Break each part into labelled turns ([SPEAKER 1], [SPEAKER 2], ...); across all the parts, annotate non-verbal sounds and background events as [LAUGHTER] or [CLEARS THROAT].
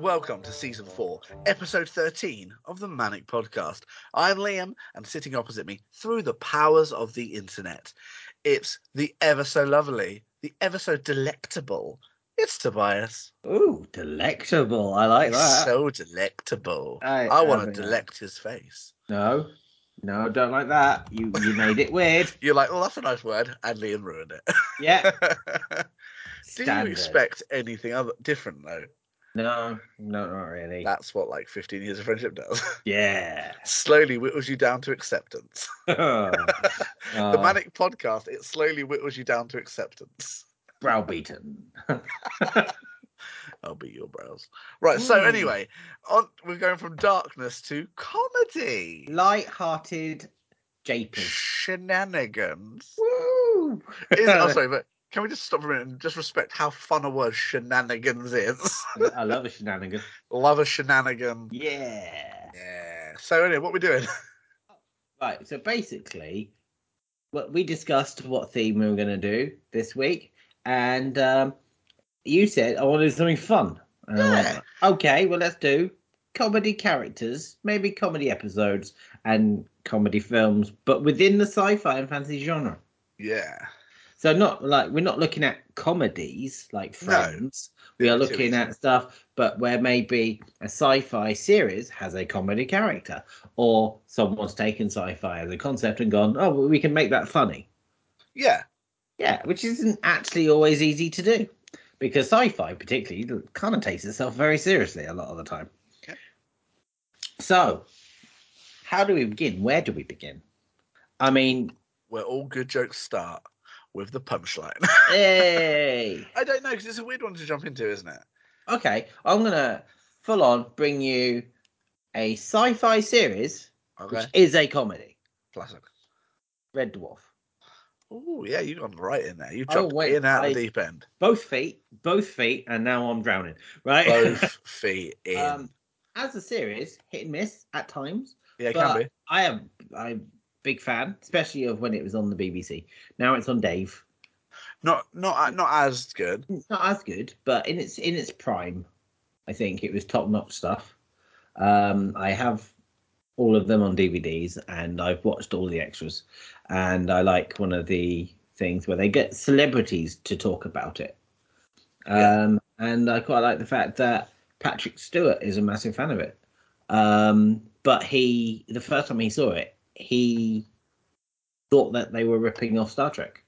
[SPEAKER 1] welcome to season four, episode 13 of the Manic Podcast. I'm Liam, and sitting opposite me, through the powers of the internet, it's the ever so lovely, the ever so delectable. It's Tobias.
[SPEAKER 2] Ooh, delectable. I like that.
[SPEAKER 1] So delectable.
[SPEAKER 2] I-
[SPEAKER 1] I want
[SPEAKER 2] I-
[SPEAKER 1] to delect his face.
[SPEAKER 2] no, no, I don't like that. You you made it weird.
[SPEAKER 1] You're like, well, that's a nice word, and Liam ruined it. [LAUGHS]
[SPEAKER 2] Yeah.
[SPEAKER 1] Do you
[SPEAKER 2] standard.
[SPEAKER 1] expect anything other different though?
[SPEAKER 2] No, no, not really.
[SPEAKER 1] That's what like 15 years of friendship does. [LAUGHS]
[SPEAKER 2] Yeah. [LAUGHS]
[SPEAKER 1] slowly whittles you down to acceptance.
[SPEAKER 2] Oh,
[SPEAKER 1] the manic podcast it slowly whittles you down to acceptance
[SPEAKER 2] browbeaten.
[SPEAKER 1] i'll beat your brows right so
[SPEAKER 2] Hmm.
[SPEAKER 1] anyway on we're going from darkness to comedy
[SPEAKER 2] Light-hearted
[SPEAKER 1] [LAUGHS]
[SPEAKER 2] japers.
[SPEAKER 1] shenanigans
[SPEAKER 2] Woo!
[SPEAKER 1] is, i'm sorry but can we just stop for a minute and just respect how fun a word shenanigans is [LAUGHS]
[SPEAKER 2] I love a shenanigan.
[SPEAKER 1] love a shenanigan
[SPEAKER 2] Yeah.
[SPEAKER 1] yeah so anyway what we doing [LAUGHS]
[SPEAKER 2] Right. So basically, what we discussed what theme we were going to do this week, and um, you said I want to do something fun. And I went, okay, well let's do comedy characters, maybe comedy episodes, and comedy films, but within the sci-fi and fantasy genre.
[SPEAKER 1] yeah
[SPEAKER 2] So not like we're not looking at comedies like
[SPEAKER 1] No.
[SPEAKER 2] Friends. We are
[SPEAKER 1] I see what
[SPEAKER 2] looking
[SPEAKER 1] you're
[SPEAKER 2] at stuff, but where maybe a sci-fi series has a comedy character, or someone's taken sci-fi as a concept and gone, "Oh, well, we can make that funny."
[SPEAKER 1] yeah
[SPEAKER 2] Yeah, which isn't actually always easy to do, because sci-fi particularly kind of takes itself very seriously a lot of the time.
[SPEAKER 1] Yeah.
[SPEAKER 2] So, how do we begin? Where do we begin? I mean,
[SPEAKER 1] where all good jokes start with the punchline [LAUGHS]
[SPEAKER 2] hey.
[SPEAKER 1] i don't know because it's a weird one to jump into isn't it
[SPEAKER 2] Okay, I'm gonna full on bring you a sci-fi series
[SPEAKER 1] okay
[SPEAKER 2] which is a comedy.
[SPEAKER 1] classic
[SPEAKER 2] Red Dwarf.
[SPEAKER 1] Oh yeah, you've gone right in there. You've
[SPEAKER 2] Oh,
[SPEAKER 1] jumped
[SPEAKER 2] wait,
[SPEAKER 1] in out of
[SPEAKER 2] I-
[SPEAKER 1] the deep end.
[SPEAKER 2] Both feet, both feet, and now I'm drowning. [LAUGHS] Right.
[SPEAKER 1] Both feet in.
[SPEAKER 2] [LAUGHS] um, as a series, hit and miss at times.
[SPEAKER 1] yeah, it
[SPEAKER 2] but-
[SPEAKER 1] can be.
[SPEAKER 2] I am I'm a big fan, especially of when it was on the BBC. Now it's on Dave.
[SPEAKER 1] Not not uh, not as good.
[SPEAKER 2] It's not as good, but in its in its prime, I think it was top notch stuff. Um, I have all of them on DVDs, and I've watched all the extras. And I like one of the things where they get celebrities to talk about it.
[SPEAKER 1] Yeah.
[SPEAKER 2] Um, and I quite like the fact that Patrick Stewart is a massive fan of it. Um, but he, the first time he saw it, he thought that they were ripping off Star Trek.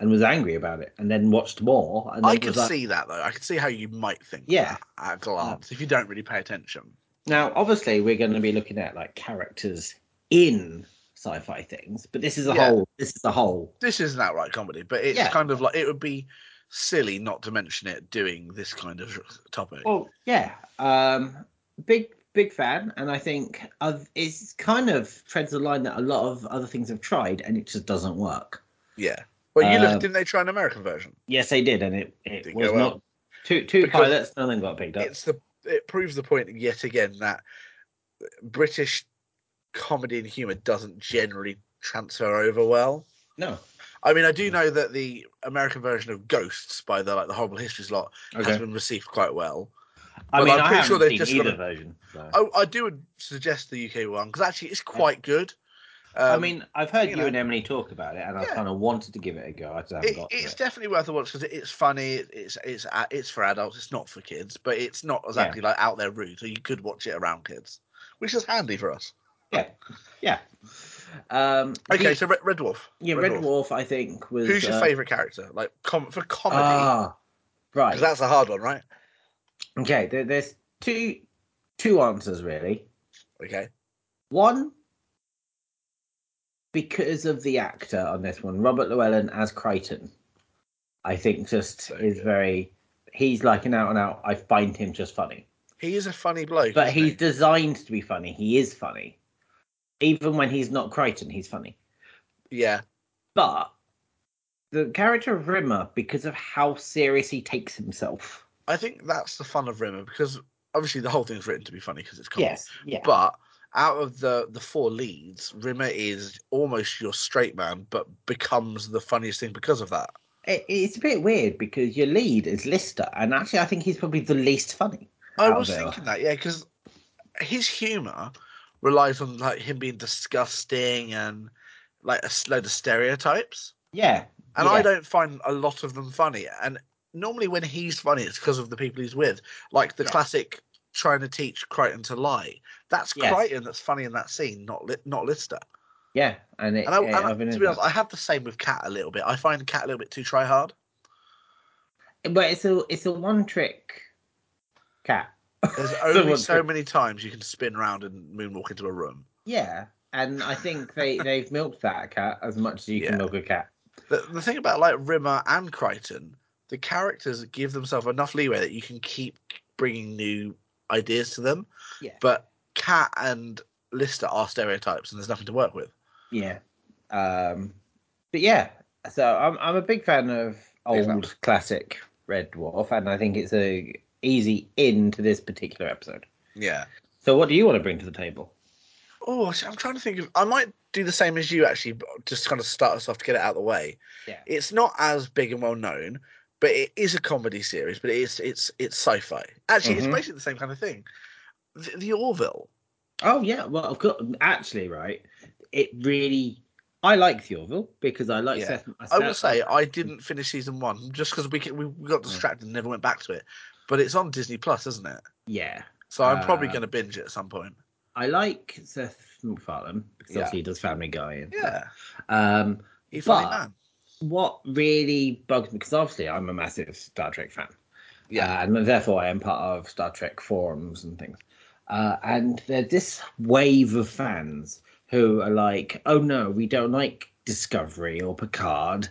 [SPEAKER 2] And was angry about it, and then watched more. And
[SPEAKER 1] I
[SPEAKER 2] then
[SPEAKER 1] could
[SPEAKER 2] was like,
[SPEAKER 1] see that though. I could see how you might think
[SPEAKER 2] Yeah. Uh
[SPEAKER 1] that at a glance if you don't really pay attention.
[SPEAKER 2] Now, obviously, we're going to be looking at like characters in sci-fi things, but this is a
[SPEAKER 1] Yeah.
[SPEAKER 2] whole. This is a whole.
[SPEAKER 1] This is an outright comedy, but it's
[SPEAKER 2] Yeah.
[SPEAKER 1] kind of like it would be silly not to mention it doing this kind of topic.
[SPEAKER 2] Well, yeah. Um, big big fan, and I think of it's kind of treads the line that a lot of other things have tried, and it just doesn't work.
[SPEAKER 1] yeah. Well, you
[SPEAKER 2] uh,
[SPEAKER 1] look, didn't they try an American version?
[SPEAKER 2] Yes, they did, and it it
[SPEAKER 1] Didn't
[SPEAKER 2] was
[SPEAKER 1] go well.
[SPEAKER 2] not two two
[SPEAKER 1] Because
[SPEAKER 2] pilots. None of them got picked up.
[SPEAKER 1] It's the it proves the point yet again that British comedy and humour doesn't generally transfer over well.
[SPEAKER 2] No.
[SPEAKER 1] I mean, I do know that the American version of Ghosts by the like the Horrible Histories lot has been received quite well.
[SPEAKER 2] I
[SPEAKER 1] but
[SPEAKER 2] mean,
[SPEAKER 1] I'm
[SPEAKER 2] I'm
[SPEAKER 1] pretty
[SPEAKER 2] pretty
[SPEAKER 1] sure
[SPEAKER 2] sure
[SPEAKER 1] they've just Oh, got
[SPEAKER 2] they've either
[SPEAKER 1] a-
[SPEAKER 2] version. so.
[SPEAKER 1] I, I do suggest the UK one because actually it's quite good.
[SPEAKER 2] I
[SPEAKER 1] Um,
[SPEAKER 2] mean, I've heard
[SPEAKER 1] you
[SPEAKER 2] you,
[SPEAKER 1] know.
[SPEAKER 2] and Emily talk about it, and I
[SPEAKER 1] Yeah.
[SPEAKER 2] kind of wanted to give it a go. I just haven't
[SPEAKER 1] it,
[SPEAKER 2] got to
[SPEAKER 1] it's
[SPEAKER 2] it.
[SPEAKER 1] definitely worth a watch because it's funny. it- It's it's a- it's for adults. It's not for kids, but it's not exactly like out there rude. So you could watch it around kids, which is handy for us.
[SPEAKER 2] Yeah. Um,
[SPEAKER 1] Okay,
[SPEAKER 2] the-
[SPEAKER 1] so Red, Red Dwarf.
[SPEAKER 2] Yeah, Red, Dwarf. I think, was.
[SPEAKER 1] Who's your
[SPEAKER 2] uh,
[SPEAKER 1] favourite character? Like com- for comedy,
[SPEAKER 2] Ah,
[SPEAKER 1] 'cause
[SPEAKER 2] right.
[SPEAKER 1] that's a hard one, right?
[SPEAKER 2] Okay, there, there's two two answers really.
[SPEAKER 1] Okay.
[SPEAKER 2] One, because of the actor on this one, Robert Llewellyn as Crichton, I think just
[SPEAKER 1] So
[SPEAKER 2] is
[SPEAKER 1] good.
[SPEAKER 2] very. He's like an out and out. I find him just funny,
[SPEAKER 1] He is a funny bloke.
[SPEAKER 2] but
[SPEAKER 1] isn't
[SPEAKER 2] he's designed to be funny. He is funny, even when he's not Crichton. He's funny.
[SPEAKER 1] he? yeah,
[SPEAKER 2] But the character of Rimmer, because of how serious he takes himself.
[SPEAKER 1] I think that's the fun of Rimmer because obviously the whole thing's written to be funny because it's comedy.
[SPEAKER 2] Yes. Yeah.
[SPEAKER 1] But out of the the four leads, Rimmer is almost your straight man, but becomes the funniest thing because of that.
[SPEAKER 2] It, it's a bit weird because your lead is Lister, and actually, I think he's probably the least funny.
[SPEAKER 1] I
[SPEAKER 2] out
[SPEAKER 1] was
[SPEAKER 2] there.
[SPEAKER 1] thinking that, yeah, because his humor relies on like him being disgusting and like a s- load of stereotypes,
[SPEAKER 2] Yeah.
[SPEAKER 1] and I
[SPEAKER 2] Yeah.
[SPEAKER 1] don't find a lot of them funny. And normally, when he's funny, it's because of the people he's with, like the
[SPEAKER 2] Yeah.
[SPEAKER 1] classic trying to teach Crichton to lie. That's
[SPEAKER 2] Yes.
[SPEAKER 1] Crichton that's funny in that scene, not Li- not Lister.
[SPEAKER 2] Yeah. And, it,
[SPEAKER 1] And, I,
[SPEAKER 2] it-
[SPEAKER 1] and I-
[SPEAKER 2] I've been
[SPEAKER 1] to
[SPEAKER 2] into
[SPEAKER 1] be
[SPEAKER 2] that.
[SPEAKER 1] honest, I have the same with Cat a little bit. I find Cat a little bit too try hard.
[SPEAKER 2] But it's a it's a one trick cat. [LAUGHS]
[SPEAKER 1] There's
[SPEAKER 2] It's a
[SPEAKER 1] only
[SPEAKER 2] one
[SPEAKER 1] so
[SPEAKER 2] trick.
[SPEAKER 1] many times you can spin round and moonwalk into a room.
[SPEAKER 2] Yeah, and I
[SPEAKER 1] [LAUGHS]
[SPEAKER 2] think they they've milked that cat as much as you
[SPEAKER 1] Yeah.
[SPEAKER 2] can milk a cat.
[SPEAKER 1] The, the thing about like Rimmer and Crichton, the characters give themselves enough leeway that you can keep bringing new ideas to them.
[SPEAKER 2] Yeah.
[SPEAKER 1] But Cat and Lister are stereotypes, and there's nothing to work with.
[SPEAKER 2] Yeah. Um, but yeah, so I'm I'm a big fan of
[SPEAKER 1] Big
[SPEAKER 2] old
[SPEAKER 1] fan.
[SPEAKER 2] classic Red Dwarf, and I think it's a easy in to this particular episode.
[SPEAKER 1] Yeah.
[SPEAKER 2] So what do you want to bring to the table?
[SPEAKER 1] Oh, sh- I'm trying to think of. I might do the same as you actually, but just kind of start us off to get it out of the way.
[SPEAKER 2] Yeah.
[SPEAKER 1] It's not as big and well known, but it is a comedy series. But it's it's it's sci-fi. Actually,
[SPEAKER 2] Mhm.
[SPEAKER 1] it's basically the same kind of thing. The, the Orville.
[SPEAKER 2] Oh yeah, well of course, actually, right. It really I like the Orville because I like
[SPEAKER 1] Yeah.
[SPEAKER 2] Seth.
[SPEAKER 1] I will say I didn't finish season one just because we ca- we
[SPEAKER 2] Mm.
[SPEAKER 1] got distracted and never went back to it. But it's on Disney Plus, isn't it?
[SPEAKER 2] yeah.
[SPEAKER 1] So I'm probably
[SPEAKER 2] Uh,
[SPEAKER 1] going to binge it at some point.
[SPEAKER 2] I like Seth MacFarlane because
[SPEAKER 1] Yeah.
[SPEAKER 2] obviously he does Family Guy. And
[SPEAKER 1] Yeah,
[SPEAKER 2] Um,
[SPEAKER 1] he's funny
[SPEAKER 2] But-
[SPEAKER 1] man.
[SPEAKER 2] what really bugs me because obviously I'm a massive Star Trek fan.
[SPEAKER 1] Yeah,
[SPEAKER 2] Uh, and therefore I am part of Star Trek forums and things. Uh, and there's this wave of fans who are like, "Oh no, we don't like Discovery or Picard.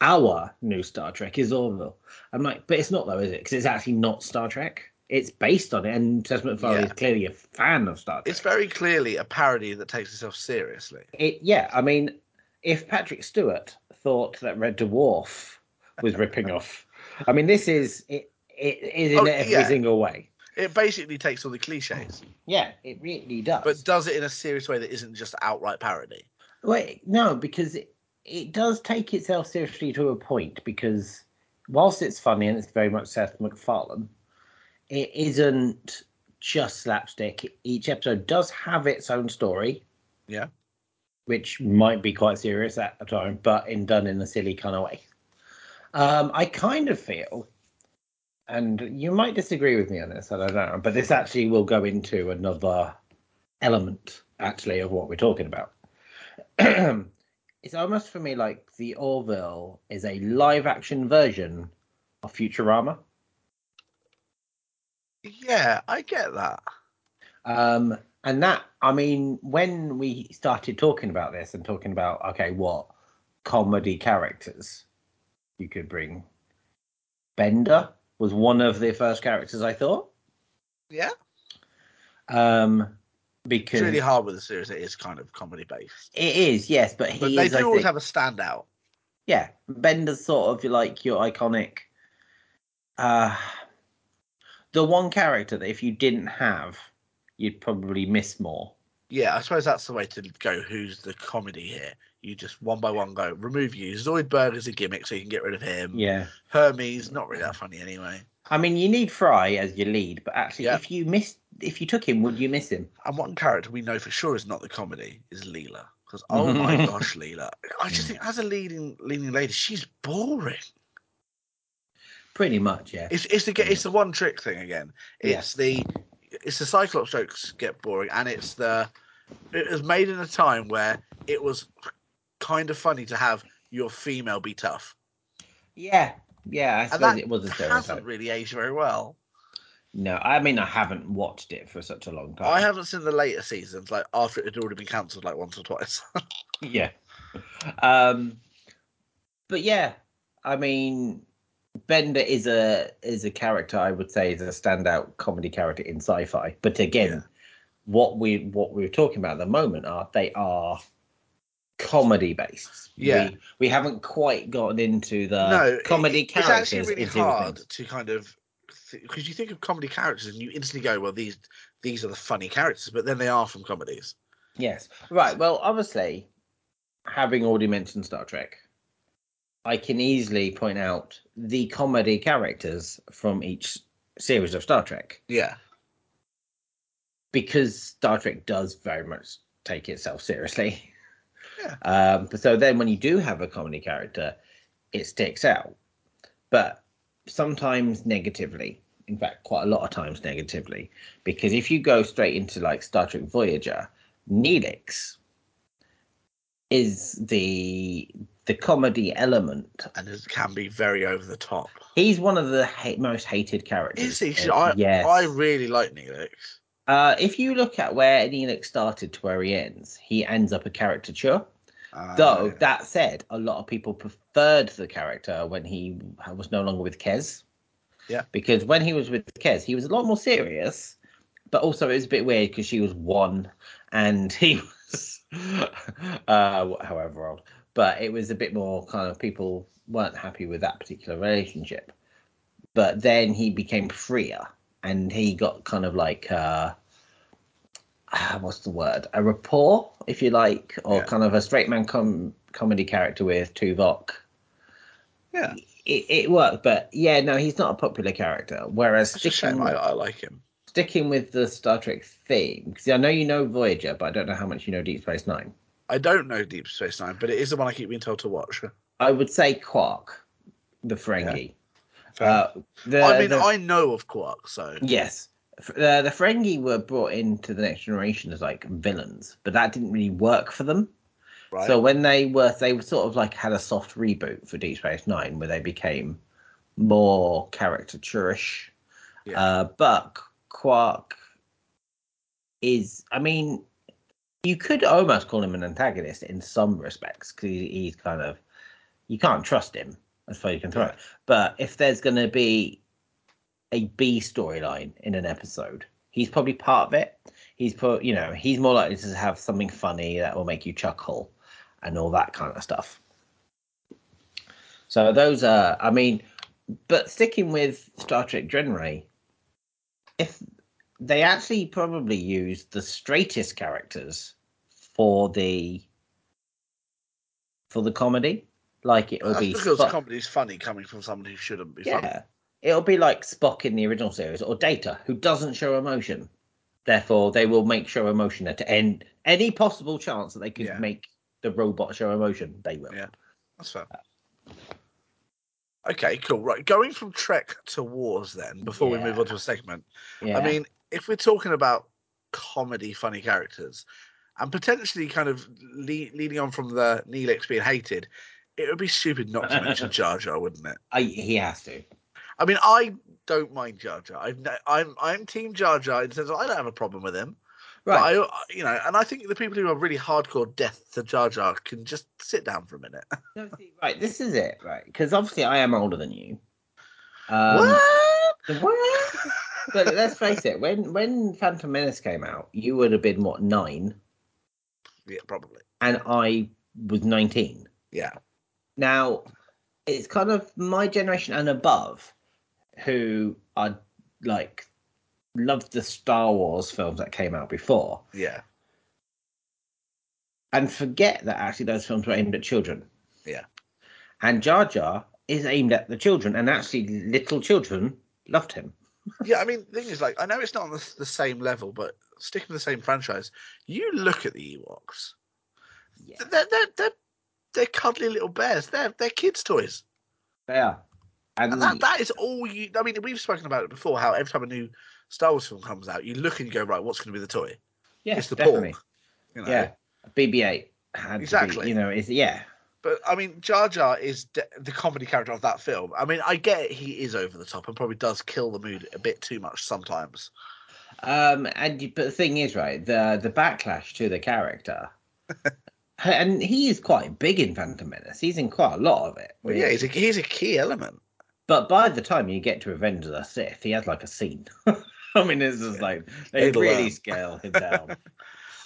[SPEAKER 2] Our new Star Trek is Orville." I'm like, "But it's not though, is it? Because it's actually not Star Trek. It's based on it, and Seth MacFarlane
[SPEAKER 1] Yeah.
[SPEAKER 2] is clearly a fan of Star Trek."
[SPEAKER 1] it's very clearly a parody that takes itself seriously.
[SPEAKER 2] It, yeah, I mean, if Patrick Stewart thought that Red Dwarf was ripping off, I mean, this is it. It is in
[SPEAKER 1] Oh,
[SPEAKER 2] every
[SPEAKER 1] yeah.
[SPEAKER 2] single way.
[SPEAKER 1] It basically takes all the cliches,
[SPEAKER 2] Yeah, it really does.
[SPEAKER 1] but does it in a serious way that isn't just outright parody.
[SPEAKER 2] Wait, no, because it, it does take itself seriously to a point. Because whilst it's funny and it's very much Seth MacFarlane, it isn't just slapstick. Each episode does have its own story.
[SPEAKER 1] Yeah.
[SPEAKER 2] which might be quite serious at the time, but in done in a silly kind of way. Um, I kind of feel, and you might disagree with me on this, I don't know, but this actually will go into another element, actually, of what we're talking about. it's almost for me like the Orville is a live action version of Futurama.
[SPEAKER 1] Yeah, I get that.
[SPEAKER 2] Um, and that, I mean, when we started talking about this and talking about, okay, what comedy characters you could bring, Bender was one of the first characters I thought.
[SPEAKER 1] Yeah,
[SPEAKER 2] Um,
[SPEAKER 1] it's
[SPEAKER 2] because
[SPEAKER 1] really hard with a series that is kind of comedy based,
[SPEAKER 2] it is, yes, but he
[SPEAKER 1] but
[SPEAKER 2] is,
[SPEAKER 1] they
[SPEAKER 2] I
[SPEAKER 1] do always
[SPEAKER 2] think-
[SPEAKER 1] have a standout.
[SPEAKER 2] yeah, Bender's sort of like your iconic, uh, the one character that if you didn't have, you'd probably miss more.
[SPEAKER 1] Yeah, I suppose that's the way to go. Who's the comedy here? You just one by one go remove you. Zoidberg is a gimmick, so you can get rid of him.
[SPEAKER 2] Yeah.
[SPEAKER 1] Hermes, not really that funny anyway.
[SPEAKER 2] I mean, you need Fry as your lead, but actually,
[SPEAKER 1] Yeah.
[SPEAKER 2] if you miss, if you took him, would you miss him?
[SPEAKER 1] And one character we know for sure is not the comedy is Leela. Because oh my gosh, Leela! I just think as a leading leading lady, she's boring.
[SPEAKER 2] Pretty much, yeah.
[SPEAKER 1] It's it's the ge- it's the one trick thing again.
[SPEAKER 2] Yeah.
[SPEAKER 1] It's the it's the Cyclops jokes get boring, and it's the it was made in a time where it was kind of funny to have your female be tough.
[SPEAKER 2] Yeah, yeah. I
[SPEAKER 1] And
[SPEAKER 2] suppose
[SPEAKER 1] that
[SPEAKER 2] it was a
[SPEAKER 1] hasn't
[SPEAKER 2] stereotype.
[SPEAKER 1] really aged very well.
[SPEAKER 2] No, I mean, I haven't watched it for such a long time.
[SPEAKER 1] I haven't seen the later seasons, like after it had already been cancelled like once or twice.
[SPEAKER 2] Yeah. Um, but yeah, I mean, Bender is a is a character I would say is a standout comedy character in sci-fi. But again,
[SPEAKER 1] Yeah.
[SPEAKER 2] what we what we were talking about at the moment are they are comedy based.
[SPEAKER 1] Yeah.
[SPEAKER 2] we, we haven't quite gotten into the
[SPEAKER 1] no,
[SPEAKER 2] comedy
[SPEAKER 1] it-
[SPEAKER 2] characters.
[SPEAKER 1] It's actually really
[SPEAKER 2] into
[SPEAKER 1] hard
[SPEAKER 2] things.
[SPEAKER 1] to kind of because you think of comedy characters and you instantly go, well, these these are the funny characters, but then they are from comedies.
[SPEAKER 2] Yes. Right. Well, obviously, having already mentioned Star Trek, I can easily point out the comedy characters from each series of Star Trek
[SPEAKER 1] Yeah.
[SPEAKER 2] because Star Trek does very much take itself seriously.
[SPEAKER 1] Yeah.
[SPEAKER 2] Um, but so then when you do have a comedy character, it sticks out, but sometimes negatively. In fact, quite a lot of times negatively, because if you go straight into like Star Trek Voyager, Neelix is the the comedy element
[SPEAKER 1] And it can be very over the top.
[SPEAKER 2] He's one of the ha- most hated characters.
[SPEAKER 1] Is he?
[SPEAKER 2] Uh,
[SPEAKER 1] I,
[SPEAKER 2] yes.
[SPEAKER 1] I really like Neelix.
[SPEAKER 2] uh, if you look at where Neelix started to where he ends, he ends up a caricature.
[SPEAKER 1] Uh,
[SPEAKER 2] Though that said, a lot of people preferred the character when he was no longer with Kez.
[SPEAKER 1] Yeah.
[SPEAKER 2] Because when he was with Kez, he was a lot more serious, but also it was a bit weird because she was one and he [LAUGHS] was uh however old. But it was a bit more kind of people weren't happy with that particular relationship. But then he became freer and he got kind of like uh ah, what's the word a rapport if you like or
[SPEAKER 1] Yeah.
[SPEAKER 2] kind of a straight man com- comedy character with tuvok
[SPEAKER 1] yeah,
[SPEAKER 2] it, it worked but yeah no he's not a popular character whereas
[SPEAKER 1] it's a shame.
[SPEAKER 2] sticking,
[SPEAKER 1] I, I like him.
[SPEAKER 2] sticking with the star trek theme because i know you know voyager but i don't know how much you know deep space nine
[SPEAKER 1] I don't know Deep Space Nine, but it is the one I keep being told to
[SPEAKER 2] [LAUGHS]
[SPEAKER 1] watch.
[SPEAKER 2] i would say quark the ferengi
[SPEAKER 1] Uh,
[SPEAKER 2] uh, the,
[SPEAKER 1] I mean,
[SPEAKER 2] the-
[SPEAKER 1] I know of Quark, so
[SPEAKER 2] Yes. F- uh, The, the Ferengi were brought into the next generation as like villains, but that didn't really work for them.
[SPEAKER 1] right. Uh,
[SPEAKER 2] So when they were, they were sort of like had a soft reboot for Deep Space Nine, where they became more caricaturish.
[SPEAKER 1] Yeah.
[SPEAKER 2] Uh, but Quark is, I mean, you could almost call him an antagonist in some respects because he, he's kind of, you can't trust him as far as you can throw it. But if there's going to be a B storyline in an episode, he's probably part of it. He's put, you know, he's more likely to have something funny that will make you chuckle and all that kind of stuff. So those are, I mean, but sticking with Star Trek generally, if they actually probably use the straightest characters for the for the comedy, like it will
[SPEAKER 1] That's
[SPEAKER 2] be
[SPEAKER 1] because
[SPEAKER 2] Spock-
[SPEAKER 1] comedy is funny coming from someone who shouldn't be funny.
[SPEAKER 2] yeah, it'll be like Spock in the original series or Data, who doesn't show emotion. Therefore, they will make show emotion at end any possible chance that they could
[SPEAKER 1] Yeah.
[SPEAKER 2] make the robot show emotion. They will.
[SPEAKER 1] Yeah. That's fair. Okay, cool. Right, going from Trek to Wars then, before we move
[SPEAKER 2] Yeah.
[SPEAKER 1] on to a segment.
[SPEAKER 2] Yeah.
[SPEAKER 1] I mean, if we're talking about comedy, funny characters, and potentially kind of le- leading on from the Neelix being hated, it would be stupid not to
[SPEAKER 2] [LAUGHS]
[SPEAKER 1] mention Jar Jar, wouldn't it?
[SPEAKER 2] I, he has to.
[SPEAKER 1] I mean, I don't mind Jar Jar. I've no, I'm I'm Team Jar Jar in the sense of I don't have a problem with him.
[SPEAKER 2] Right.
[SPEAKER 1] But I, you know, and I think the people who are really hardcore death to Jar Jar can just sit down for a minute.
[SPEAKER 2] No, see, right. This is it. Right. Because obviously, I am older than you. Um,
[SPEAKER 1] what?
[SPEAKER 2] the- what? but let's face it. When when Phantom Menace came out, you would have been what nine,
[SPEAKER 1] [LAUGHS] Yeah, probably.
[SPEAKER 2] and I was nineteen.
[SPEAKER 1] Yeah.
[SPEAKER 2] Now, it's kind of my generation and above who are like loved the Star Wars films that came out before
[SPEAKER 1] Yeah.
[SPEAKER 2] and forget that actually those films were aimed at children.
[SPEAKER 1] Yeah.
[SPEAKER 2] And Jar Jar is aimed at the children, and actually, little children loved him.
[SPEAKER 1] Yeah, I mean, the thing is, like, I know it's not on the, the same level, but sticking with the same franchise, you look at the Ewoks.
[SPEAKER 2] Yeah,
[SPEAKER 1] They're they're they're, they're cuddly little bears. They're they're kids' toys,
[SPEAKER 2] they are. And,
[SPEAKER 1] and that that is all you. I mean, we've spoken about it before. How every time a new Star Wars film comes out, you look and you go, right, what's going to be the toy?
[SPEAKER 2] yeah,
[SPEAKER 1] it's the
[SPEAKER 2] definitely.
[SPEAKER 1] pork, You know?
[SPEAKER 2] Yeah, BB-8 had to
[SPEAKER 1] Exactly.
[SPEAKER 2] be, you know, is yeah,
[SPEAKER 1] But I mean, Jar Jar is de- the comedy character of that film. I mean, I get it, he is over the top and probably does kill the mood a bit too much sometimes.
[SPEAKER 2] Um, and you- but the thing is, right, the the backlash to
[SPEAKER 1] [LAUGHS]
[SPEAKER 2] the character, and he is quite big in Phantom Menace. He's in quite a lot of it.
[SPEAKER 1] But yeah, he's a, he's a key element.
[SPEAKER 2] But by the time you get to Revenge of the Sith, he has like a scene. [LAUGHS] I mean, it's just like they
[SPEAKER 1] It'll,
[SPEAKER 2] really
[SPEAKER 1] um,
[SPEAKER 2] scale
[SPEAKER 1] [LAUGHS]
[SPEAKER 2] him down.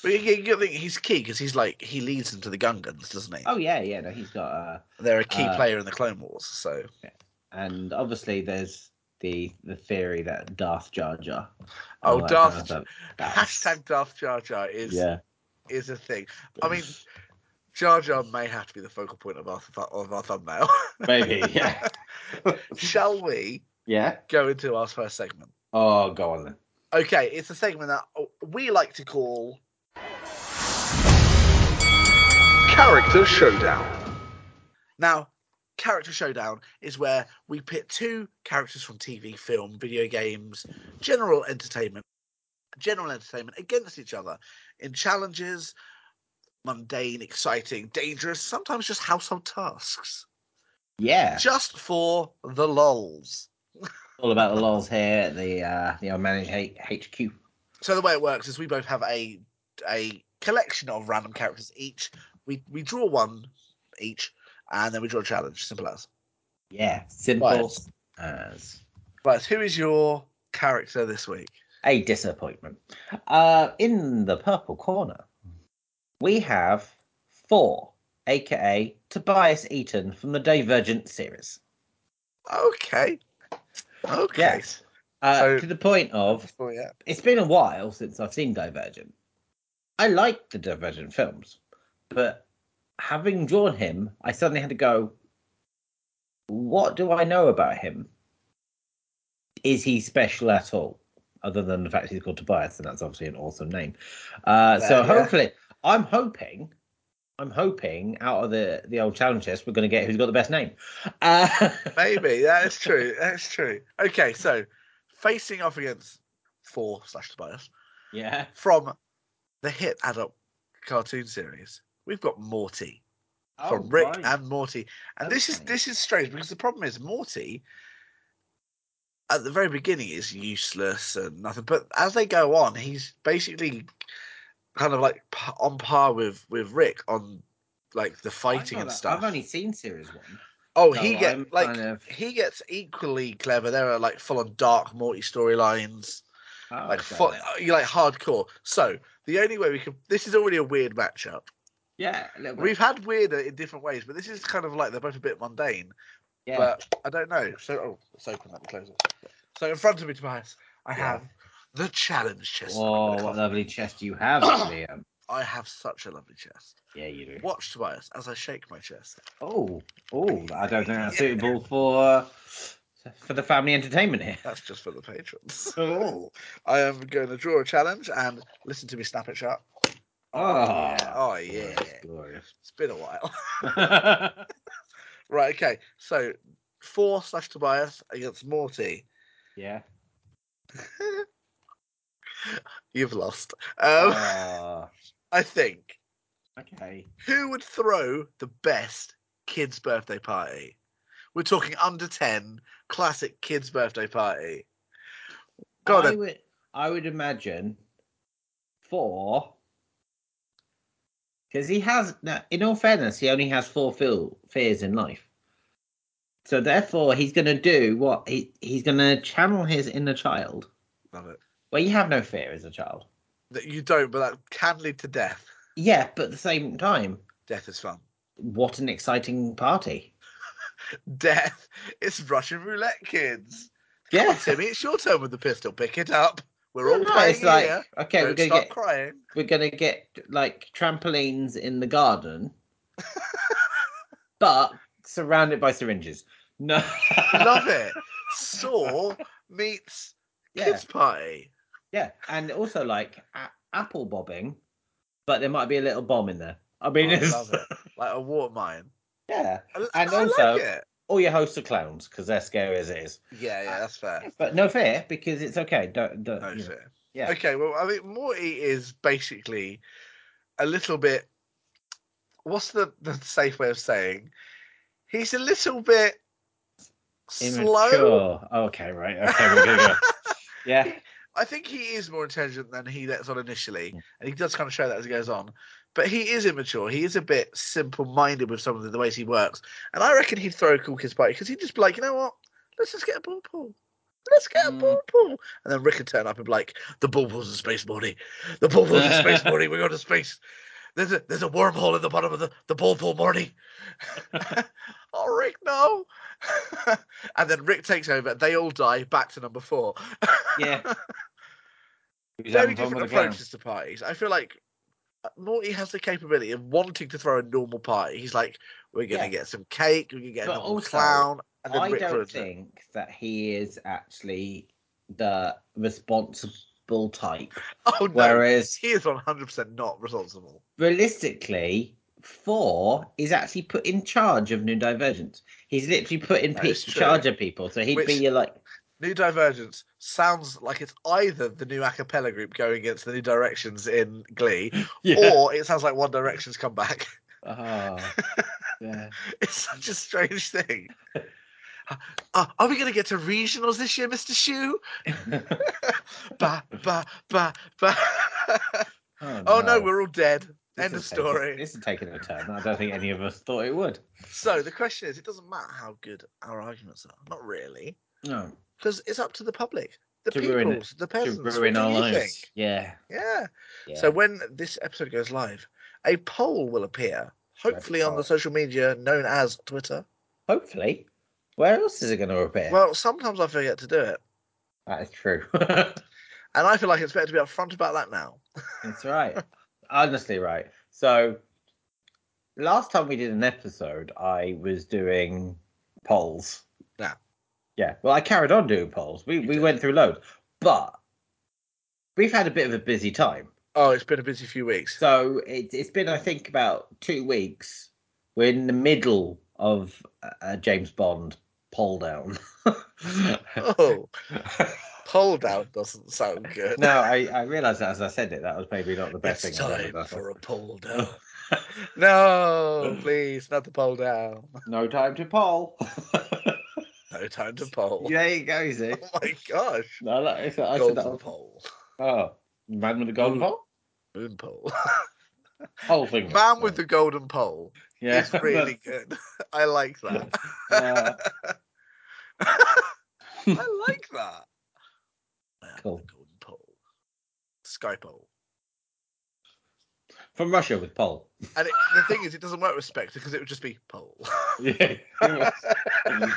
[SPEAKER 1] But you, you gotta think he's key because he's like he leads them to the Gungans, doesn't he?
[SPEAKER 2] oh yeah, yeah, no, he's got. Uh,
[SPEAKER 1] They're a key
[SPEAKER 2] Uh,
[SPEAKER 1] player in the Clone Wars, so
[SPEAKER 2] and obviously, there's the the theory that Darth Jar Jar.
[SPEAKER 1] Oh,
[SPEAKER 2] All that
[SPEAKER 1] Darth-
[SPEAKER 2] kind of stuff. That's-
[SPEAKER 1] [LAUGHS] hashtag Darth Jar Jar is
[SPEAKER 2] Yeah,
[SPEAKER 1] is a thing. I mean, Jar Jar may have [LAUGHS]
[SPEAKER 2] [LAUGHS]
[SPEAKER 1] to be the focal point of our th- of our thumbnail.
[SPEAKER 2] maybe. Yeah.
[SPEAKER 1] Shall we
[SPEAKER 2] Yeah.
[SPEAKER 1] go into our first segment.
[SPEAKER 2] Oh, go on then.
[SPEAKER 1] Okay, it's a segment that uh, we like to call
[SPEAKER 3] Character Showdown.
[SPEAKER 1] Now, character showdown is where we pit two characters from TV, film, video games, general entertainment, general entertainment against each other in challenges, mundane, exciting, dangerous, sometimes just household tasks,
[SPEAKER 2] Yeah.
[SPEAKER 1] just for the lols.
[SPEAKER 2] All about the lols here at the uh, the old managed H- HQ.
[SPEAKER 1] So the way it works is we both have a a collection of random characters each. We we draw one each, and then we draw a challenge. Simple as.
[SPEAKER 2] Yeah. Simple
[SPEAKER 1] Right.
[SPEAKER 2] as
[SPEAKER 1] Right, who is your character this week?
[SPEAKER 2] a disappointment. Uh, in the purple corner, we have four, aka Tobias Eaton from the Divergent series.
[SPEAKER 1] Okay. Okay.
[SPEAKER 2] Yes. Uh,
[SPEAKER 1] So-
[SPEAKER 2] to the point of
[SPEAKER 1] Oh, yeah.
[SPEAKER 2] it's been a while since I've seen Divergent. I like the Divergent films, but having drawn him, I suddenly had to go, what do I know about him? Is he special at all? Other than the fact he's called Tobias, and that's obviously an awesome name. Uh, so
[SPEAKER 1] Yeah, yeah.
[SPEAKER 2] hopefully, I'm hoping, I'm hoping out of the the old challenge list, we're going to get who's got the best name. Uh, [LAUGHS]
[SPEAKER 1] Maybe that's true. That's true. Okay, so facing off against four slash Tobias
[SPEAKER 2] yeah.
[SPEAKER 1] from the hit adult cartoon series, we've got Morty
[SPEAKER 2] Oh,
[SPEAKER 1] from Rick and Morty, and this is
[SPEAKER 2] Okay.
[SPEAKER 1] this is strange because the problem is Morty at the very beginning is useless and nothing, but as they go on, he's basically kind of like p- on par with with Rick on like the fighting and stuff.
[SPEAKER 2] I've only seen series one.
[SPEAKER 1] Oh,
[SPEAKER 2] So
[SPEAKER 1] he get
[SPEAKER 2] I'm
[SPEAKER 1] like
[SPEAKER 2] kind of-
[SPEAKER 1] he gets equally clever. There are like full on dark Morty storylines,
[SPEAKER 2] Oh,
[SPEAKER 1] like
[SPEAKER 2] so-
[SPEAKER 1] fu- you like hardcore. So the only way we could this is already a weird matchup.
[SPEAKER 2] yeah, a little bit.
[SPEAKER 1] We've had weirder in different ways, but this is kind of like they're both a bit mundane.
[SPEAKER 2] yeah.
[SPEAKER 1] But I don't know. So oh, it's open. Let me close it. So in front of me, Tobias, I
[SPEAKER 2] Yeah.
[SPEAKER 1] have the challenge chest. I'm
[SPEAKER 2] Whoa,
[SPEAKER 1] gonna
[SPEAKER 2] Oh, what
[SPEAKER 1] cough.
[SPEAKER 2] lovely chest
[SPEAKER 1] [COUGHS]
[SPEAKER 2] you have, Liam.
[SPEAKER 1] I have such a lovely chest.
[SPEAKER 2] Yeah, you do.
[SPEAKER 1] Watch Tobias as I shake my chest.
[SPEAKER 2] Oh, oh, I don't think that's suitable for for the family
[SPEAKER 1] [LAUGHS]
[SPEAKER 2] entertainment here.
[SPEAKER 1] That's just for the patrons. [LAUGHS]
[SPEAKER 2] Oh.
[SPEAKER 1] I am going to draw a challenge and listen to me snap it shut.
[SPEAKER 2] Oh,
[SPEAKER 1] yeah. Oh, yeah.
[SPEAKER 2] Glorious, glorious. [LAUGHS]
[SPEAKER 1] It's been a while. [LAUGHS] right, okay. So, four slash Tobias against Morty.
[SPEAKER 2] yeah.
[SPEAKER 1] You've lost. Um,
[SPEAKER 2] Oh,
[SPEAKER 1] I think.
[SPEAKER 2] okay.
[SPEAKER 1] Who would throw the best kids' birthday party? We're talking under 10, classic kids' birthday party. Go on
[SPEAKER 2] I
[SPEAKER 1] then.
[SPEAKER 2] would, I would imagine four. Because he has, now, in all fairness, he only has four fil- fears in life. So therefore, he's going to do what he he's going to channel his inner child.
[SPEAKER 1] Love it.
[SPEAKER 2] Well, you have no fear as a child.
[SPEAKER 1] That You don't, but that can lead to death.
[SPEAKER 2] Yeah, but at the same time,
[SPEAKER 1] Death is fun. [LAUGHS]
[SPEAKER 2] what an exciting party!
[SPEAKER 1] Death. It's Russian roulette, kids. Come on,
[SPEAKER 2] Yeah,
[SPEAKER 1] Timmy, it's your turn with the pistol. Pick it up.
[SPEAKER 2] [LAUGHS]
[SPEAKER 1] We're all
[SPEAKER 2] No,
[SPEAKER 1] playing
[SPEAKER 2] it's like
[SPEAKER 1] here.
[SPEAKER 2] okay, we're
[SPEAKER 1] Don't
[SPEAKER 2] gonna
[SPEAKER 1] stop
[SPEAKER 2] get [LAUGHS]
[SPEAKER 1] crying.
[SPEAKER 2] we're gonna get like trampolines in
[SPEAKER 1] [LAUGHS]
[SPEAKER 2] the garden, but surrounded by syringes. No,
[SPEAKER 1] Love it. Saw meets
[SPEAKER 2] Yeah,
[SPEAKER 1] kids party.
[SPEAKER 2] yeah, and also like a- apple bobbing, but there might be a little bomb in there. I mean,
[SPEAKER 1] Oh, I
[SPEAKER 2] it's,
[SPEAKER 1] love it. Like a water mine.
[SPEAKER 2] [LAUGHS] yeah,
[SPEAKER 1] I,
[SPEAKER 2] And
[SPEAKER 1] I
[SPEAKER 2] also-
[SPEAKER 1] like it.
[SPEAKER 2] all your hosts are clowns because they're scary as it is.
[SPEAKER 1] Yeah, yeah, that's fair.
[SPEAKER 2] But no fear because it's okay. Don't, don't
[SPEAKER 1] No
[SPEAKER 2] you know.
[SPEAKER 1] fair.
[SPEAKER 2] Yeah.
[SPEAKER 1] Okay, well, I think Morty is basically a little bit. What's the, the safe way of saying? He's a little bit slow.
[SPEAKER 2] Immature. Okay, right. Okay, we're gonna
[SPEAKER 1] [LAUGHS]
[SPEAKER 2] go. Yeah.
[SPEAKER 1] I think he is more intelligent than he lets on initially, and he does kind of show that as he goes on. But he is immature. He is a bit simple-minded with some of the, the ways he works, and I reckon he'd throw a cool kids party because he'd just be like, you know what? Let's just get a ball pool. Let's get a
[SPEAKER 2] Mm.
[SPEAKER 1] ball pool, and then Rick would turn up and be like, the ball pool's in space, Morty. The ball pool's in space, Morty. We're going to space. There's a there's a wormhole in the bottom of the the ball pool, Morty. oh, Rick, no. [LAUGHS] and then Rick takes over. They all die. Back to number four
[SPEAKER 2] Yeah. Who's
[SPEAKER 1] very
[SPEAKER 2] having fun
[SPEAKER 1] different
[SPEAKER 2] with the clown?
[SPEAKER 1] approaches to parties. I feel like Morty has the capability of wanting to throw a normal party. He's like, we're gonna
[SPEAKER 2] Yeah.
[SPEAKER 1] get some cake, we're gonna get a
[SPEAKER 2] But
[SPEAKER 1] normal
[SPEAKER 2] also,
[SPEAKER 1] clown, [LAUGHS] and then
[SPEAKER 2] I
[SPEAKER 1] Rick
[SPEAKER 2] don't
[SPEAKER 1] ruins it.
[SPEAKER 2] think that he is actually the responsible type.
[SPEAKER 1] Oh no,
[SPEAKER 2] Whereas
[SPEAKER 1] he is one hundred percent not responsible.
[SPEAKER 2] realistically, four is actually put in charge of New Divergence. He's literally put in
[SPEAKER 1] That
[SPEAKER 2] pe-
[SPEAKER 1] is true.
[SPEAKER 2] charge of people, so he'd
[SPEAKER 1] Which-
[SPEAKER 2] be your, like,
[SPEAKER 1] New Divergence sounds like it's either the new a cappella group going against the new directions in
[SPEAKER 2] [LAUGHS]
[SPEAKER 1] Glee, [LAUGHS] or it sounds like One Direction's come back. [LAUGHS]
[SPEAKER 2] Oh, yeah.
[SPEAKER 1] It's such a strange
[SPEAKER 2] [LAUGHS]
[SPEAKER 1] thing. Uh, are we going to get to regionals this year, Mr. Shoe?
[SPEAKER 2] [LAUGHS]
[SPEAKER 1] [LAUGHS] Ba, ba, ba, ba. [LAUGHS] oh no, we're all dead.
[SPEAKER 2] This
[SPEAKER 1] End of
[SPEAKER 2] is taking-
[SPEAKER 1] story.
[SPEAKER 2] this is taking a turn. I don't think any of us thought it would.
[SPEAKER 1] So the question is it doesn't matter how good our arguments are. Not really.
[SPEAKER 2] No,
[SPEAKER 1] Because it's up to the public, the
[SPEAKER 2] To
[SPEAKER 1] peoples,
[SPEAKER 2] ruin it.
[SPEAKER 1] the
[SPEAKER 2] to
[SPEAKER 1] peasants. What
[SPEAKER 2] ruin
[SPEAKER 1] do
[SPEAKER 2] our
[SPEAKER 1] you
[SPEAKER 2] lives.
[SPEAKER 1] think?
[SPEAKER 2] Yeah.
[SPEAKER 1] Yeah.
[SPEAKER 2] yeah.
[SPEAKER 1] So when this episode goes live, a poll will appear, hopefully on the
[SPEAKER 2] poll.
[SPEAKER 1] social media known as Twitter.
[SPEAKER 2] hopefully, where else is it going to appear?
[SPEAKER 1] Well, sometimes I forget to do it,
[SPEAKER 2] that is true. [LAUGHS]
[SPEAKER 1] and I feel like it's better to be upfront about that now.
[SPEAKER 2] That's right. Honestly, right. So last time we did an episode, I was doing polls.
[SPEAKER 1] Yeah.
[SPEAKER 2] Yeah. Well, I carried on doing polls. We we
[SPEAKER 1] did.
[SPEAKER 2] went through loads, but we've had a bit of a busy time.
[SPEAKER 1] Oh, it's been a busy few
[SPEAKER 2] [LAUGHS]
[SPEAKER 1] weeks.
[SPEAKER 2] So it, it's been, I think, about two weeks. We're in the middle of a, a James Bond poll down. [LAUGHS]
[SPEAKER 1] Oh, poll down doesn't sound good.
[SPEAKER 2] no, I, I realised that as I said it, that was maybe not the best
[SPEAKER 1] it's
[SPEAKER 2] thing I've ever
[SPEAKER 1] time
[SPEAKER 2] done.
[SPEAKER 1] for a poll
[SPEAKER 2] [LAUGHS]
[SPEAKER 1] down. no, please, not the poll down.
[SPEAKER 2] No time to poll.
[SPEAKER 1] [LAUGHS]
[SPEAKER 2] [LAUGHS]
[SPEAKER 1] No time to poll.
[SPEAKER 2] there you go, Z.
[SPEAKER 1] Oh my gosh.
[SPEAKER 2] No, that, I said I said that.
[SPEAKER 1] Golden
[SPEAKER 2] was-
[SPEAKER 1] poll.
[SPEAKER 2] Oh, man with the golden
[SPEAKER 1] Moon-
[SPEAKER 2] pole.
[SPEAKER 1] Moon
[SPEAKER 2] [LAUGHS]
[SPEAKER 1] poll.
[SPEAKER 2] Whole thing.
[SPEAKER 1] Man with the golden pole.
[SPEAKER 2] yeah.
[SPEAKER 1] It's really good. [LAUGHS] I like that.
[SPEAKER 2] [LAUGHS] Uh,
[SPEAKER 1] I like that. Man with
[SPEAKER 2] Cool.
[SPEAKER 1] the golden pole. Sky pole.
[SPEAKER 2] from Russia with pole.
[SPEAKER 1] [LAUGHS] And it, the thing is, it doesn't work with Spectre because it would just be pole. [LAUGHS]
[SPEAKER 2] Yeah. [LAUGHS]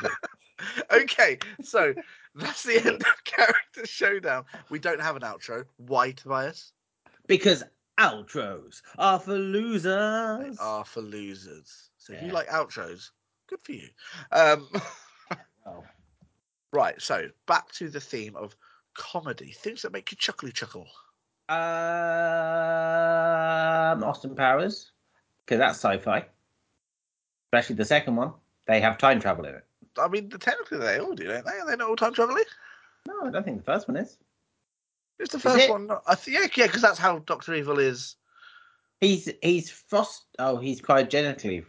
[SPEAKER 1] okay, so that's the end of [LAUGHS] Character Showdown. We don't have an outro. Why, Tobias?
[SPEAKER 2] because outros are for
[SPEAKER 1] They
[SPEAKER 2] losers.
[SPEAKER 1] are for losers. So if you
[SPEAKER 2] Yeah.
[SPEAKER 1] like outros, good for you. Um, [LAUGHS]
[SPEAKER 2] Oh.
[SPEAKER 1] right, so back to the theme of comedy things that make you chuckly chuckle.
[SPEAKER 2] Um, Austin Powers, because that's sci-fi. Especially the second one, they have time travel in it.
[SPEAKER 1] I mean, technically they all do, don't they? Are they not all time traveling?
[SPEAKER 2] No, I don't think the first one is.
[SPEAKER 1] It's the first
[SPEAKER 2] it?
[SPEAKER 1] one. not- I think, yeah, yeah, because that's how Doctor Evil is.
[SPEAKER 2] He's he's frost. Oh, he's cryogenically. fr-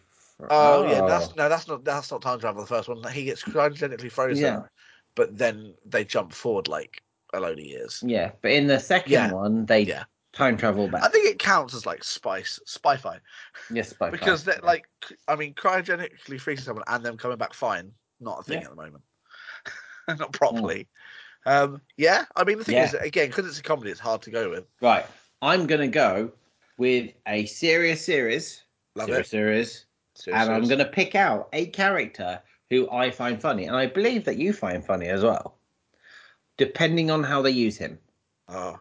[SPEAKER 1] Oh, yeah, that's no, that's not that's not time travel. The first one, he gets cryogenically frozen,
[SPEAKER 2] Yeah.
[SPEAKER 1] but then they jump forward like a load of years.
[SPEAKER 2] Yeah, but in the second
[SPEAKER 1] Yeah.
[SPEAKER 2] one, they
[SPEAKER 1] Yeah.
[SPEAKER 2] time travel back.
[SPEAKER 1] I think it counts as like spice, spy fi,
[SPEAKER 2] yes, by
[SPEAKER 1] because
[SPEAKER 2] far.
[SPEAKER 1] that like, c- I mean, cryogenically freezing someone and them coming back fine, not a thing
[SPEAKER 2] Yeah. Hmm.
[SPEAKER 1] at the moment, [LAUGHS] not properly. Um, yeah, I mean, the thing
[SPEAKER 2] Yeah.
[SPEAKER 1] is, that, again, because it's a comedy, it's hard to go with.
[SPEAKER 2] right, I'm gonna go with a serious series,
[SPEAKER 1] Love
[SPEAKER 2] serious
[SPEAKER 1] it.
[SPEAKER 2] series,
[SPEAKER 1] Serious,
[SPEAKER 2] and I'm
[SPEAKER 1] serious.
[SPEAKER 2] gonna pick out a character who I find funny, and I believe that you find funny as well, depending on how they use him.
[SPEAKER 1] Oh.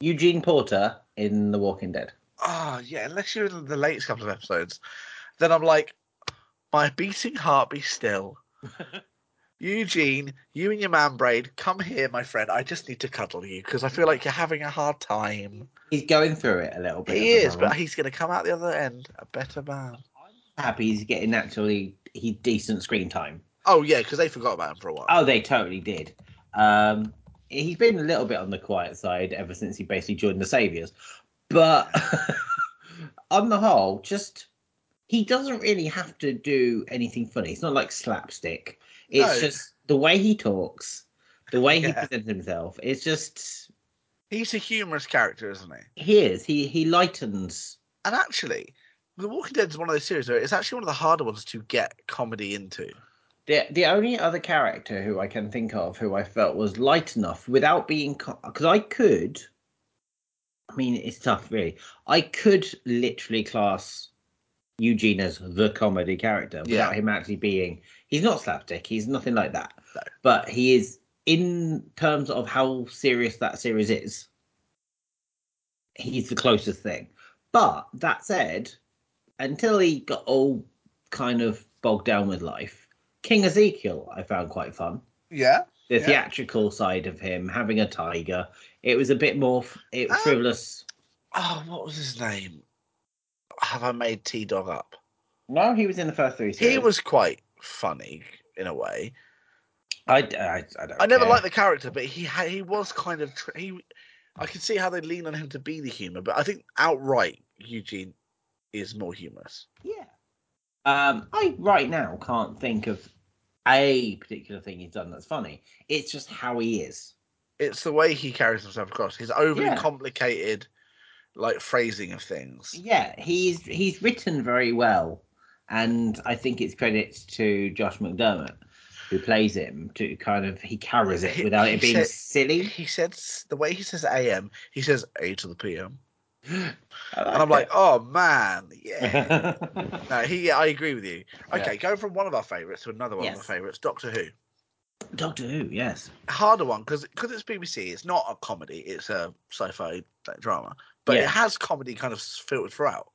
[SPEAKER 2] Eugene Porter in The Walking Dead.
[SPEAKER 1] Ah, yeah, unless you're in the latest couple of episodes, then I'm like, my beating heart be
[SPEAKER 2] [LAUGHS]
[SPEAKER 1] still. Eugene, you and your man braid, come here, my friend. I just need to cuddle you because I feel like you're having a hard time.
[SPEAKER 2] He's going through it a little bit.
[SPEAKER 1] He
[SPEAKER 2] at the
[SPEAKER 1] is, but
[SPEAKER 2] moment.
[SPEAKER 1] he's going to come out the other end a better man.
[SPEAKER 2] happy he's getting actually he decent screen time.
[SPEAKER 1] Oh yeah, because they forgot about him for a while.
[SPEAKER 2] Oh, they totally did. Um, he's been a little bit on the quiet side ever since he basically joined the Saviors, but [LAUGHS] on the whole, just he doesn't really have to do anything funny. It's not like slapstick. It's
[SPEAKER 1] No.
[SPEAKER 2] just the way he talks, the way he
[SPEAKER 1] Yeah.
[SPEAKER 2] presents himself. It's just
[SPEAKER 1] He's a humorous character, isn't he?
[SPEAKER 2] he is. He he lightens.
[SPEAKER 1] And actually, The Walking Dead is one of those series where it's actually one of the harder ones to get comedy into.
[SPEAKER 2] The the only other character who I can think of who I felt was light enough without being because I could. I mean, it's tough, really. I could literally class Eugene as the comedy character without
[SPEAKER 1] Yeah.
[SPEAKER 2] him actually being. He's not slapstick. He's nothing like that.
[SPEAKER 1] No.
[SPEAKER 2] But he is in terms of how serious that series is. he's the closest thing. But that said, until he got all kind of bogged down with life, King Ezekiel I found quite fun.
[SPEAKER 1] Yeah.
[SPEAKER 2] The
[SPEAKER 1] Yeah.
[SPEAKER 2] theatrical side of him having a tiger, it was a bit more f- it,
[SPEAKER 1] Um,
[SPEAKER 2] frivolous.
[SPEAKER 1] Oh, what was his name? Have I made T Dog up?
[SPEAKER 2] No, he was in the first three. Series.
[SPEAKER 1] He was quite funny in a way.
[SPEAKER 2] I, I, I don't.
[SPEAKER 1] I never
[SPEAKER 2] care.
[SPEAKER 1] liked the character, but he ha- he was kind of tr- he. I could see how they lean on him to be the humor, but I think outright Eugene is more humorous.
[SPEAKER 2] Yeah. Um, I right now can't think of a particular thing he's done that's funny. It's just how he is.
[SPEAKER 1] It's the way he carries himself across. His overly
[SPEAKER 2] Yeah.
[SPEAKER 1] complicated, like phrasing of things.
[SPEAKER 2] Yeah, he's he's written very well, and I think it's credits to Josh McDermott who plays him to kind of he carries it
[SPEAKER 1] He-
[SPEAKER 2] without
[SPEAKER 1] he
[SPEAKER 2] it being
[SPEAKER 1] said-
[SPEAKER 2] silly.
[SPEAKER 1] He says the way he says AM, he says A to the PM,
[SPEAKER 2] I
[SPEAKER 1] and I'm like, oh man, [LAUGHS]
[SPEAKER 2] [LAUGHS]
[SPEAKER 1] yeah.
[SPEAKER 2] it.
[SPEAKER 1] No, he. I agree with you. Okay,
[SPEAKER 2] Yeah.
[SPEAKER 1] go from one of our favorites to another one of
[SPEAKER 2] Yes.
[SPEAKER 1] our favorites, Doctor Who.
[SPEAKER 2] Doctor Who, yes,
[SPEAKER 1] harder one because it's BBC. It's not a comedy. It's a sci-fi like, drama, but
[SPEAKER 2] Yeah.
[SPEAKER 1] it has comedy kind of filtered throughout.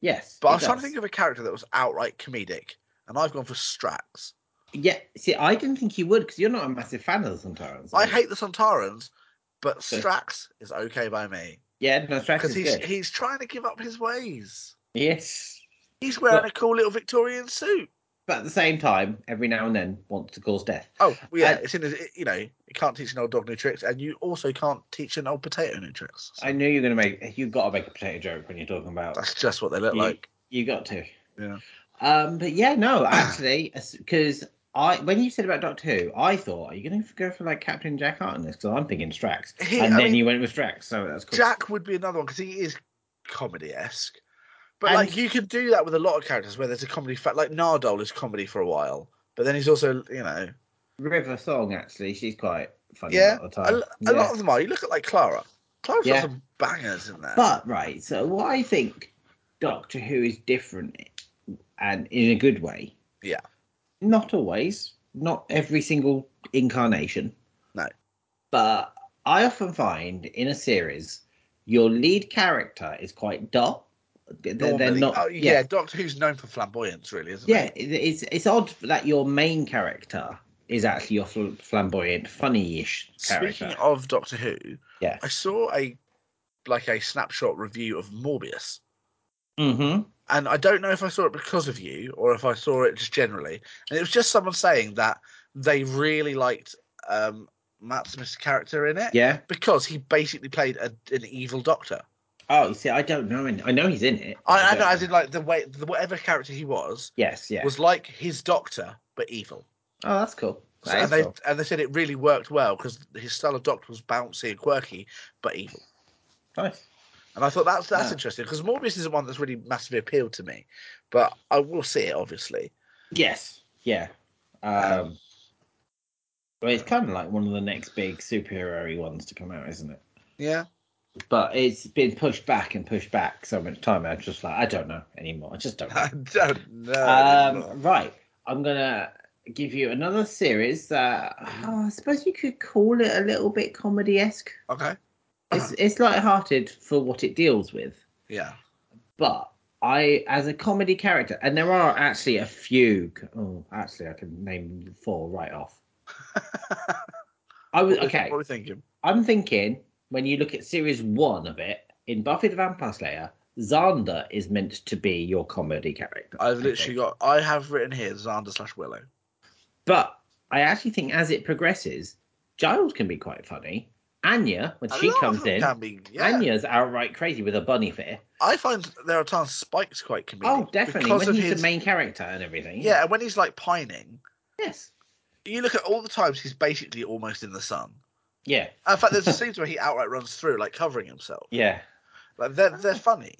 [SPEAKER 2] yes.
[SPEAKER 1] But I
[SPEAKER 2] it
[SPEAKER 1] was trying to
[SPEAKER 2] does.
[SPEAKER 1] think of a character that was outright comedic, and I've gone for Strax.
[SPEAKER 2] Yeah, see, I didn't think you would because you're not a massive fan of the Suntarans.
[SPEAKER 1] I
[SPEAKER 2] are you?
[SPEAKER 1] hate the Santarans, but
[SPEAKER 2] Good.
[SPEAKER 1] Strax is okay by me
[SPEAKER 2] Yeah, no, Strax
[SPEAKER 1] because
[SPEAKER 2] is
[SPEAKER 1] he's
[SPEAKER 2] good.
[SPEAKER 1] he's trying to give up his ways.
[SPEAKER 2] Yes,
[SPEAKER 1] He's wearing
[SPEAKER 2] But-
[SPEAKER 1] a cool little Victorian suit.
[SPEAKER 2] but at the same time, every now and then wants to cause death.
[SPEAKER 1] Oh well, yeah,
[SPEAKER 2] I-
[SPEAKER 1] it's in. His, it- you know, you can't teach an old dog new tricks, and you also can't teach an old potato new tricks. So
[SPEAKER 2] I knew you were gonna make. You got to make a potato joke when you're talking about.
[SPEAKER 1] that's just what they look
[SPEAKER 2] You-
[SPEAKER 1] like.
[SPEAKER 2] You got to.
[SPEAKER 1] Yeah.
[SPEAKER 2] Um, but yeah, no, actually, [CLEARS THROAT] because I when you said about Doctor Who, I thought are you going to go for like Captain Jack Hart in this? Because I'm thinking Strax,
[SPEAKER 1] He-
[SPEAKER 2] and
[SPEAKER 1] I
[SPEAKER 2] then
[SPEAKER 1] mean-
[SPEAKER 2] you went with Strax, so that's cool.
[SPEAKER 1] Jack would be another one because he is comedy esque. But
[SPEAKER 2] And-
[SPEAKER 1] like you could do that with a lot of characters where there's a comedy fact. Like Nardole is comedy for a while, but then he's also you know
[SPEAKER 2] River Song actually, she's quite funny
[SPEAKER 1] Yeah,
[SPEAKER 2] a lot of the
[SPEAKER 1] a,
[SPEAKER 2] time.
[SPEAKER 1] l- a lot of them are. You look at like Clara. Clara's
[SPEAKER 2] Uh, Yeah.
[SPEAKER 1] got some bangers in there.
[SPEAKER 2] But right, so what I think Doctor Who is different and in a good way.
[SPEAKER 1] Yeah.
[SPEAKER 2] Not always, not every single incarnation.
[SPEAKER 1] No.
[SPEAKER 2] But I often find in a series your lead character is quite dull. They're, they're
[SPEAKER 1] Normally-
[SPEAKER 2] not
[SPEAKER 1] oh, yeah.
[SPEAKER 2] yeah.
[SPEAKER 1] Doctor Who's known for flamboyance, really, isn't
[SPEAKER 2] Yeah,
[SPEAKER 1] it?
[SPEAKER 2] it- it's it's odd that your main character is actually your fl- flamboyant, funny-ish character.
[SPEAKER 1] Speaking of Doctor Who,
[SPEAKER 2] yeah.
[SPEAKER 1] I saw a like a snapshot review of Morbius.
[SPEAKER 2] Mm-hmm.
[SPEAKER 1] and I don't know if I saw it because of you or if I saw it just generally. And it was just someone saying that they really liked um, Matt Smith's character in it
[SPEAKER 2] Yeah.
[SPEAKER 1] because he basically played a, an evil doctor.
[SPEAKER 2] Oh, you see, I don't know. any- I know he's in it.
[SPEAKER 1] I, I,
[SPEAKER 2] don't
[SPEAKER 1] know, as in like the way the, whatever character he was
[SPEAKER 2] Yes, yeah.
[SPEAKER 1] was like his doctor but evil.
[SPEAKER 2] oh, that's cool.
[SPEAKER 1] So-
[SPEAKER 2] That
[SPEAKER 1] and
[SPEAKER 2] is
[SPEAKER 1] they
[SPEAKER 2] cool.
[SPEAKER 1] and they said it really worked well because his style of doctor was bouncy and quirky but evil.
[SPEAKER 2] Nice.
[SPEAKER 1] And I thought that's that's
[SPEAKER 2] Yeah.
[SPEAKER 1] interesting because Morbius is the one that's really massively appealed to me. But I will see it obviously.
[SPEAKER 2] Yes, yeah. Um, well, it's kind of like one of the next big superhero ones to come out, isn't it?
[SPEAKER 1] Yeah. [LAUGHS]
[SPEAKER 2] But it's been pushed back and pushed back so much time. I just like I don't know anymore. I just don't
[SPEAKER 1] [LAUGHS]
[SPEAKER 2] know.
[SPEAKER 1] I don't know.
[SPEAKER 2] um, right, I'm gonna give you another series that oh, I suppose you could call it a little bit comedy esque.
[SPEAKER 1] okay.
[SPEAKER 2] It's it's light-hearted for what it deals with.
[SPEAKER 1] Yeah.
[SPEAKER 2] but I, as a comedy character, and there are actually a few. Oh, actually, I can name four right off.
[SPEAKER 1] [LAUGHS]
[SPEAKER 2] I was okay.
[SPEAKER 1] What are we thinking?
[SPEAKER 2] I'm thinking when you look at series one of it in Buffy the Vampire Slayer, Xander is meant to be your comedy character.
[SPEAKER 1] I've
[SPEAKER 2] I
[SPEAKER 1] literally
[SPEAKER 2] think.
[SPEAKER 1] got. I have written here Xander slash Willow.
[SPEAKER 2] but I actually think as it progresses, Giles can be quite funny. Anya, when
[SPEAKER 1] A
[SPEAKER 2] she
[SPEAKER 1] lot of
[SPEAKER 2] comes
[SPEAKER 1] them
[SPEAKER 2] in,
[SPEAKER 1] can be. Yeah.
[SPEAKER 2] Anya's outright crazy with a bunny fear.
[SPEAKER 1] I find there are times Spike's quite comedic.
[SPEAKER 2] Oh, definitely.
[SPEAKER 1] Because
[SPEAKER 2] when
[SPEAKER 1] of
[SPEAKER 2] he's
[SPEAKER 1] his,
[SPEAKER 2] the main character and everything.
[SPEAKER 1] yeah, and when he's like pining,
[SPEAKER 2] Yes.
[SPEAKER 1] you look at all the times he's basically almost in the sun.
[SPEAKER 2] Yeah.
[SPEAKER 1] In fact, there's scenes where he outright runs through, like covering himself.
[SPEAKER 2] Yeah.
[SPEAKER 1] Like they're
[SPEAKER 2] Oh.
[SPEAKER 1] they're funny.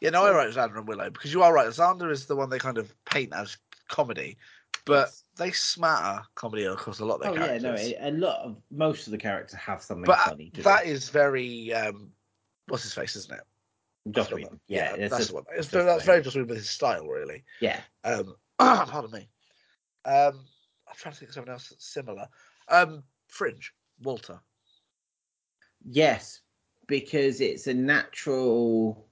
[SPEAKER 1] Yeah, no, I wrote Xander and Willow because you are right. Xander is the one they kind of paint as comedy, but
[SPEAKER 2] Yes.
[SPEAKER 1] they smatter comedy across a lot of their
[SPEAKER 2] Oh
[SPEAKER 1] characters.
[SPEAKER 2] yeah, no, a- a lot of most of the characters have something
[SPEAKER 1] but
[SPEAKER 2] funny. To
[SPEAKER 1] that is very um, what's his face, isn't it?
[SPEAKER 2] them. Joss Whedon. Yeah, it's
[SPEAKER 1] that's
[SPEAKER 2] a-
[SPEAKER 1] the one. It's
[SPEAKER 2] just
[SPEAKER 1] very, that's
[SPEAKER 2] like-
[SPEAKER 1] very just with his style, really.
[SPEAKER 2] yeah.
[SPEAKER 1] Um, [CLEARS THROAT] pardon me. Um, I'm trying to think of something else that's similar. Um, Fringe, Walter.
[SPEAKER 2] Yes, because it's a natural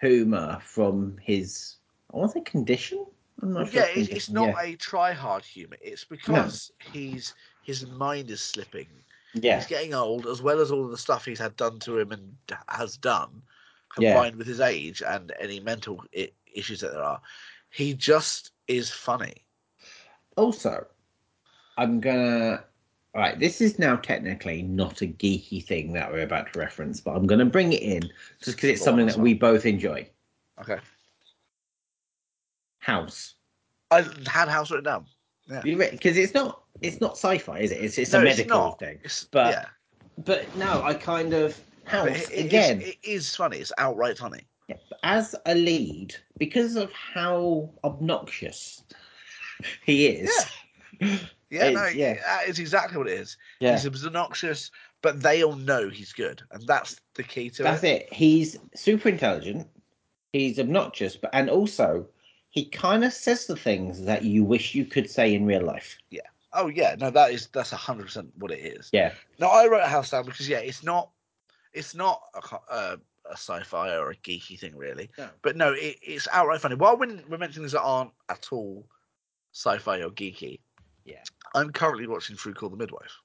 [SPEAKER 2] humor from his. I want to say condition. I'm not
[SPEAKER 1] Well,
[SPEAKER 2] sure
[SPEAKER 1] yeah,
[SPEAKER 2] if
[SPEAKER 1] it, it's
[SPEAKER 2] condition-
[SPEAKER 1] not
[SPEAKER 2] Yeah.
[SPEAKER 1] a try hard humor. It's because he's his mind is slipping.
[SPEAKER 2] yeah.
[SPEAKER 1] He's getting old, as well as all the stuff he's had done to him and has done,
[SPEAKER 2] Yeah.
[SPEAKER 1] combined with his age and any mental I- issues that there are. He just is funny.
[SPEAKER 2] Also, I'm gonna. All right, this is now technically not a geeky thing that we're about to reference, but I'm gonna bring it in just because it's
[SPEAKER 1] Go on,
[SPEAKER 2] something
[SPEAKER 1] it's
[SPEAKER 2] that we both enjoy.
[SPEAKER 1] Okay,
[SPEAKER 2] House,
[SPEAKER 1] I had House written down.
[SPEAKER 2] because it's not it's not sci-fi, is it? It's it's a
[SPEAKER 1] No, it's
[SPEAKER 2] medical
[SPEAKER 1] not.
[SPEAKER 2] thing.
[SPEAKER 1] It's,
[SPEAKER 2] But-
[SPEAKER 1] yeah,
[SPEAKER 2] But no, I kind of
[SPEAKER 1] but
[SPEAKER 2] house
[SPEAKER 1] it- it is-
[SPEAKER 2] again
[SPEAKER 1] it is funny. It's outright funny.
[SPEAKER 2] as a lead because of how obnoxious he is.
[SPEAKER 1] Yeah,
[SPEAKER 2] It-
[SPEAKER 1] no,
[SPEAKER 2] yeah.
[SPEAKER 1] that is exactly what it is. He's obnoxious, but they all know he's good, and that's the key to
[SPEAKER 2] That's
[SPEAKER 1] it.
[SPEAKER 2] it. He's super intelligent. He's obnoxious, but and also he kind of says the things that you wish you could say in real life. [LAUGHS]
[SPEAKER 1] Oh yeah, no, that is that's hundred percent what it is.
[SPEAKER 2] Yeah.
[SPEAKER 1] No, I wrote House Down because yeah, it's not, it's not a, co- uh, a sci-fi or a geeky thing really,
[SPEAKER 2] No.
[SPEAKER 1] but no, it, it's outright funny. While when we're mentioning things that aren't at all sci-fi or geeky,
[SPEAKER 2] Yeah.
[SPEAKER 1] I'm currently watching Through Call the Midwife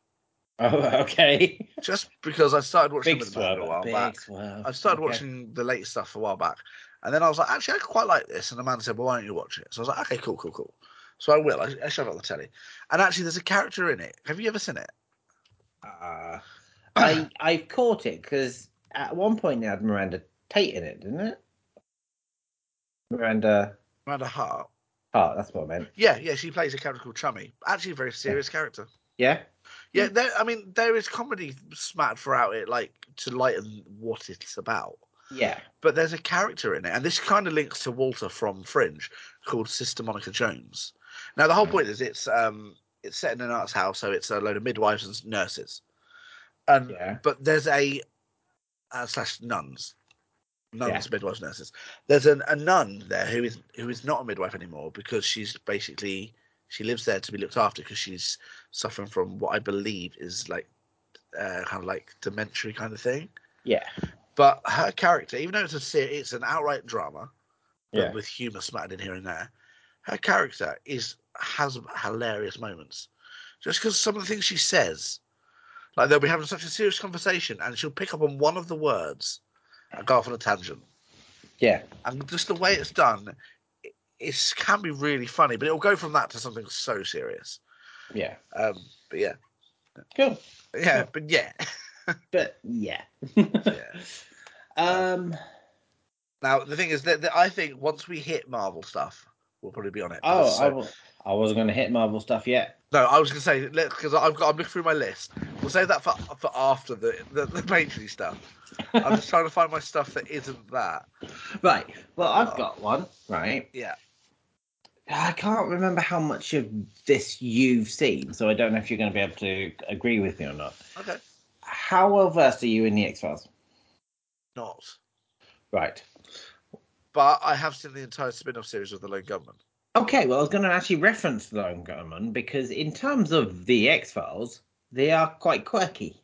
[SPEAKER 2] Oh, okay.
[SPEAKER 1] just because I started watching
[SPEAKER 2] Big
[SPEAKER 1] the Midwife a
[SPEAKER 2] swerve.
[SPEAKER 1] while
[SPEAKER 2] Big
[SPEAKER 1] back.
[SPEAKER 2] swerve.
[SPEAKER 1] I started
[SPEAKER 2] Okay.
[SPEAKER 1] watching the latest stuff a while back, and then I was like, actually, I quite like this. And the man said, well, why don't you watch it? So I was like, okay, cool, cool, cool. So I will. I, I shut up the telly, and actually, there's a character in it. Have you ever seen it? uh,
[SPEAKER 2] Ah. I I caught it because at one point they had Miranda Tate in it, didn't it? Miranda
[SPEAKER 1] Miranda Hart.
[SPEAKER 2] Hart. Oh, That's what I meant.
[SPEAKER 1] Yeah, yeah, she plays a character called Chummy. Actually, a very serious character.
[SPEAKER 2] Yeah.
[SPEAKER 1] Yeah, there, I mean, there is comedy smacked throughout it, like to lighten what it's about.
[SPEAKER 2] Yeah.
[SPEAKER 1] But there's a character in it, and this kind of links to Walter from Fringe, called Sister Monica Jones. Now, the whole point is it's um it's set in an arts house, so it's a load of midwives and nurses, and
[SPEAKER 2] Yeah.
[SPEAKER 1] but there's a uh, slash nuns, nuns,
[SPEAKER 2] Yeah.
[SPEAKER 1] midwives, nurses. There's an, a nun there who is who is not a midwife anymore because she's basically she lives there to be looked after because she's suffering from what I believe is like uh, kind of like dementia kind of thing.
[SPEAKER 2] Yeah.
[SPEAKER 1] But her character, even though it's a ser- it's an outright drama, but
[SPEAKER 2] Yeah.
[SPEAKER 1] with humour smattered in here and there, her character is has hilarious moments. Just because some of the things she says, like they'll be having such a serious conversation, and she'll pick up on one of the words and go off on a tangent.
[SPEAKER 2] Yeah.
[SPEAKER 1] And just the way it's done, it, it can be really funny, but it'll go from that to something so serious.
[SPEAKER 2] Yeah.
[SPEAKER 1] Um, but yeah,
[SPEAKER 2] Cool.
[SPEAKER 1] yeah, but yeah.
[SPEAKER 2] [LAUGHS] But yeah.
[SPEAKER 1] Yeah.
[SPEAKER 2] [LAUGHS] Um.
[SPEAKER 1] Now the thing is that, that I think once we hit Marvel stuff, we'll probably be on it.
[SPEAKER 2] Oh,
[SPEAKER 1] Because,
[SPEAKER 2] [LAUGHS] I,
[SPEAKER 1] uh,
[SPEAKER 2] wa- I wasn't going to hit Marvel stuff yet.
[SPEAKER 1] No, I was gonna say because I've got I'm looking through my list. We'll save that for for after the the, the Patreon stuff. I'm just trying to find my stuff that isn't that.
[SPEAKER 2] Right. Well, I've got one. Right.
[SPEAKER 1] Yeah.
[SPEAKER 2] I can't remember how much of this you've seen, so I don't know if you're going to be able to agree with me or not.
[SPEAKER 1] Okay.
[SPEAKER 2] How well versed are you in the X Files?
[SPEAKER 1] Not.
[SPEAKER 2] Right.
[SPEAKER 1] But I have seen the entire spin-off series of the Lone Gunman.
[SPEAKER 2] Okay. Well, I was going to actually reference the Lone Gunman because, in terms of the X Files, they are quite quirky.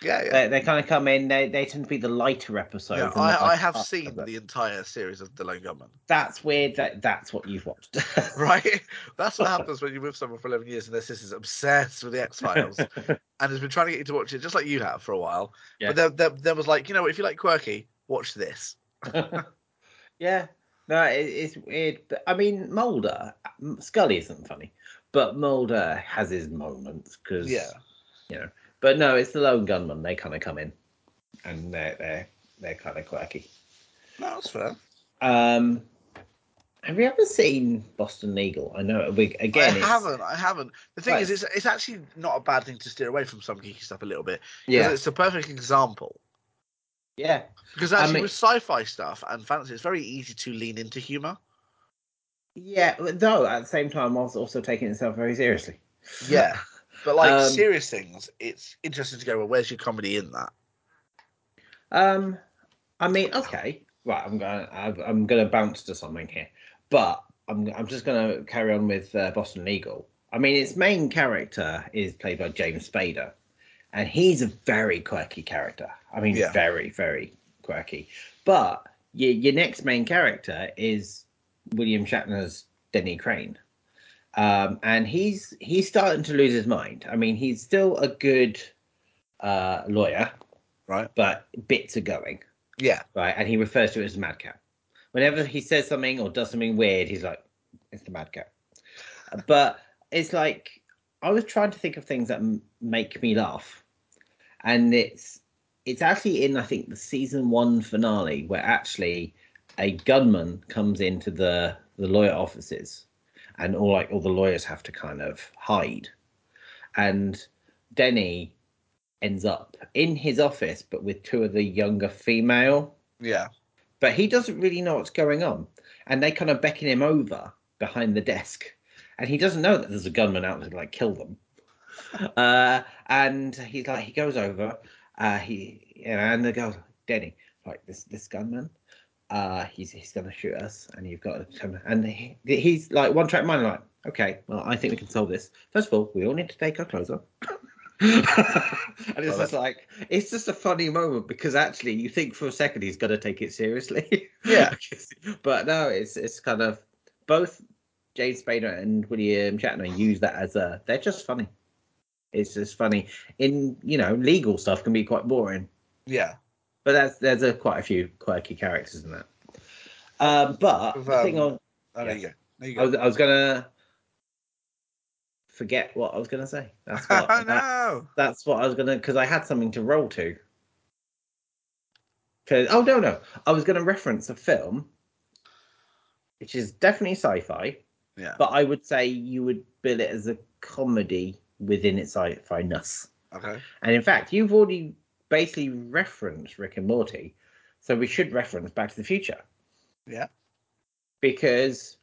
[SPEAKER 1] Yeah, yeah.
[SPEAKER 2] They, they kind of come in. They, they tend to be the lighter episodes.
[SPEAKER 1] yeah
[SPEAKER 2] and not
[SPEAKER 1] I, I
[SPEAKER 2] like
[SPEAKER 1] have
[SPEAKER 2] part of
[SPEAKER 1] seen
[SPEAKER 2] it.
[SPEAKER 1] the entire series of the Lone Gunman. [LAUGHS]
[SPEAKER 2] That's weird. That that's what you've watched. [LAUGHS]
[SPEAKER 1] Right? That's what happens when you're with someone for 11 years and their sister's obsessed with the X Files and has been trying to get you to watch it just like you have for a while.
[SPEAKER 2] Yeah.
[SPEAKER 1] But there, there, there was like, you know, what, if you like quirky, watch this.
[SPEAKER 2] yeah. No, it, it's weird. But, I mean, Mulder, M- Scully isn't funny, but Mulder has his moments because,
[SPEAKER 1] Yeah.
[SPEAKER 2] you know. But no, it's the lone gunman. They kind of come in, and they're they're they're kind of quirky.
[SPEAKER 1] No, that's fair.
[SPEAKER 2] Um, have you ever seen Boston Legal? I know we again.
[SPEAKER 1] I
[SPEAKER 2] it's-
[SPEAKER 1] haven't. I haven't. The thing
[SPEAKER 2] Right.
[SPEAKER 1] is, it's it's actually not a bad thing to steer away from some geeky stuff a little bit. 'cause
[SPEAKER 2] Yeah,
[SPEAKER 1] it's a perfect example.
[SPEAKER 2] yeah,
[SPEAKER 1] Because
[SPEAKER 2] I
[SPEAKER 1] actually,
[SPEAKER 2] mean-
[SPEAKER 1] with sci-fi stuff and fantasy, it's very easy to lean into humor.
[SPEAKER 2] yeah. Though at the same time, whilst also taking itself very seriously.
[SPEAKER 1] Yeah, [LAUGHS] but like
[SPEAKER 2] Um,
[SPEAKER 1] serious things, it's interesting to go. Well, where's your comedy in that?
[SPEAKER 2] Um, I mean, okay, right. I'm gonna I've- I'm gonna bounce to something here, but I'm I'm just gonna carry on with uh, Boston Legal. I mean, its main character is played by James Spader, and he's a very quirky character. I mean,
[SPEAKER 1] Yeah.
[SPEAKER 2] very, very quirky. But your, your next main character is William Shatner's Denny Crane. Um, and he's he's starting to lose his mind. I mean, he's still a good uh, lawyer,
[SPEAKER 1] Right.
[SPEAKER 2] but bits are going
[SPEAKER 1] Yeah.
[SPEAKER 2] right? And he refers to it as madcap. Whenever he says something or does something weird, he's like, "It's the madcap." But it's like I was trying to think of things that m- make me laugh, and it's it's actually in I think the season one finale where actually a gunman comes into the the lawyer offices, and all like all the lawyers have to kind of hide, and Denny ends up in his office but with two of the younger female
[SPEAKER 1] Yeah.
[SPEAKER 2] but he doesn't really know what's going on. And they kind of beckon him over behind the desk, and he doesn't know that there's a gunman out there to like kill them. Uh, and he's like, he goes over, uh, he you know, and the girl's like, Denny, like this this gunman, uh, he's he's gonna shoot us, and you've got to come. And he, he's like one track mind, like okay, well I think we can solve this. First of all, we all need to take our clothes off. [LAUGHS] and it's
[SPEAKER 1] Well,
[SPEAKER 2] just like it's just a funny moment because actually you think for a second he's gonna take it seriously. [LAUGHS]
[SPEAKER 1] Yeah.
[SPEAKER 2] but no, it's it's kind of both James Spader and William Shatner use that as a. They're just funny. It's just funny. In you know, legal stuff can be quite boring,
[SPEAKER 1] Yeah.
[SPEAKER 2] but that's there's a quite a few quirky characters in that. Um, but the thing
[SPEAKER 1] Um,
[SPEAKER 2] on,
[SPEAKER 1] Oh, there you
[SPEAKER 2] Yeah.
[SPEAKER 1] go. There you
[SPEAKER 2] I
[SPEAKER 1] go.
[SPEAKER 2] was I was gonna forget what I was gonna say.
[SPEAKER 1] [LAUGHS]
[SPEAKER 2] That's what
[SPEAKER 1] Oh,
[SPEAKER 2] that-
[SPEAKER 1] no.
[SPEAKER 2] that's what I was gonna because I had something to roll to. 'Cause- oh no no, I was gonna reference a film, which is definitely sci-fi,
[SPEAKER 1] Yeah.
[SPEAKER 2] but I would say you would bill it as a comedy within its sci-fi ness.
[SPEAKER 1] Okay.
[SPEAKER 2] And in fact, you've already basically referenced Rick and Morty, so we should reference Back to the Future.
[SPEAKER 1] Yeah.
[SPEAKER 2] Because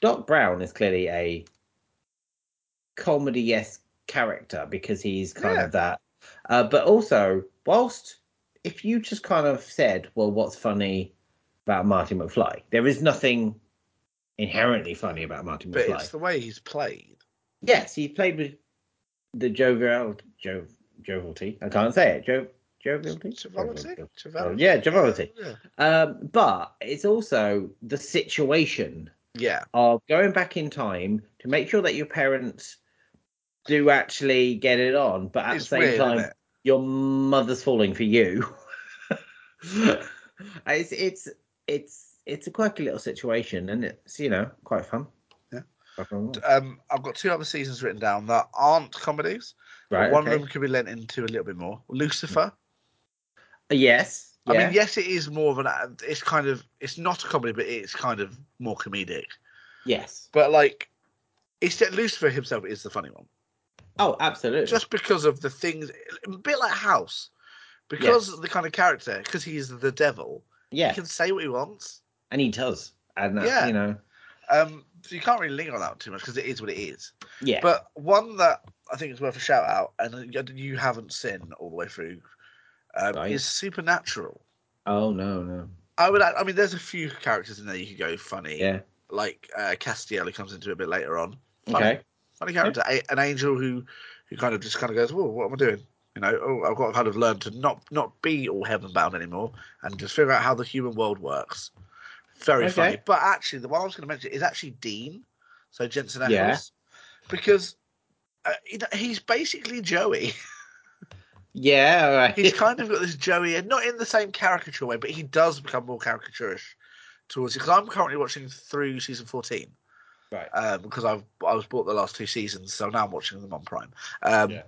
[SPEAKER 2] Doc Brown is clearly a comedy esque character because he's kind of that. Uh, but also, whilst if you just kind of said, well, what's funny about Marty McFly? There is nothing inherently funny about Marty
[SPEAKER 1] But
[SPEAKER 2] McFly.
[SPEAKER 1] it's the way he's played.
[SPEAKER 2] Yes, he played with the jovial jo, jovialty. I can't say it. Jo, jovialty.
[SPEAKER 1] Chivality?
[SPEAKER 2] Oh,
[SPEAKER 1] Chivality?
[SPEAKER 2] yeah, jovialty.
[SPEAKER 1] Yeah.
[SPEAKER 2] Um, but it's also the situation
[SPEAKER 1] Yeah.
[SPEAKER 2] of going back in time to make sure that your parents do actually get it on, but at
[SPEAKER 1] It's
[SPEAKER 2] the same
[SPEAKER 1] weird,
[SPEAKER 2] time,
[SPEAKER 1] isn't it?
[SPEAKER 2] your mother's falling for you. [LAUGHS] it's it's it's it's a quirky little situation, and it's you know quite fun.
[SPEAKER 1] Yeah.
[SPEAKER 2] Quite fun.
[SPEAKER 1] Um, I've got two other seasons written down that aren't comedies. but
[SPEAKER 2] Right.
[SPEAKER 1] one
[SPEAKER 2] okay.
[SPEAKER 1] of them could be lent into a little bit more. Lucifer.
[SPEAKER 2] Yes.
[SPEAKER 1] I
[SPEAKER 2] yeah.
[SPEAKER 1] mean, yes, it is more of an. It's kind of. It's not a comedy, but it's kind of more comedic.
[SPEAKER 2] Yes.
[SPEAKER 1] But like, it's that Lucifer himself is the funny one,
[SPEAKER 2] Oh, absolutely.
[SPEAKER 1] just because of the things. A bit like House, because of the kind of character, because he is the devil.
[SPEAKER 2] yeah,
[SPEAKER 1] He can say what he wants.
[SPEAKER 2] and he does, and that,
[SPEAKER 1] Yeah.
[SPEAKER 2] you know,
[SPEAKER 1] Um, so you can't really linger on that too much because it is what it is.
[SPEAKER 2] yeah,
[SPEAKER 1] But one that I think is worth a shout out, and you- you haven't seen all the way through, um,
[SPEAKER 2] Right.
[SPEAKER 1] is Supernatural.
[SPEAKER 2] oh no, no,
[SPEAKER 1] I would. add- I mean, there's a few characters in there you could go funny.
[SPEAKER 2] yeah,
[SPEAKER 1] Like uh, Castiel, who comes into it a bit later on. Funny,
[SPEAKER 2] okay,
[SPEAKER 1] funny character, a, an angel who, who kind of just kind of goes, "Whoa, what am I doing?" You know, oh, I've got to kind of learn to not not be all heaven bound anymore, and just figure out how the human world works. Very
[SPEAKER 2] Okay.
[SPEAKER 1] funny. But actually, the one I was going to mention is actually Dean, so Jensen Ackles,
[SPEAKER 2] Yeah.
[SPEAKER 1] because uh, you know, he's basically Joey. [LAUGHS]
[SPEAKER 2] yeah, all right, [LAUGHS]
[SPEAKER 1] he's kind of got this Joey, and not in the same caricature way, but he does become more caricaturish towards it. Because I'm currently watching through season 14
[SPEAKER 2] right,
[SPEAKER 1] um, because I've I was bought the last two seasons, so now I'm watching them on Prime. Um,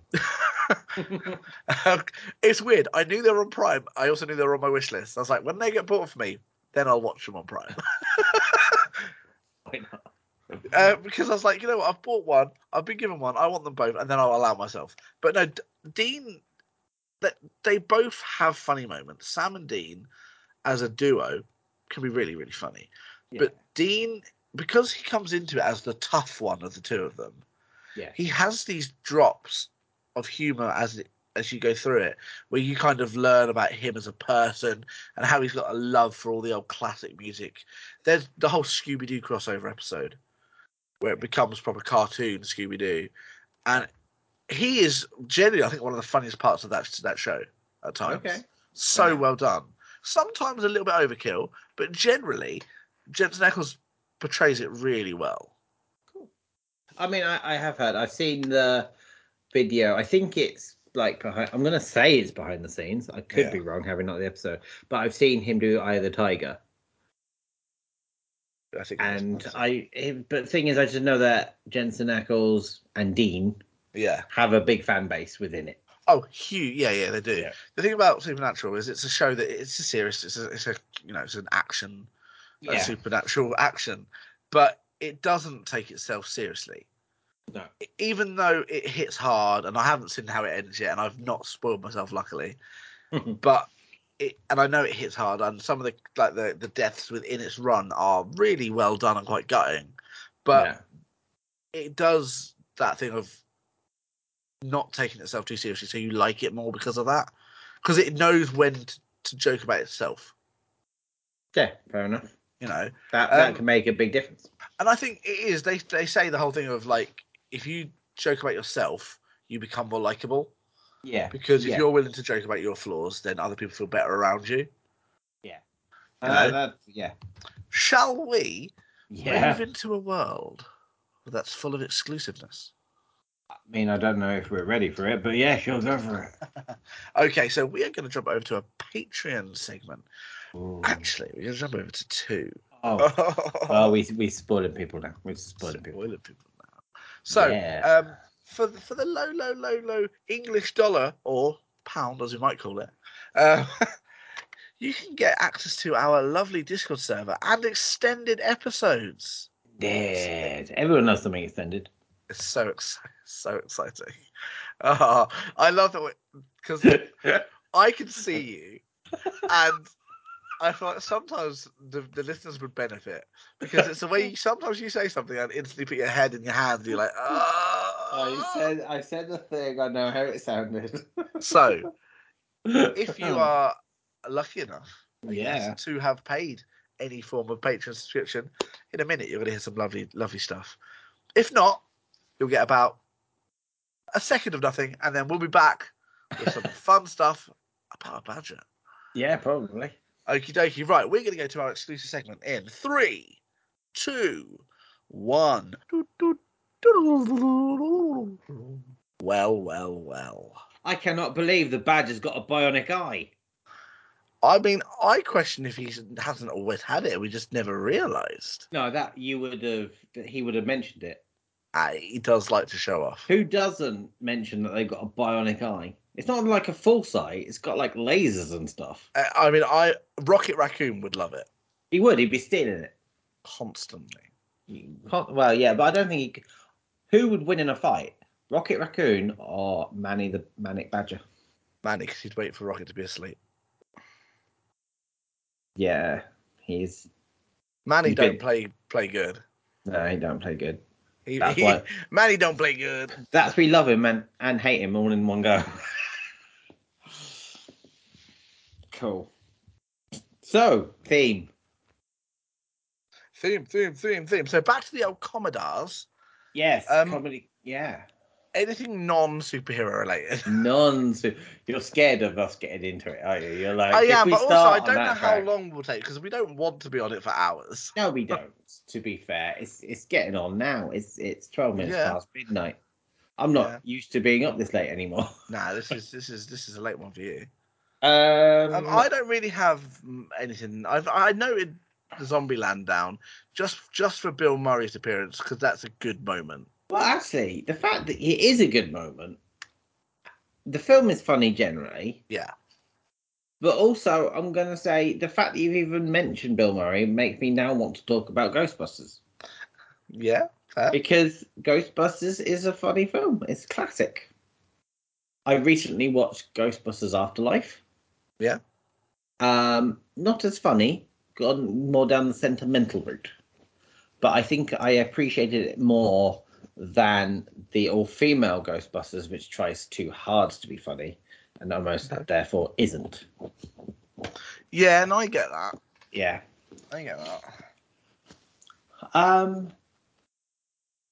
[SPEAKER 1] [LAUGHS] it's weird. I knew they were on Prime. I also knew they were on my wish list. I was like, when they get bought for me, then I'll watch them on Prime.
[SPEAKER 2] Why not?
[SPEAKER 1] uh, because I was like, you know what? I've bought one. I've been given one. I want them both, and then I'll allow myself. But no, D- Dean. That they both have funny moments. Sam and Dean, as a duo, can be really really funny. But Dean, because he comes into it as the tough one of the two of them,
[SPEAKER 2] yeah,
[SPEAKER 1] he has these drops of humor as it, as you go through it, where you kind of learn about him as a person and how he's got a love for all the old classic music. There's the whole Scooby Doo crossover episode where it becomes proper cartoon Scooby Doo, and he is genuinely, I think, one of the funniest parts of that that show at times.
[SPEAKER 2] okay,
[SPEAKER 1] So
[SPEAKER 2] Yeah.
[SPEAKER 1] well done. Sometimes a little bit overkill, but generally, Jensen Ackles portrays it really well.
[SPEAKER 2] I mean, I, I have heard. I've seen the video. I think it's like behind. I'm gonna say it's behind the scenes. I could
[SPEAKER 1] Yeah.
[SPEAKER 2] be wrong, having not the episode, but I've seen him do Eye of the Tiger,
[SPEAKER 1] I think. that's-
[SPEAKER 2] and
[SPEAKER 1] that's it.
[SPEAKER 2] I. It, but the thing is, I just know that Jensen Ackles and Dean
[SPEAKER 1] yeah.
[SPEAKER 2] have a big fan base within it.
[SPEAKER 1] Oh, huge. Yeah, yeah, they do.
[SPEAKER 2] Yeah.
[SPEAKER 1] The thing about Supernatural is it's a show that it's a serious. It's a, it's a you know, it's an action, a supernatural action, but it doesn't take itself seriously.
[SPEAKER 2] No.
[SPEAKER 1] Even though it hits hard, and I haven't seen how it ends yet, and I've not spoiled myself,
[SPEAKER 2] [LAUGHS]
[SPEAKER 1] luckily. but it, and I know it hits hard, and some of the like the, the deaths within its run are really well done and quite gutting. But
[SPEAKER 2] Yeah.
[SPEAKER 1] it does that thing of not taking itself too seriously, so you like it more because of that, because it knows when to, to joke about itself,
[SPEAKER 2] yeah, fair enough.
[SPEAKER 1] you know.
[SPEAKER 2] That that
[SPEAKER 1] Um,
[SPEAKER 2] can make a big difference.
[SPEAKER 1] And I think it is. They they say the whole thing of like if you joke about yourself, you become more likable
[SPEAKER 2] Yeah,
[SPEAKER 1] because if
[SPEAKER 2] Yeah.
[SPEAKER 1] you're willing to joke about your flaws, then other people feel better around you.
[SPEAKER 2] Uh,
[SPEAKER 1] you know.
[SPEAKER 2] that- yeah,
[SPEAKER 1] Shall we
[SPEAKER 2] yeah.
[SPEAKER 1] move into a world that's full of exclusiveness.
[SPEAKER 2] I mean, I don't know if we're ready for it, but yeah, sure, go for [LAUGHS] it.
[SPEAKER 1] Okay, so we are going to jump over to a Patreon segment.
[SPEAKER 2] Ooh.
[SPEAKER 1] Actually, we're going to jump over to two.
[SPEAKER 2] Oh,
[SPEAKER 1] [LAUGHS]
[SPEAKER 2] well, we we spoiling people now. We're spoiling people.
[SPEAKER 1] Spoiling people now. So,
[SPEAKER 2] Yeah.
[SPEAKER 1] um, for the, for the low, low, low, low English dollar or pound, as we might call it, um, [LAUGHS] you can get access to our lovely Discord server and extended episodes.
[SPEAKER 2] Dead. Everyone knows something extended.
[SPEAKER 1] [LAUGHS] It's so exciting, so exciting. Ah, I love that because I can see you, and I feel like sometimes the, the listeners would benefit because it's the way you, sometimes you say something and instantly put your head in your hand and you're like,
[SPEAKER 2] I
[SPEAKER 1] oh.
[SPEAKER 2] said I said the thing. I know how it [LAUGHS] sounded.
[SPEAKER 1] So, if you are lucky enough I guess,
[SPEAKER 2] yeah,
[SPEAKER 1] to have paid any form of Patreon subscription, in a minute you're going to hear some lovely, lovely stuff. If not, you'll get about a second of nothing, and then we'll be back with some fun stuff about Badger.
[SPEAKER 2] yeah, probably.
[SPEAKER 1] Okie dokie. Right, we're going to go to our exclusive segment in three, two, one. Well, well, well.
[SPEAKER 2] I cannot believe the badger's got a bionic eye.
[SPEAKER 1] I mean, I question if he hasn't always had it. We just never realised.
[SPEAKER 2] No, that you would have. that He would have mentioned it.
[SPEAKER 1] Ah, he does like to show off.
[SPEAKER 2] Who doesn't mention that they've got a bionic eye? It's not like a false eye. It's got like lasers and stuff.
[SPEAKER 1] Uh, I mean, I Rocket Raccoon would love it
[SPEAKER 2] He would. He'd be stealing it.
[SPEAKER 1] constantly.
[SPEAKER 2] You can't- well, yeah, but I don't think he. c- Who would win in a fight? Rocket Raccoon or Manny the Manic Badger?
[SPEAKER 1] Manny, because he'd wait for Rocket to be asleep.
[SPEAKER 2] Yeah, he's
[SPEAKER 1] Manny
[SPEAKER 2] He's
[SPEAKER 1] don't
[SPEAKER 2] been-
[SPEAKER 1] play play good.
[SPEAKER 2] no, he don't play good.
[SPEAKER 1] He,
[SPEAKER 2] That's
[SPEAKER 1] he-
[SPEAKER 2] why-
[SPEAKER 1] [LAUGHS] Manny don't play good.
[SPEAKER 2] That's we love him and, and hate him all in one go. cool. So theme.
[SPEAKER 1] Theme, theme, theme, theme. So back to the old Commodores.
[SPEAKER 2] Yes,
[SPEAKER 1] Um,
[SPEAKER 2] comedy. Yeah,
[SPEAKER 1] anything non superhero related.
[SPEAKER 2] none. So you're scared of us getting into it, are you? You're like,
[SPEAKER 1] I
[SPEAKER 2] if
[SPEAKER 1] am,
[SPEAKER 2] we
[SPEAKER 1] Oh, but also
[SPEAKER 2] start
[SPEAKER 1] I
[SPEAKER 2] on
[SPEAKER 1] don't know
[SPEAKER 2] that
[SPEAKER 1] how
[SPEAKER 2] track-
[SPEAKER 1] long we'll take because we don't want to be on it for hours.
[SPEAKER 2] No, we don't. To be fair, it's it's getting on now. It's it's twelve minutes
[SPEAKER 1] Yeah.
[SPEAKER 2] past midnight. I'm not used to being up this late anymore. [LAUGHS]
[SPEAKER 1] Nah, this is this is this is a late one for you.
[SPEAKER 2] Um,
[SPEAKER 1] Um, I don't really have mm, anything. I've I noted the Zombieland down just just for Bill Murray's appearance because that's a good moment.
[SPEAKER 2] Well, actually, the fact that it is a good moment, the film is funny generally.
[SPEAKER 1] Yeah.
[SPEAKER 2] But also, I'm going to say the fact that you've even mentioned Bill Murray makes me now want to talk about Ghostbusters
[SPEAKER 1] Yeah, fair.
[SPEAKER 2] because Ghostbusters is a funny film. It's a classic. I recently watched Ghostbusters Afterlife.
[SPEAKER 1] Yeah.
[SPEAKER 2] Um, not as funny, gone more down the sentimental route. But I think I appreciated it more than the all female Ghostbusters, which tries too hard to be funny and almost therefore isn't.
[SPEAKER 1] yeah, and I get that.
[SPEAKER 2] Yeah.
[SPEAKER 1] I get that.
[SPEAKER 2] Um,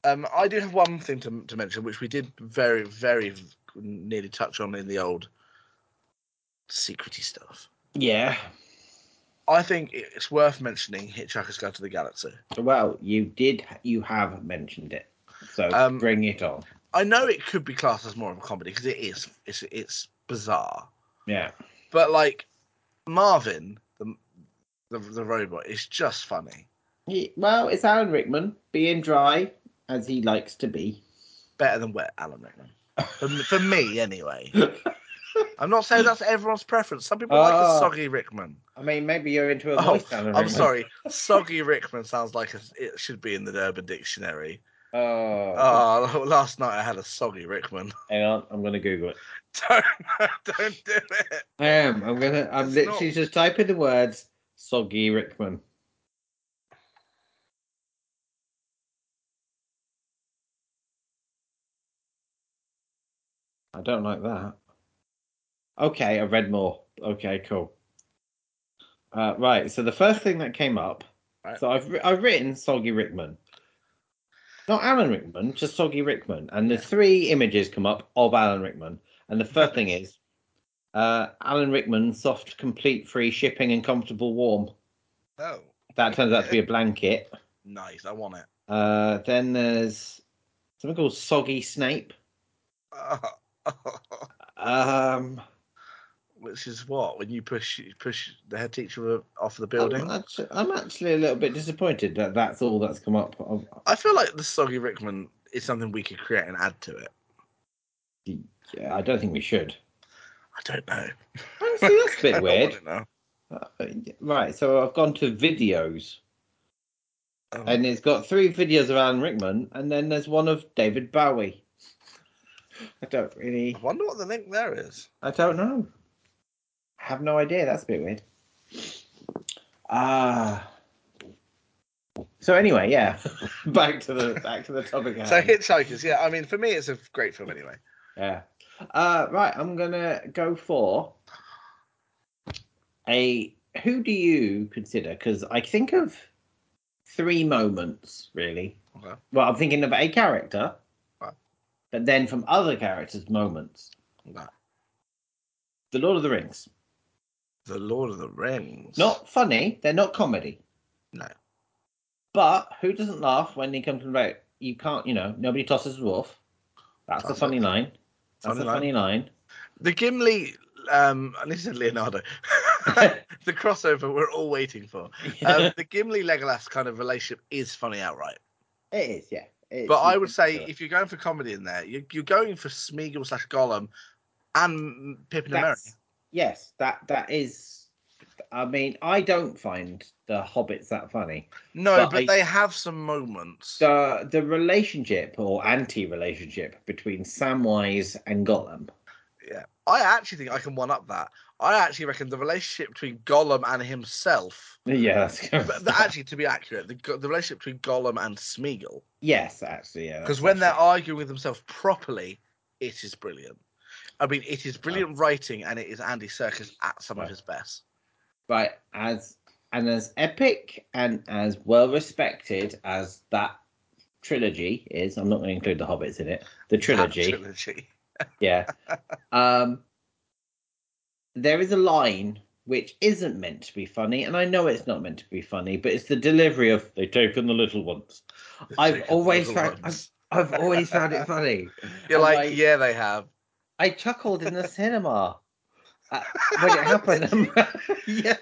[SPEAKER 1] Um, I do have one thing to to mention, which we did very very nearly touch on in the old secrety stuff.
[SPEAKER 2] Yeah.
[SPEAKER 1] I think it's worth mentioning Hitchhiker's Guide to the Galaxy.
[SPEAKER 2] Well, you did. You have mentioned it. So
[SPEAKER 1] Um,
[SPEAKER 2] bring it on.
[SPEAKER 1] I know it could be classed as more of a comedy because it is. It's it's bizarre,
[SPEAKER 2] Yeah.
[SPEAKER 1] but like Marvin, the the, the robot, is just funny.
[SPEAKER 2] He- well, it's Alan Rickman being dry as he likes to be.
[SPEAKER 1] Better than wet Alan Rickman. For, for me,
[SPEAKER 2] [LAUGHS]
[SPEAKER 1] anyway. I'm not saying that's everyone's preference. Some people like a
[SPEAKER 2] Oh.
[SPEAKER 1] soggy Rickman.
[SPEAKER 2] I mean, maybe you're into a
[SPEAKER 1] Oh,
[SPEAKER 2] voice, Alan
[SPEAKER 1] I'm
[SPEAKER 2] Rickman.
[SPEAKER 1] sorry. Soggy Rickman sounds like a, it should be in the Urban Dictionary.
[SPEAKER 2] Oh,
[SPEAKER 1] Oh, [LAUGHS] last night I had a soggy Rickman. [LAUGHS]
[SPEAKER 2] hang on. I'm gonna Google it.
[SPEAKER 1] don't, don't do it.
[SPEAKER 2] I am. I'm gonna. I'm
[SPEAKER 1] It's
[SPEAKER 2] literally
[SPEAKER 1] not-
[SPEAKER 2] just typing the words "soggy Rickman." I don't like that. Okay, I read more. Okay, cool. Uh, right. So the first thing that came up.
[SPEAKER 1] Right.
[SPEAKER 2] So I've wri- I've written "soggy Rickman." Not Alan Rickman, just Soggy Rickman. And the three images come up of Alan Rickman. And the first thing is uh, Alan Rickman, soft, complete, free shipping, and comfortable warm.
[SPEAKER 1] No.
[SPEAKER 2] That turns out to be a blanket.
[SPEAKER 1] Nice. I want it.
[SPEAKER 2] Uh, then there's something called Soggy Snape, um,
[SPEAKER 1] [LAUGHS] Which is what when you push you push the head teacher off the
[SPEAKER 2] I'm,
[SPEAKER 1] building.
[SPEAKER 2] actually, I'm actually a little bit disappointed that that's all that's come up. Of-
[SPEAKER 1] I feel like the soggy Rickman is something we could create and add to it.
[SPEAKER 2] yeah, I don't think we should.
[SPEAKER 1] I don't know.
[SPEAKER 2] Honestly,
[SPEAKER 1] [LAUGHS] I
[SPEAKER 2] that's a bit
[SPEAKER 1] don't
[SPEAKER 2] weird.
[SPEAKER 1] wanna know.
[SPEAKER 2] Uh, right, so I've gone to videos,
[SPEAKER 1] Oh,
[SPEAKER 2] and it's got three videos of Alan Rickman, and then there's one of David Bowie. I don't really.
[SPEAKER 1] I wonder what the link there is.
[SPEAKER 2] I don't know. I have no idea. That's a bit weird. Ah. so anyway, yeah. [LAUGHS] back to the back to the topic. at
[SPEAKER 1] So
[SPEAKER 2] hand.
[SPEAKER 1] Hitchhikers, yeah. I mean, for me, it's a great film anyway.
[SPEAKER 2] yeah. Uh, right, I'm gonna go for a. Who do you consider? Because I think of three moments really.
[SPEAKER 1] Okay.
[SPEAKER 2] Well, I'm thinking of a character,
[SPEAKER 1] Right.
[SPEAKER 2] but then from other characters' moments.
[SPEAKER 1] Right.
[SPEAKER 2] The Lord of the Rings.
[SPEAKER 1] The Lord of the Rings.
[SPEAKER 2] Not funny. They're not comedy.
[SPEAKER 1] No.
[SPEAKER 2] But who doesn't laugh when he comes about? You can't. You know, nobody tosses a dwarf. That's a
[SPEAKER 1] Classic.
[SPEAKER 2] funny line. That's
[SPEAKER 1] Funny
[SPEAKER 2] a
[SPEAKER 1] [LAUGHS]
[SPEAKER 2] funny line.
[SPEAKER 1] the Gimli. Um, and this is
[SPEAKER 2] [LAUGHS]
[SPEAKER 1] Leonardo. [LAUGHS] the crossover we're all waiting for. Um, the Gimli Legolas kind of relationship is funny outright.
[SPEAKER 2] it is, yeah. It's-
[SPEAKER 1] But I
[SPEAKER 2] you
[SPEAKER 1] would
[SPEAKER 2] can
[SPEAKER 1] say
[SPEAKER 2] do it.
[SPEAKER 1] if you're going for comedy in there, you're, you're going for Smeagol slash Gollum and Pippin and Merry.
[SPEAKER 2] That's- yes, that that is. I mean, I don't find the Hobbits that funny.
[SPEAKER 1] No,
[SPEAKER 2] but
[SPEAKER 1] but,
[SPEAKER 2] I-
[SPEAKER 1] they have some moments.
[SPEAKER 2] The the relationship or anti relationship between Samwise and Gollum. [LAUGHS]
[SPEAKER 1] I actually think I can one up that. I actually reckon the relationship between Gollum and himself.
[SPEAKER 2] Yeah, that's
[SPEAKER 1] But th- actually, to be accurate, the, go- the relationship between Gollum and Smeagol,
[SPEAKER 2] [LAUGHS] yes, actually, yeah.
[SPEAKER 1] because
[SPEAKER 2] that's
[SPEAKER 1] when they're
[SPEAKER 2] actually-
[SPEAKER 1] arguing with themselves properly, it is brilliant. I mean, it is brilliant writing, and it is Andy Serkis at some
[SPEAKER 2] Right.
[SPEAKER 1] of his best.
[SPEAKER 2] right as and as epic and as well respected as that trilogy is i'm not going to include the hobbits in it the trilogy
[SPEAKER 1] Trilogy.
[SPEAKER 2] yeah um there is a line which isn't meant to be funny and i know it's not meant to be funny but it's the delivery of they've taken the little ones [LAUGHS] I've
[SPEAKER 1] Two
[SPEAKER 2] always
[SPEAKER 1] little
[SPEAKER 2] found-
[SPEAKER 1] ones.
[SPEAKER 2] i've always found it funny
[SPEAKER 1] You're
[SPEAKER 2] I'm
[SPEAKER 1] like,
[SPEAKER 2] like-
[SPEAKER 1] yeah, they have.
[SPEAKER 2] i chuckled [LAUGHS] in the cinema uh, when it [LAUGHS] happened yeah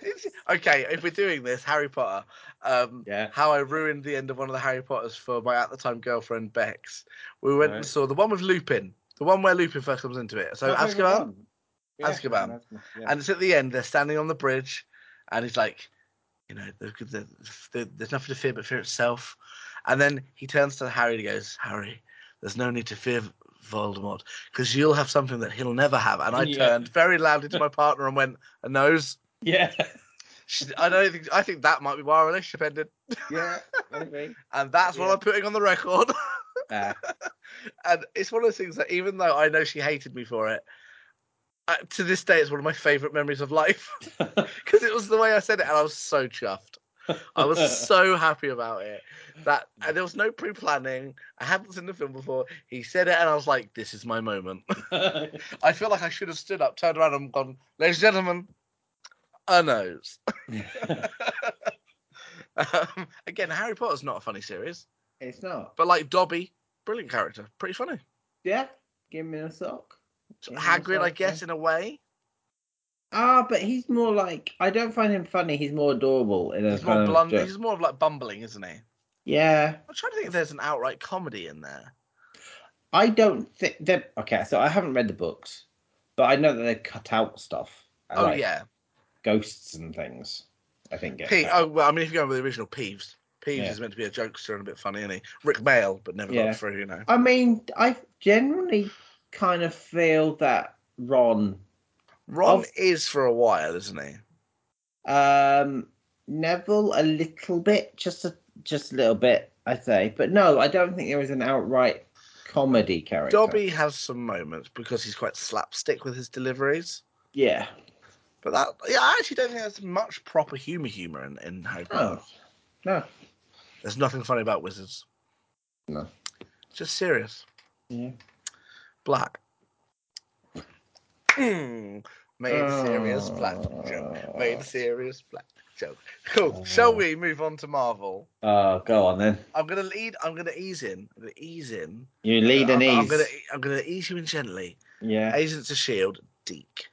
[SPEAKER 1] Okay, if we're doing this, Harry Potter, um,
[SPEAKER 2] yeah
[SPEAKER 1] how I ruined the end of one of the Harry Potters for my at the time girlfriend Bex. We went
[SPEAKER 2] Right.
[SPEAKER 1] and saw the one with Lupin, the one where Lupin first comes into it. So
[SPEAKER 2] That's
[SPEAKER 1] Azkaban,
[SPEAKER 2] everyone. Yeah,
[SPEAKER 1] Azkaban.
[SPEAKER 2] yeah.
[SPEAKER 1] and it's at the end. They're standing on the bridge, and he's like, you know, there- there- there- there's nothing to fear but fear itself. And then he turns to Harry and he goes, Harry, there's no need to fear Voldemort because you'll have something that he'll never have. And I
[SPEAKER 2] Yeah.
[SPEAKER 1] turned very loudly to my partner and went, a nose.
[SPEAKER 2] Yeah.
[SPEAKER 1] She- I don't think I think that might be why our relationship ended,
[SPEAKER 2] Yeah. [LAUGHS] Maybe.
[SPEAKER 1] and that's what
[SPEAKER 2] Yeah.
[SPEAKER 1] I'm putting on the record. [LAUGHS]
[SPEAKER 2] Uh,
[SPEAKER 1] and it's one of those things that even though I know she hated me for it, uh, [LAUGHS] to this day it's one of my favourite memories of life because it was the way I said it, and I was so chuffed. I was
[SPEAKER 2] [LAUGHS]
[SPEAKER 1] so happy about it. That and there was no pre-planning. I hadn't seen the film before. He said it, and I was like, "This is my moment." [LAUGHS] I feel like I should have stood up, turned around, and gone, "Ladies and gentlemen, a nose." [LAUGHS] um, again, Harry Potter's not a funny series,
[SPEAKER 2] it's not.
[SPEAKER 1] but like Dobby, brilliant character, pretty funny.
[SPEAKER 2] Yeah, give me a sock.
[SPEAKER 1] So
[SPEAKER 2] Yeah,
[SPEAKER 1] Hagrid, I
[SPEAKER 2] sorry,
[SPEAKER 1] guess, in a way,
[SPEAKER 2] Ah, but he's more like I don't find him funny. He's more adorable. In a
[SPEAKER 1] he's more
[SPEAKER 2] kind of
[SPEAKER 1] blunt.
[SPEAKER 2] joke.
[SPEAKER 1] He's more of like bumbling, isn't he?
[SPEAKER 2] Yeah,
[SPEAKER 1] I'm trying to think if there's an outright comedy in there.
[SPEAKER 2] I don't think that. Okay, so I haven't read the books, but I know that they cut out stuff.
[SPEAKER 1] Oh
[SPEAKER 2] like
[SPEAKER 1] yeah,
[SPEAKER 2] ghosts and things. I think. get
[SPEAKER 1] P.
[SPEAKER 2] cut.
[SPEAKER 1] Oh well, I mean, if you go with the original Peeves, Peeves
[SPEAKER 2] Yeah.
[SPEAKER 1] is meant to be a jokester and a bit funny, isn't he? Rick Mail, but never
[SPEAKER 2] Yeah.
[SPEAKER 1] got through, you know.
[SPEAKER 2] I mean, I generally kind of feel that Ron
[SPEAKER 1] Ron
[SPEAKER 2] Of-
[SPEAKER 1] is for a while, isn't he?
[SPEAKER 2] Um, Neville a little bit, just a just a little bit, I say. But no, I don't think there is an outright comedy character.
[SPEAKER 1] Dobby has some moments because he's quite slapstick with his deliveries.
[SPEAKER 2] Yeah.
[SPEAKER 1] But that, yeah, I actually don't think there's much proper humour humour in, in Harry Potter.
[SPEAKER 2] No. No.
[SPEAKER 1] There's nothing funny about wizards.
[SPEAKER 2] No.
[SPEAKER 1] Just serious.
[SPEAKER 2] Yeah.
[SPEAKER 1] Black. Mm. Made a serious black joke.
[SPEAKER 2] Oh.
[SPEAKER 1] Made a serious black joke. Cool. Shall we move on to Marvel?
[SPEAKER 2] Oh, go on then.
[SPEAKER 1] I'm gonna lead. I'm gonna ease in. I'm gonna ease in.
[SPEAKER 2] You lead
[SPEAKER 1] I'm,
[SPEAKER 2] and
[SPEAKER 1] I'm
[SPEAKER 2] ease.
[SPEAKER 1] gonna. I'm gonna ease you in gently.
[SPEAKER 2] Yeah.
[SPEAKER 1] Agents of Shield. E Deke.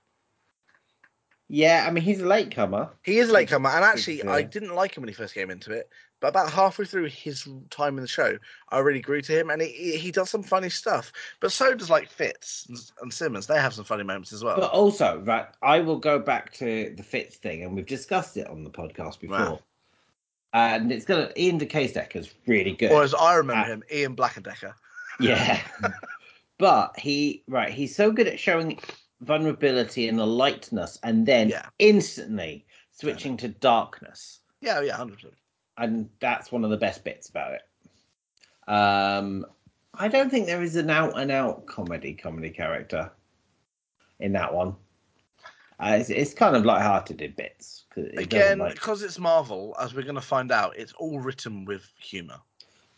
[SPEAKER 2] Yeah. I mean, he's a latecomer.
[SPEAKER 1] He is a latecomer, and actually,
[SPEAKER 2] Yeah.
[SPEAKER 1] I didn't like him when he first came into it. But about halfway through his time in the show, I really grew to him, and he- he he does some funny stuff. But so does like Fitz and, and Simmons. They have some funny moments as well.
[SPEAKER 2] But also, right, I will go back to the Fitz thing, and we've discussed it on the podcast before.
[SPEAKER 1] Wow.
[SPEAKER 2] And it's gonna Ian De Decker's really good.
[SPEAKER 1] or as I remember
[SPEAKER 2] Uh,
[SPEAKER 1] him, Ian Blackendecker.
[SPEAKER 2] Yeah. [LAUGHS] but he right, he's so good at showing vulnerability and the lightness and then
[SPEAKER 1] Yeah.
[SPEAKER 2] instantly switching to darkness.
[SPEAKER 1] Yeah, yeah, hundred percent.
[SPEAKER 2] And that's one of the best bits about it. Um I don't think there is an out and out comedy comedy character in that one. Uh, it's, it's kind of light-hearted in bits. 'cause it doesn't,
[SPEAKER 1] Again,
[SPEAKER 2] like-
[SPEAKER 1] because it's Marvel, as we're going to find out, it's all written with humor.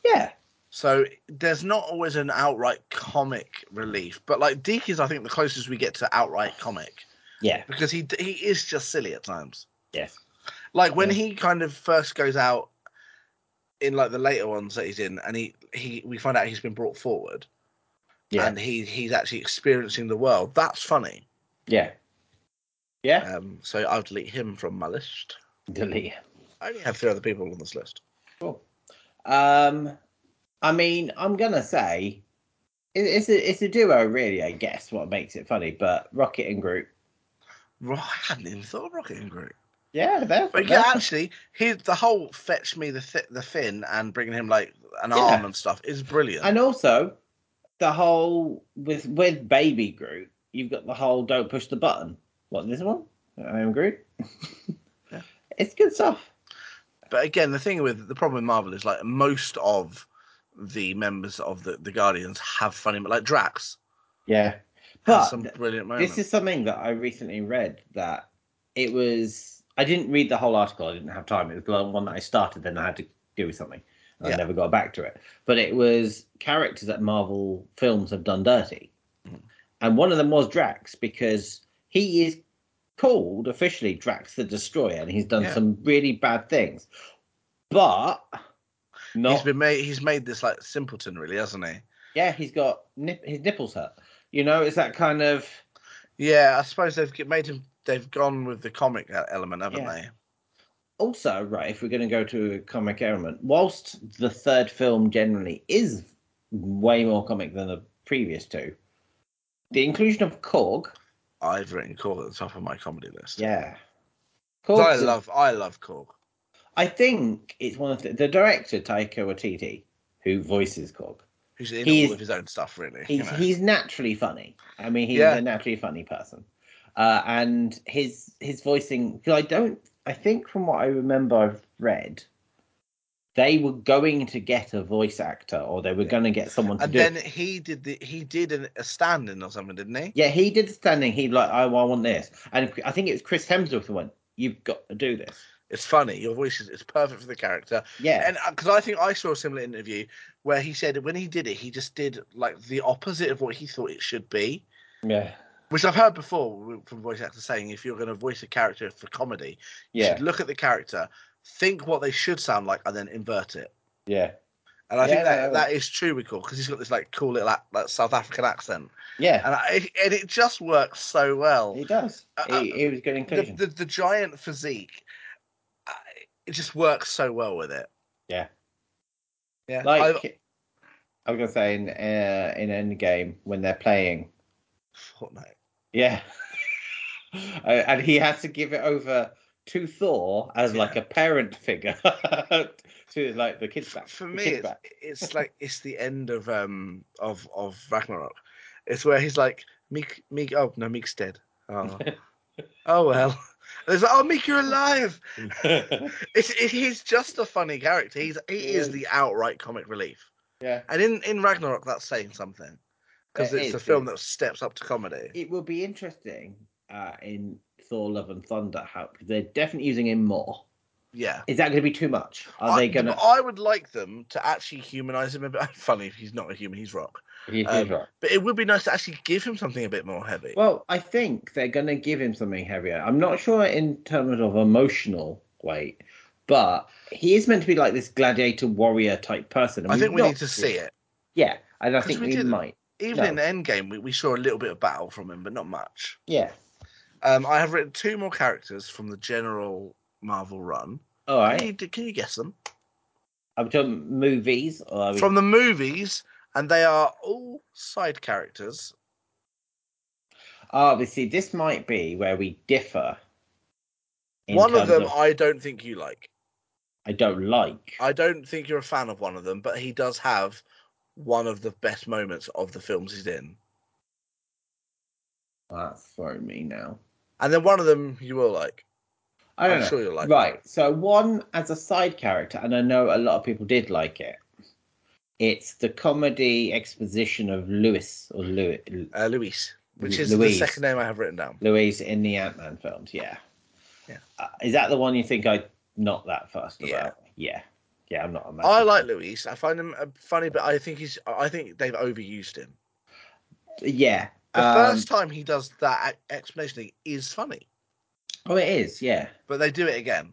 [SPEAKER 2] yeah,
[SPEAKER 1] So there's not always an outright comic relief, but like Deke is, I think, the closest we get to outright comic
[SPEAKER 2] yeah,
[SPEAKER 1] because he he is just silly at times.
[SPEAKER 2] yes,
[SPEAKER 1] Like when
[SPEAKER 2] Yeah.
[SPEAKER 1] he kind of first goes out in like the later ones that he's in, and he he we find out he's been brought forward,
[SPEAKER 2] yeah,
[SPEAKER 1] and he he's actually experiencing the world. That's funny.
[SPEAKER 2] yeah, yeah.
[SPEAKER 1] Um, so I'll delete him from my list.
[SPEAKER 2] Delete.
[SPEAKER 1] I only have three other people on this list.
[SPEAKER 2] Cool. Um, I mean, I'm gonna say it, it's a it's a duo, really. I guess what makes it funny, but Rocket and Groot.
[SPEAKER 1] Right, I hadn't even thought of Rocket and Groot.
[SPEAKER 2] Yeah, they're,
[SPEAKER 1] But yeah, actually, he, the whole fetch me the th- the fin and bringing him like an
[SPEAKER 2] Yeah.
[SPEAKER 1] arm and stuff is brilliant.
[SPEAKER 2] and also the whole with with Baby Groot. You've got the whole don't push the button. What this one? I am Groot.
[SPEAKER 1] Yeah.
[SPEAKER 2] [LAUGHS] It's good stuff.
[SPEAKER 1] But again, the thing with the problem with Marvel is like most of the members of the, the Guardians have funny, like Drax
[SPEAKER 2] Yeah,
[SPEAKER 1] has
[SPEAKER 2] but
[SPEAKER 1] some brilliant moments.
[SPEAKER 2] this is something that I recently read that it was. I didn't read the whole article. I didn't have time. It was the one that I started, then I had to do something. And
[SPEAKER 1] Yeah.
[SPEAKER 2] I never got back to it. But it was characters that Marvel films have done dirty,
[SPEAKER 1] Mm.
[SPEAKER 2] and one of them was Drax because he is called officially Drax the Destroyer, and he's done
[SPEAKER 1] Yeah.
[SPEAKER 2] some really bad things. But not
[SPEAKER 1] He's been made. He's made this like simpleton, really, hasn't he?
[SPEAKER 2] yeah, he's got nip, his nipples hurt. You know, it's that kind of
[SPEAKER 1] Yeah, I suppose they've g- made him. They've gone with the comic e- element, haven't
[SPEAKER 2] Yeah.
[SPEAKER 1] they?
[SPEAKER 2] also, right, if we're going to go to a comic element, whilst the third film generally is way more comic than the previous two, the inclusion of Korg,
[SPEAKER 1] I've written Korg at the top of my comedy list.
[SPEAKER 2] yeah,
[SPEAKER 1] 'Cause I
[SPEAKER 2] Korg's a-
[SPEAKER 1] love, I love Korg.
[SPEAKER 2] I think it's one of the, the director Taika Waititi who voices Korg.
[SPEAKER 1] Who's in
[SPEAKER 2] He's-
[SPEAKER 1] all of his own stuff, really. you
[SPEAKER 2] He's
[SPEAKER 1] know.
[SPEAKER 2] he's naturally funny. I mean, he's
[SPEAKER 1] Yeah.
[SPEAKER 2] a naturally funny person, uh, and his his voicing. 'cause I don't. I think from what I remember, I've read. They were going to get a voice actor, or they were
[SPEAKER 1] Yeah.
[SPEAKER 2] going to get someone to
[SPEAKER 1] and
[SPEAKER 2] do. it.
[SPEAKER 1] then he did the he did an, a stand-in or something, didn't he?
[SPEAKER 2] Yeah, he did standing. He like, I, I want this, and I think it was Chris Hemsworth who went. You've got to do this.
[SPEAKER 1] It's funny. Your voice is it's perfect for the character.
[SPEAKER 2] Yeah.
[SPEAKER 1] And because I think I saw a similar interview where he said when he did it, he just did like the opposite of what he thought it should be.
[SPEAKER 2] yeah.
[SPEAKER 1] Which I've heard before from voice actors saying if you're going to voice a character for comedy, you
[SPEAKER 2] Yeah.
[SPEAKER 1] should look at the character, think what they should sound like, and then invert it.
[SPEAKER 2] Yeah.
[SPEAKER 1] And I
[SPEAKER 2] Yeah,
[SPEAKER 1] think that,
[SPEAKER 2] no.
[SPEAKER 1] that is true with Cole because he's got this like cool little ac- like, South African accent,
[SPEAKER 2] Yeah.
[SPEAKER 1] and I, and it just works so well.
[SPEAKER 2] He does.
[SPEAKER 1] Uh,
[SPEAKER 2] he, he was a good
[SPEAKER 1] The,
[SPEAKER 2] inclusion.
[SPEAKER 1] the the giant physique, I, it just works so well with it.
[SPEAKER 2] Yeah.
[SPEAKER 1] yeah. I-
[SPEAKER 2] like I, was gonna say in uh, in Endgame when they're playing.
[SPEAKER 1] Fortnite.
[SPEAKER 2] Yeah. [LAUGHS] Uh, and he had to give it over to Thor as like a parent figure [LAUGHS] to like the kids back.
[SPEAKER 1] for
[SPEAKER 2] the
[SPEAKER 1] me
[SPEAKER 2] kid
[SPEAKER 1] it's,
[SPEAKER 2] back.
[SPEAKER 1] it's
[SPEAKER 2] [LAUGHS]
[SPEAKER 1] like it's the end of um of of ragnarok it's where he's like meek meek oh no meek's dead
[SPEAKER 2] [LAUGHS]
[SPEAKER 1] oh oh well And it's like oh meek you're alive it's it, he's just a funny character he's he
[SPEAKER 2] He
[SPEAKER 1] is
[SPEAKER 2] is.
[SPEAKER 1] the outright comic relief
[SPEAKER 2] [LAUGHS] yeah.
[SPEAKER 1] and in in ragnarok that's saying something because
[SPEAKER 2] It
[SPEAKER 1] it's a
[SPEAKER 2] is,
[SPEAKER 1] film
[SPEAKER 2] it
[SPEAKER 1] that steps up to comedy
[SPEAKER 2] It will be interesting uh, in Thor: Love and Thunder how they're definitely using him more.
[SPEAKER 1] yeah
[SPEAKER 2] Is that going to be too much? Are they
[SPEAKER 1] I,
[SPEAKER 2] going to?
[SPEAKER 1] I would like them to actually humanize him a bit. [LAUGHS] Funny, he's not a human, he's rock. um, But it would be nice to actually give him something a bit more heavy.
[SPEAKER 2] Well, I think they're going to give him something heavier. I'm not sure in terms of emotional weight, but he is meant to be like this gladiator warrior type person. and
[SPEAKER 1] I think we
[SPEAKER 2] not-
[SPEAKER 1] need to see it.
[SPEAKER 2] Yeah, and I
[SPEAKER 1] 'Cause
[SPEAKER 2] think
[SPEAKER 1] we
[SPEAKER 2] we,
[SPEAKER 1] didn't.
[SPEAKER 2] might.
[SPEAKER 1] even
[SPEAKER 2] No.
[SPEAKER 1] in Endgame, we, we saw a little bit of battle from him, but not much.
[SPEAKER 2] Yeah.
[SPEAKER 1] Um, I have written two more characters from the general Marvel run.
[SPEAKER 2] All
[SPEAKER 1] Can you,
[SPEAKER 2] right.
[SPEAKER 1] can you guess them?
[SPEAKER 2] I've done movies. Or are we...
[SPEAKER 1] From the movies, and they are all side characters.
[SPEAKER 2] Oh, but see, this might be where we differ. in
[SPEAKER 1] one of them
[SPEAKER 2] terms
[SPEAKER 1] I don't think you like.
[SPEAKER 2] I don't like.
[SPEAKER 1] I don't think you're a fan of one of them, but he does have one of the best moments of the films he's in.
[SPEAKER 2] That's thrown me now.
[SPEAKER 1] And then one of them you will like.
[SPEAKER 2] I don't
[SPEAKER 1] I'm
[SPEAKER 2] know.
[SPEAKER 1] sure you'll like.
[SPEAKER 2] Right. So one as a side character, and I know a lot of people did like it. It's the comedy exposition of Lewis or Louis,
[SPEAKER 1] Uh, Luis, which
[SPEAKER 2] Lu-
[SPEAKER 1] is
[SPEAKER 2] Louise.
[SPEAKER 1] the second name I have written down.
[SPEAKER 2] Louise in the Ant Man films. Yeah.
[SPEAKER 1] Yeah.
[SPEAKER 2] Uh, is that the one you think I not that fussed
[SPEAKER 1] Yeah.
[SPEAKER 2] about? Yeah. Yeah, I'm not a massive
[SPEAKER 1] I like
[SPEAKER 2] fan.
[SPEAKER 1] Luis. I find him uh, funny, but I think he's. I think they've overused him.
[SPEAKER 2] Yeah.
[SPEAKER 1] The
[SPEAKER 2] um,
[SPEAKER 1] first time he does that e- explanation thing is funny,
[SPEAKER 2] Oh, it is. Yeah.
[SPEAKER 1] but they do it again.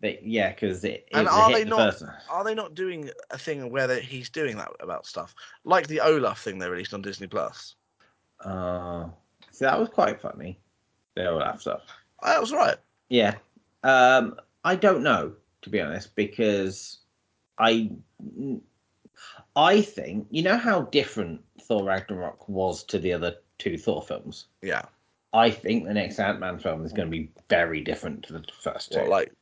[SPEAKER 2] They, yeah, because it is
[SPEAKER 1] And
[SPEAKER 2] a
[SPEAKER 1] are
[SPEAKER 2] hit
[SPEAKER 1] they
[SPEAKER 2] the
[SPEAKER 1] not-
[SPEAKER 2] person.
[SPEAKER 1] Are they not doing a thing where they, he's doing that about stuff, like the Olaf thing they released on Disney Plus?
[SPEAKER 2] Oh, so that was quite funny. They all laughed up.
[SPEAKER 1] I was right.
[SPEAKER 2] Yeah. Um, I don't know, to be honest, because I I think you know how different Thor Ragnarok was to the other two Thor films.
[SPEAKER 1] Yeah,
[SPEAKER 2] I think the next Ant Man film is going to be very different to the first two.
[SPEAKER 1] what, like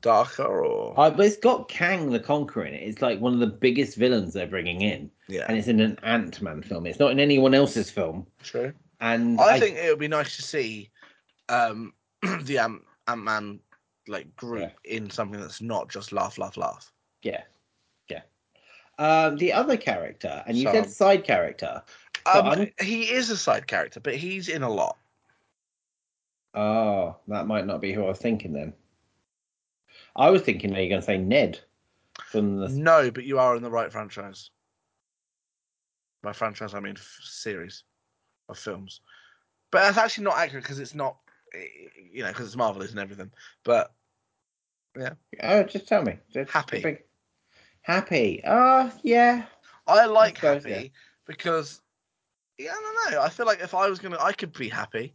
[SPEAKER 1] darker or
[SPEAKER 2] I, but it's got Kang the Conqueror in it. It's like one of the biggest villains they're bringing in, and
[SPEAKER 1] yeah,
[SPEAKER 2] it's in an Ant Man film. It's not in anyone else's film.
[SPEAKER 1] true.
[SPEAKER 2] And
[SPEAKER 1] I think it would be nice to see um, [CLEARS THROAT] the Ant Ant Man like group in something that's not just laugh, laugh, laugh.
[SPEAKER 2] yeah, yeah. Um, the other character, and you
[SPEAKER 1] So-
[SPEAKER 2] said side character. But
[SPEAKER 1] Um,
[SPEAKER 2] I'm-
[SPEAKER 1] he is a side character, but he's in a lot.
[SPEAKER 2] Oh, that might not be who I was thinking then. I was thinking that you're going to say Ned from the.
[SPEAKER 1] No, but you are in the right franchise. By franchise, I mean f- series of films. But that's actually not accurate because it's not, eh, you know, because it's marvelous and everything. But
[SPEAKER 2] Oh, just tell me. Just-
[SPEAKER 1] Happy.
[SPEAKER 2] big- Happy. Oh, yeah.
[SPEAKER 1] I like
[SPEAKER 2] suppose,
[SPEAKER 1] Happy because, yeah, I don't know. I feel like if I was gonna, I could be happy.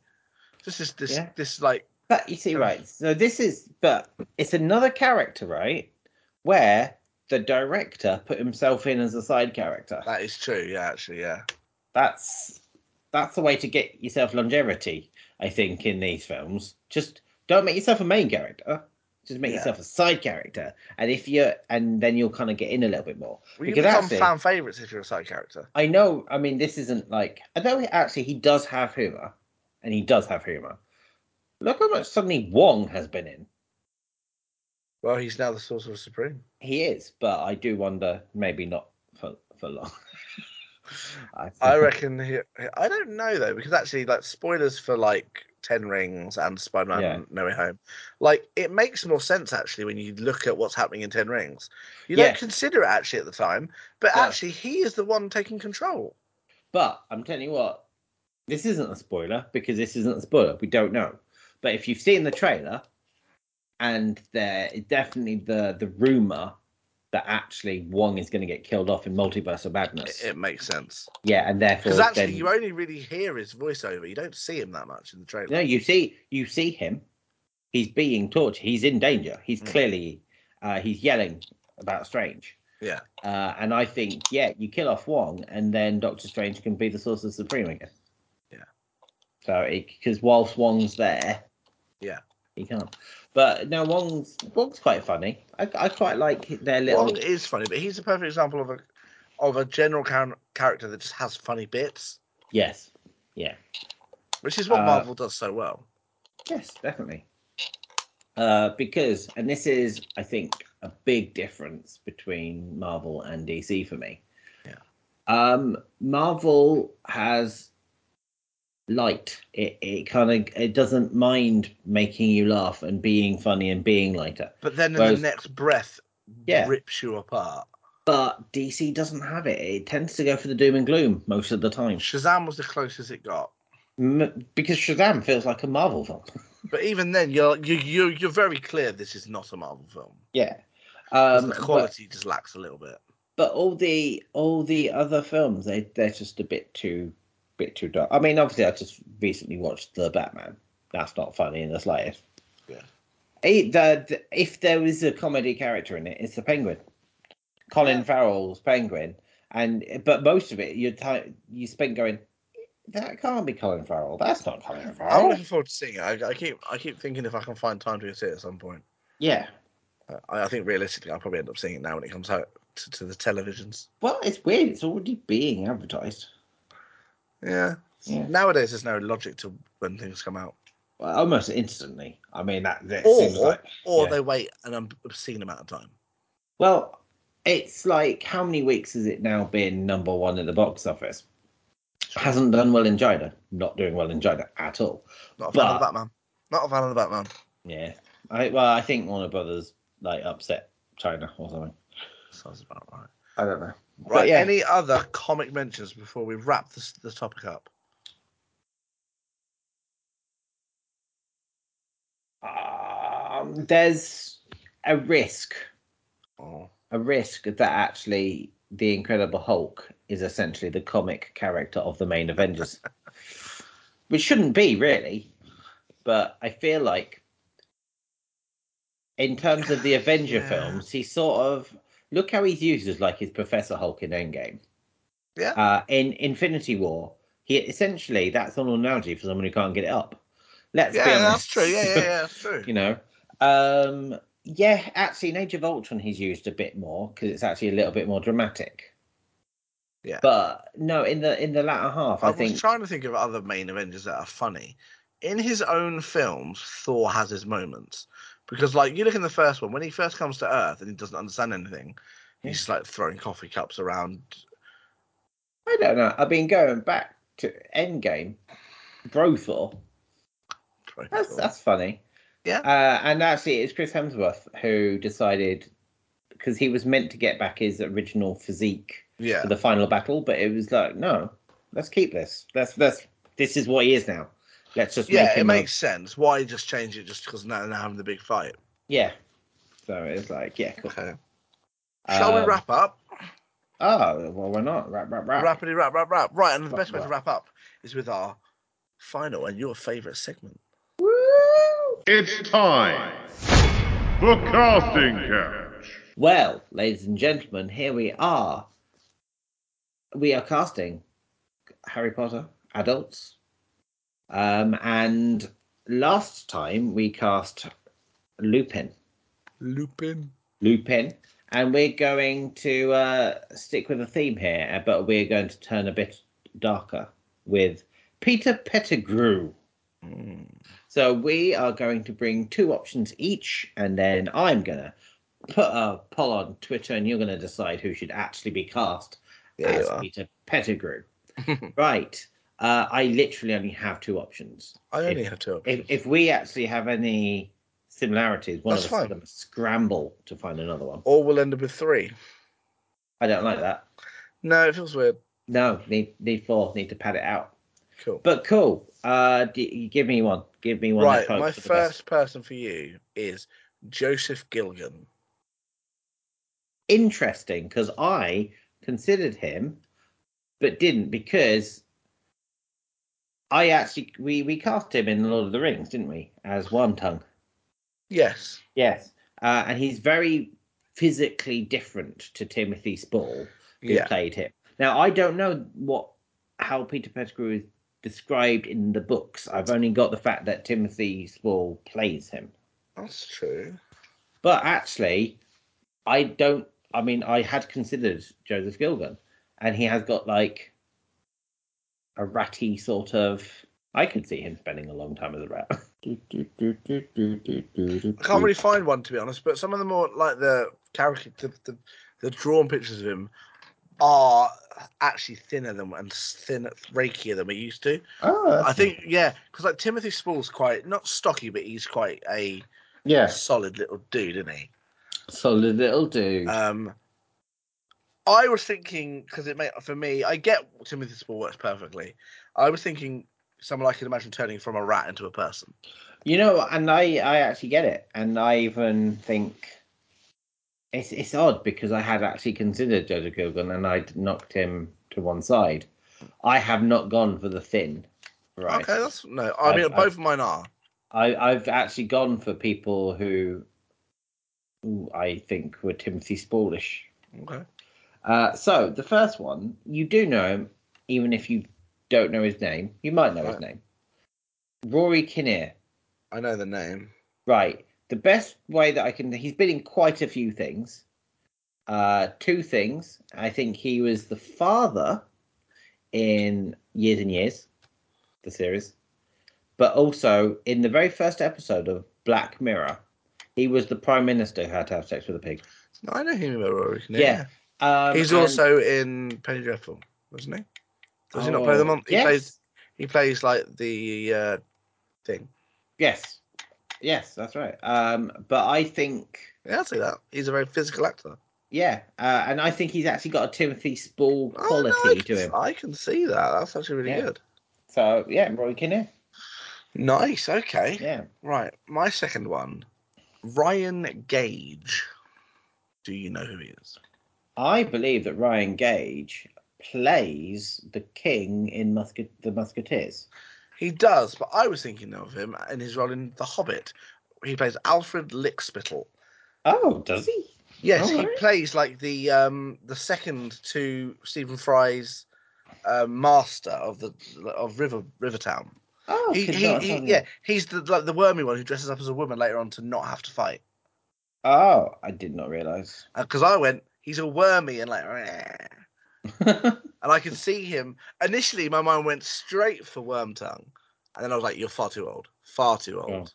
[SPEAKER 1] This is this
[SPEAKER 2] Yeah.
[SPEAKER 1] this like
[SPEAKER 2] But you see, right. So this is. But it's another character, right? Where the director put himself in as a side character.
[SPEAKER 1] that is true. Yeah, actually, yeah.
[SPEAKER 2] That's. That's the way to get yourself longevity, I think, in these films. Just don't make yourself a main character. Just make
[SPEAKER 1] Yeah.
[SPEAKER 2] yourself a side character, and if you're, and then you'll kind of get in a little bit more.
[SPEAKER 1] Well, you
[SPEAKER 2] Because
[SPEAKER 1] become
[SPEAKER 2] actually-
[SPEAKER 1] fan favorites if you're a side character.
[SPEAKER 2] I know. I mean, this isn't like. Although he- actually he does have humor, and he does have humor. Look how much suddenly Wong has been in.
[SPEAKER 1] Well, he's now the sorcerer supreme.
[SPEAKER 2] He is, but I do wonder. Maybe not for for long. [LAUGHS] I, [LAUGHS]
[SPEAKER 1] I reckon. He, I don't know though, because actually, like spoilers for like Ten Rings and Spider Man
[SPEAKER 2] Yeah.
[SPEAKER 1] No Way Home. Like, it makes more sense actually when you look at what's happening in Ten Rings. You
[SPEAKER 2] Yeah.
[SPEAKER 1] don't consider it actually at the time, but
[SPEAKER 2] No.
[SPEAKER 1] actually, he is the one taking control.
[SPEAKER 2] But I'm telling you what, this isn't a spoiler because this isn't a spoiler. We don't know. But if you've seen the trailer, and there is definitely the the rumor that actually Wong is going to get killed off in Multiverse of Madness.
[SPEAKER 1] It, it makes sense.
[SPEAKER 2] yeah, and therefore,
[SPEAKER 1] Because actually,
[SPEAKER 2] then-
[SPEAKER 1] you only really hear his voiceover. You don't see him that much in the trailer.
[SPEAKER 2] no, you see, you see him. He's being tortured. He's in danger. He's
[SPEAKER 1] Mm.
[SPEAKER 2] clearly uh, he's yelling about Strange.
[SPEAKER 1] Yeah.
[SPEAKER 2] Uh, and I think, yeah, you kill off Wong, and then Doctor Strange can be the Sorcerer Supreme again.
[SPEAKER 1] Yeah.
[SPEAKER 2] So, because whilst Wong's there,
[SPEAKER 1] Yeah.
[SPEAKER 2] he can't. But no, Wong's Wong's quite funny. I, I quite like their little.
[SPEAKER 1] Wong is funny, but he's a perfect example of a of a general char- character that just has funny bits,
[SPEAKER 2] Yes. Yeah.
[SPEAKER 1] which is what
[SPEAKER 2] Uh,
[SPEAKER 1] Marvel does so well.
[SPEAKER 2] Yes, definitely. Uh, because, and this is, I think, a big difference between Marvel and DC for me.
[SPEAKER 1] Yeah.
[SPEAKER 2] Um, Marvel has light. It it kind of it doesn't mind making you laugh and being funny and being lighter.
[SPEAKER 1] But then in
[SPEAKER 2] whereas-
[SPEAKER 1] the next breath,
[SPEAKER 2] Yeah.
[SPEAKER 1] rips you apart.
[SPEAKER 2] But DC doesn't have it. It tends to go for the doom and gloom most of the time.
[SPEAKER 1] Shazam was the closest it got,
[SPEAKER 2] M- because Shazam feels like a Marvel film. [LAUGHS]
[SPEAKER 1] but even then, you're you you you're very clear this is not a Marvel film.
[SPEAKER 2] Yeah.
[SPEAKER 1] 'Cause
[SPEAKER 2] Um,
[SPEAKER 1] the
[SPEAKER 2] but-
[SPEAKER 1] quality just lacks a little bit.
[SPEAKER 2] but all the all the other films they they're just a bit too bit too dark. I mean, obviously, I just recently watched the Batman. That's not funny in the slightest.
[SPEAKER 1] Yeah.
[SPEAKER 2] Eh, the, the- if there is a comedy character in it, it's the Penguin, Colin
[SPEAKER 1] Yeah.
[SPEAKER 2] Farrell's Penguin, and but most of it you time you spend going, that can't be Colin Farrell. That's not Colin
[SPEAKER 1] I'm
[SPEAKER 2] Farrell.
[SPEAKER 1] looking forward to seeing it. I, I keep I keep thinking if I can find time to go see it at some point.
[SPEAKER 2] Yeah.
[SPEAKER 1] Uh, I, I think realistically, I'll probably end up seeing it now when it comes out to, to the televisions.
[SPEAKER 2] Well, it's weird. It's already being advertised.
[SPEAKER 1] Yeah.
[SPEAKER 2] Yeah.
[SPEAKER 1] Nowadays, there's no logic to when things come out,
[SPEAKER 2] Well, almost instantly. I mean, that, that seems
[SPEAKER 1] or
[SPEAKER 2] like
[SPEAKER 1] or
[SPEAKER 2] yeah.
[SPEAKER 1] they wait an ob- obscene amount of time.
[SPEAKER 2] Well, it's like how many weeks has it now been number one at the box office? Hasn't done well in China. Not doing well in China at all.
[SPEAKER 1] Not a fan of
[SPEAKER 2] But-
[SPEAKER 1] the Batman. Not a fan of the Batman.
[SPEAKER 2] Yeah. I well, I think Warner Brothers like upset China or something.
[SPEAKER 1] Sounds about right.
[SPEAKER 2] I don't know.
[SPEAKER 1] Right.
[SPEAKER 2] yeah.
[SPEAKER 1] Any other comic mentions before we wrap this, the topic up?
[SPEAKER 2] Um, there's a risk,
[SPEAKER 1] Oh.
[SPEAKER 2] a risk that actually the Incredible Hulk is essentially the comic character of the
[SPEAKER 1] [LAUGHS]
[SPEAKER 2] main Avengers, which shouldn't be really, but I feel like in terms of the Avenger
[SPEAKER 1] Yeah.
[SPEAKER 2] films, he sort of look how he's used as like his Professor Hulk in Endgame.
[SPEAKER 1] Yeah.
[SPEAKER 2] Uh, in Infinity War, he essentially that's an analogy for someone who can't get it up. Let's be
[SPEAKER 1] Yeah,
[SPEAKER 2] honest.
[SPEAKER 1] that's true. Yeah, yeah, yeah,
[SPEAKER 2] [LAUGHS]
[SPEAKER 1] that's true.
[SPEAKER 2] you know. Um, yeah, actually, in Age of Ultron, he's used a bit more because it's actually a little bit more dramatic.
[SPEAKER 1] Yeah.
[SPEAKER 2] But no, in the in the latter half,
[SPEAKER 1] I
[SPEAKER 2] I,
[SPEAKER 1] was
[SPEAKER 2] think
[SPEAKER 1] trying to think of other main Avengers that are funny. In his own films, Thor has his moments because, like, you look in the first one when he first comes to Earth and he doesn't understand anything. He's just, like throwing coffee cups around.
[SPEAKER 2] I don't know. I've been going back to Endgame, Brothor.
[SPEAKER 1] throwing
[SPEAKER 2] That's
[SPEAKER 1] Thor.
[SPEAKER 2] that's funny.
[SPEAKER 1] Yeah.
[SPEAKER 2] Uh, and actually, it's Chris Hemsworth who decided because he was meant to get back his original physique
[SPEAKER 1] yeah.
[SPEAKER 2] for the final battle, but it was like, no, let's keep this. That's that's this is what he is now. Let's just make
[SPEAKER 1] Yeah, it
[SPEAKER 2] him a-
[SPEAKER 1] makes sense. Why just change it just because now they're having the big fight?
[SPEAKER 2] Yeah. So it's like, yeah, cool.
[SPEAKER 1] Okay. Shall we
[SPEAKER 2] Um,
[SPEAKER 1] wrap up?
[SPEAKER 2] Oh, well, why not? Wrap, wrap, wrap.
[SPEAKER 1] Rapidly wrap, wrap, wrap. Right, and the
[SPEAKER 2] Wrap,
[SPEAKER 1] best way to
[SPEAKER 2] wrap.
[SPEAKER 1] wrap up is with our final and your favourite segment.
[SPEAKER 4] It's time for Casting Couch.
[SPEAKER 2] Well, ladies and gentlemen, here we are. We are casting Harry Potter adults. Um, and last time we cast Lupin.
[SPEAKER 1] Lupin.
[SPEAKER 2] Lupin. And we're going to uh, stick with a theme here, uh, but we're going to turn a bit darker with Peter Pettigrew.
[SPEAKER 1] Hmm.
[SPEAKER 2] So we are going to bring two options each, and then I'm going to put a poll on Twitter, and you're going to decide who should actually be cast
[SPEAKER 1] Yeah, you
[SPEAKER 2] as
[SPEAKER 1] are. [LAUGHS]
[SPEAKER 2] Peter Pettigrew. right. Uh, I literally only have two options.
[SPEAKER 1] I only have two.
[SPEAKER 2] If, if we actually have any similarities, one
[SPEAKER 1] That's
[SPEAKER 2] of us is
[SPEAKER 1] fine.
[SPEAKER 2] going to scramble to find another one.
[SPEAKER 1] Or we'll end up with three.
[SPEAKER 2] I don't like that.
[SPEAKER 1] No, it feels weird.
[SPEAKER 2] No, need need four. Need to pad it out.
[SPEAKER 1] Cool.
[SPEAKER 2] But cool. Uh, d- you give me one. Give me one.
[SPEAKER 1] right,
[SPEAKER 2] that's
[SPEAKER 1] my
[SPEAKER 2] for the best.
[SPEAKER 1] first person for you is Joseph Gilgan.
[SPEAKER 2] interesting because I considered him, but didn't because I actually we we cast him in the Lord of the Rings, didn't we? As one tongue.
[SPEAKER 1] Yes.
[SPEAKER 2] Yes, uh, and he's very physically different to Timothy Spall, who
[SPEAKER 1] Yeah.
[SPEAKER 2] played him. Now I don't know what how Peter Pettigrew is described in the books. I've only got the fact that Timothy Spall plays him.
[SPEAKER 1] That's true.
[SPEAKER 2] But actually, I don't. I mean, I had considered Joseph Gilgan, and he has got like a ratty sort of. I could see him spending a long time as a rat.
[SPEAKER 1] I can't really find one to be honest, but some of the more like the character, the, the, the drawn pictures of him are actually thinner than and thinner, rakier than we used to.
[SPEAKER 2] Oh, that's-
[SPEAKER 1] I think, yeah, because like Timothy Spall's quite not stocky, but he's quite a
[SPEAKER 2] yeah,
[SPEAKER 1] solid little dude, isn't he?
[SPEAKER 2] solid little dude.
[SPEAKER 1] Um, I was thinking because it may for me, I get Timothy Spall works perfectly. I was thinking someone I could imagine turning from a rat into a person.
[SPEAKER 2] You know, and I, I actually get it, and I even think it's it's odd because I had actually considered Joseph Gilgan, and I'd knocked him to one side. I have not gone for the thin, right?
[SPEAKER 1] Okay, that's no. I
[SPEAKER 2] I-
[SPEAKER 1] mean,
[SPEAKER 2] I-
[SPEAKER 1] both of mine are.
[SPEAKER 2] I, I've actually gone for people who, who I think were Timothy Spallish.
[SPEAKER 1] Okay.
[SPEAKER 2] Uh, so the first one, you do know him, even if you don't know his name. You might know his
[SPEAKER 1] Right.
[SPEAKER 2] name. Rory Kinnear.
[SPEAKER 1] I know the name.
[SPEAKER 2] Right. The best way that I can, he's been in quite a few things. Uh, two things. I think he was the father in Years and Years, the series, but also in the very first episode of Black Mirror, he was the prime minister who had to have sex with a pig.
[SPEAKER 1] No, I know him about Rory. Kinnear,
[SPEAKER 2] Yeah. Um,
[SPEAKER 1] he's
[SPEAKER 2] and-
[SPEAKER 1] also in Penny Dreadful, wasn't he? Does he not play the mon? He
[SPEAKER 2] yes,
[SPEAKER 1] plays. He plays like the uh, thing.
[SPEAKER 2] Yes. Yes, that's right. Um, but I think
[SPEAKER 1] Yeah, I'll say that. He's a very physical actor.
[SPEAKER 2] yeah, uh, and I think he's actually got a Timothy Spall
[SPEAKER 1] Oh, no,
[SPEAKER 2] quality
[SPEAKER 1] I can,
[SPEAKER 2] to him.
[SPEAKER 1] I can see that. That's actually really
[SPEAKER 2] Yeah.
[SPEAKER 1] good.
[SPEAKER 2] So yeah, Roy Kinnear.
[SPEAKER 1] Nice. Okay.
[SPEAKER 2] Yeah.
[SPEAKER 1] Right. My second one, Ryan Gage. Do you know who he is?
[SPEAKER 2] I believe that Ryan Gage plays the king in Musket the Musketeers.
[SPEAKER 1] He does, but I was thinking of him in his role in The Hobbit. He plays Alfred Lickspittle.
[SPEAKER 2] Oh, does he?
[SPEAKER 1] Yes,
[SPEAKER 2] Oh,
[SPEAKER 1] he
[SPEAKER 2] right.
[SPEAKER 1] plays like the um the second to Stephen Fry's uh, master of the of River Rivertown.
[SPEAKER 2] Oh,
[SPEAKER 1] he,
[SPEAKER 2] could
[SPEAKER 1] he,
[SPEAKER 2] not
[SPEAKER 1] he-
[SPEAKER 2] have done
[SPEAKER 1] yeah,
[SPEAKER 2] that.
[SPEAKER 1] he's the like, the wormy one who dresses up as a woman later on to not have to fight.
[SPEAKER 2] Oh, I did not realize. [LAUGHS]
[SPEAKER 1] Because I went, he's a wormy and like, "Rah." and I could see him. Initially, my mind went straight for Wormtongue, and then I was like, "You're far too old, far too old."
[SPEAKER 2] Yeah.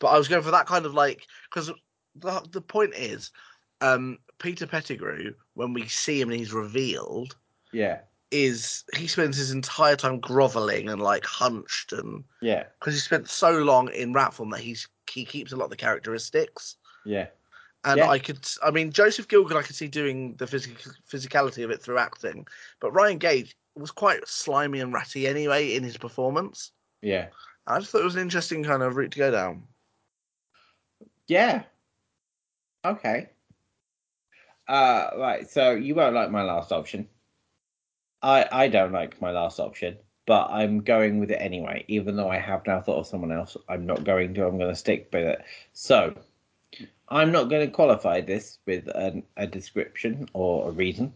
[SPEAKER 1] But I was going for that kind of like because the the point is, um, Peter Pettigrew when we see him and he's revealed
[SPEAKER 2] yeah,
[SPEAKER 1] is he spends his entire time groveling and like hunched and
[SPEAKER 2] yeah,
[SPEAKER 1] because he spent so long in rat form that he's he keeps a lot of the characteristics.
[SPEAKER 2] yeah.
[SPEAKER 1] And
[SPEAKER 2] Yeah.
[SPEAKER 1] I could, I mean, Joseph Gilgan, I could see doing the physical physicality of it through acting, but Ryan Gage was quite slimy and ratty anyway in his performance.
[SPEAKER 2] Yeah.
[SPEAKER 1] I just thought it was an interesting kind of route to go down.
[SPEAKER 2] Yeah. Okay. Uh right, so you won't like my last option. I I don't like my last option, but I'm going with it anyway, even though I have now thought of someone else. I'm not going to, I'm gonna stick with it. So I'm not gonna qualify this with an, a description or a reason.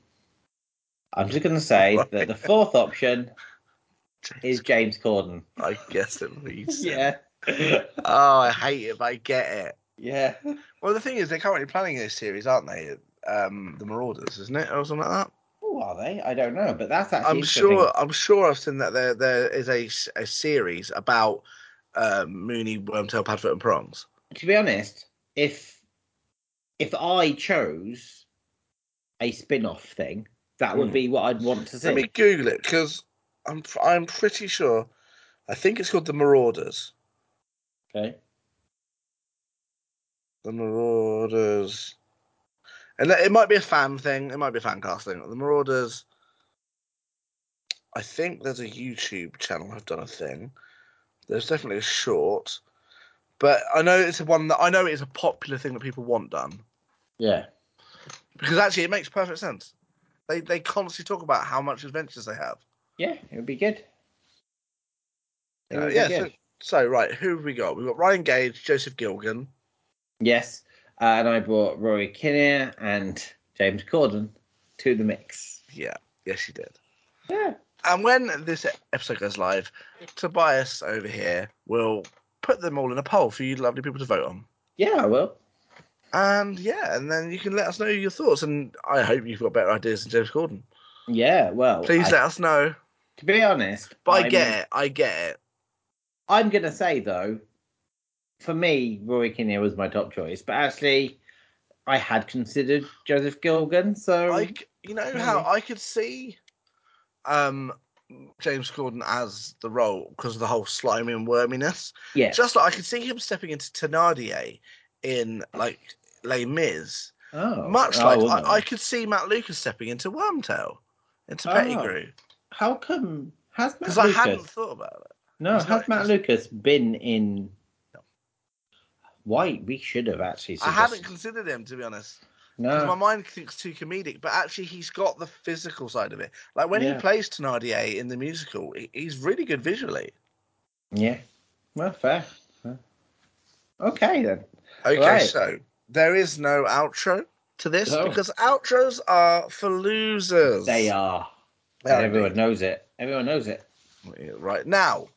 [SPEAKER 2] I'm just gonna say that the fourth option is James Corden.
[SPEAKER 1] I guess it leads.
[SPEAKER 2] [LAUGHS] Yeah.
[SPEAKER 1] Oh, I hate it, but I get it.
[SPEAKER 2] yeah.
[SPEAKER 1] Well, the thing is, they're currently planning this series, aren't they? Um, the Marauders, isn't it, or something like that?
[SPEAKER 2] Who are they? I don't know, but that's actually
[SPEAKER 1] I'm
[SPEAKER 2] interesting.
[SPEAKER 1] sure. I'm sure I've seen that there there is a, s- a series about um, Mooney, Wormtail, Padfoot, and Prongs.
[SPEAKER 2] to be honest, if if I chose a spin-off thing, that would
[SPEAKER 1] Mm.
[SPEAKER 2] be what I'd want to see.
[SPEAKER 1] Let me Google it because I'm I'm pretty sure. I think it's called the Marauders.
[SPEAKER 2] Okay.
[SPEAKER 1] The Marauders. And that- it might be a fan thing. It might be a fan casting. The Marauders. I think there's a YouTube channel. I've done a thing. There's definitely a short, but I know it's a one that I know it's a popular thing that people want done
[SPEAKER 2] Yeah.
[SPEAKER 1] because actually it makes perfect sense. They they constantly talk about how much adventures they have.
[SPEAKER 2] Yeah, it would be good. It
[SPEAKER 1] Uh,
[SPEAKER 2] would be
[SPEAKER 1] yeah,
[SPEAKER 2] good.
[SPEAKER 1] So right, who have we got? We've got Ryan Gage, Joseph Gilgan.
[SPEAKER 2] Yes. Uh, and I brought Rory Kinnear and James Corden to the mix.
[SPEAKER 1] Yeah, yes, you did.
[SPEAKER 2] Yeah.
[SPEAKER 1] And when this episode goes live, Tobias over here will put them all in a poll for you lovely people to vote on.
[SPEAKER 2] Yeah, I will.
[SPEAKER 1] And yeah, and then you can let us know your thoughts. And I hope you've got better ideas than James Corden.
[SPEAKER 2] Yeah, well.
[SPEAKER 1] Please
[SPEAKER 2] I-
[SPEAKER 1] let us know.
[SPEAKER 2] To be honest,
[SPEAKER 1] But I
[SPEAKER 2] I'm-
[SPEAKER 1] get it. I get it.
[SPEAKER 2] I'm gonna say though, for me, Rory Kinnear was my top choice, but actually, I had considered Joseph Gilgan. So
[SPEAKER 1] I, c- you know how I could see um, James Corden as the role because of the whole slimy and worminess.
[SPEAKER 2] yeah,
[SPEAKER 1] Just like I could see him stepping into Thenardier in like Les Mis.
[SPEAKER 2] oh,
[SPEAKER 1] Much
[SPEAKER 2] oh,
[SPEAKER 1] like
[SPEAKER 2] wasn't
[SPEAKER 1] I, I
[SPEAKER 2] it?
[SPEAKER 1] could see Matt Lucas stepping into Wormtail, into
[SPEAKER 2] Oh.
[SPEAKER 1] Pettigrew,
[SPEAKER 2] how come has Matt
[SPEAKER 1] because I
[SPEAKER 2] Lucas?
[SPEAKER 1] hadn't thought about it.
[SPEAKER 2] no,
[SPEAKER 1] it's not-
[SPEAKER 2] has Matt Lucas been in?
[SPEAKER 1] No.
[SPEAKER 2] Why we should have actually.
[SPEAKER 1] I hadn't
[SPEAKER 2] suggested-
[SPEAKER 1] considered him to be honest. 'Cause my
[SPEAKER 2] No,
[SPEAKER 1] mind thinks too comedic, but actually he's got the physical side of it. Like when
[SPEAKER 2] Yeah.
[SPEAKER 1] he plays Thenardier in the musical, he- he's really good visually.
[SPEAKER 2] yeah, well, fair. fair. Okay then.
[SPEAKER 1] Okay,
[SPEAKER 2] Right.
[SPEAKER 1] so there is no outro to this
[SPEAKER 2] No.
[SPEAKER 1] because outros are for losers.
[SPEAKER 2] They are.
[SPEAKER 1] They are
[SPEAKER 2] everyone
[SPEAKER 1] indeed.
[SPEAKER 2] knows it. Everyone knows it.
[SPEAKER 1] Right now,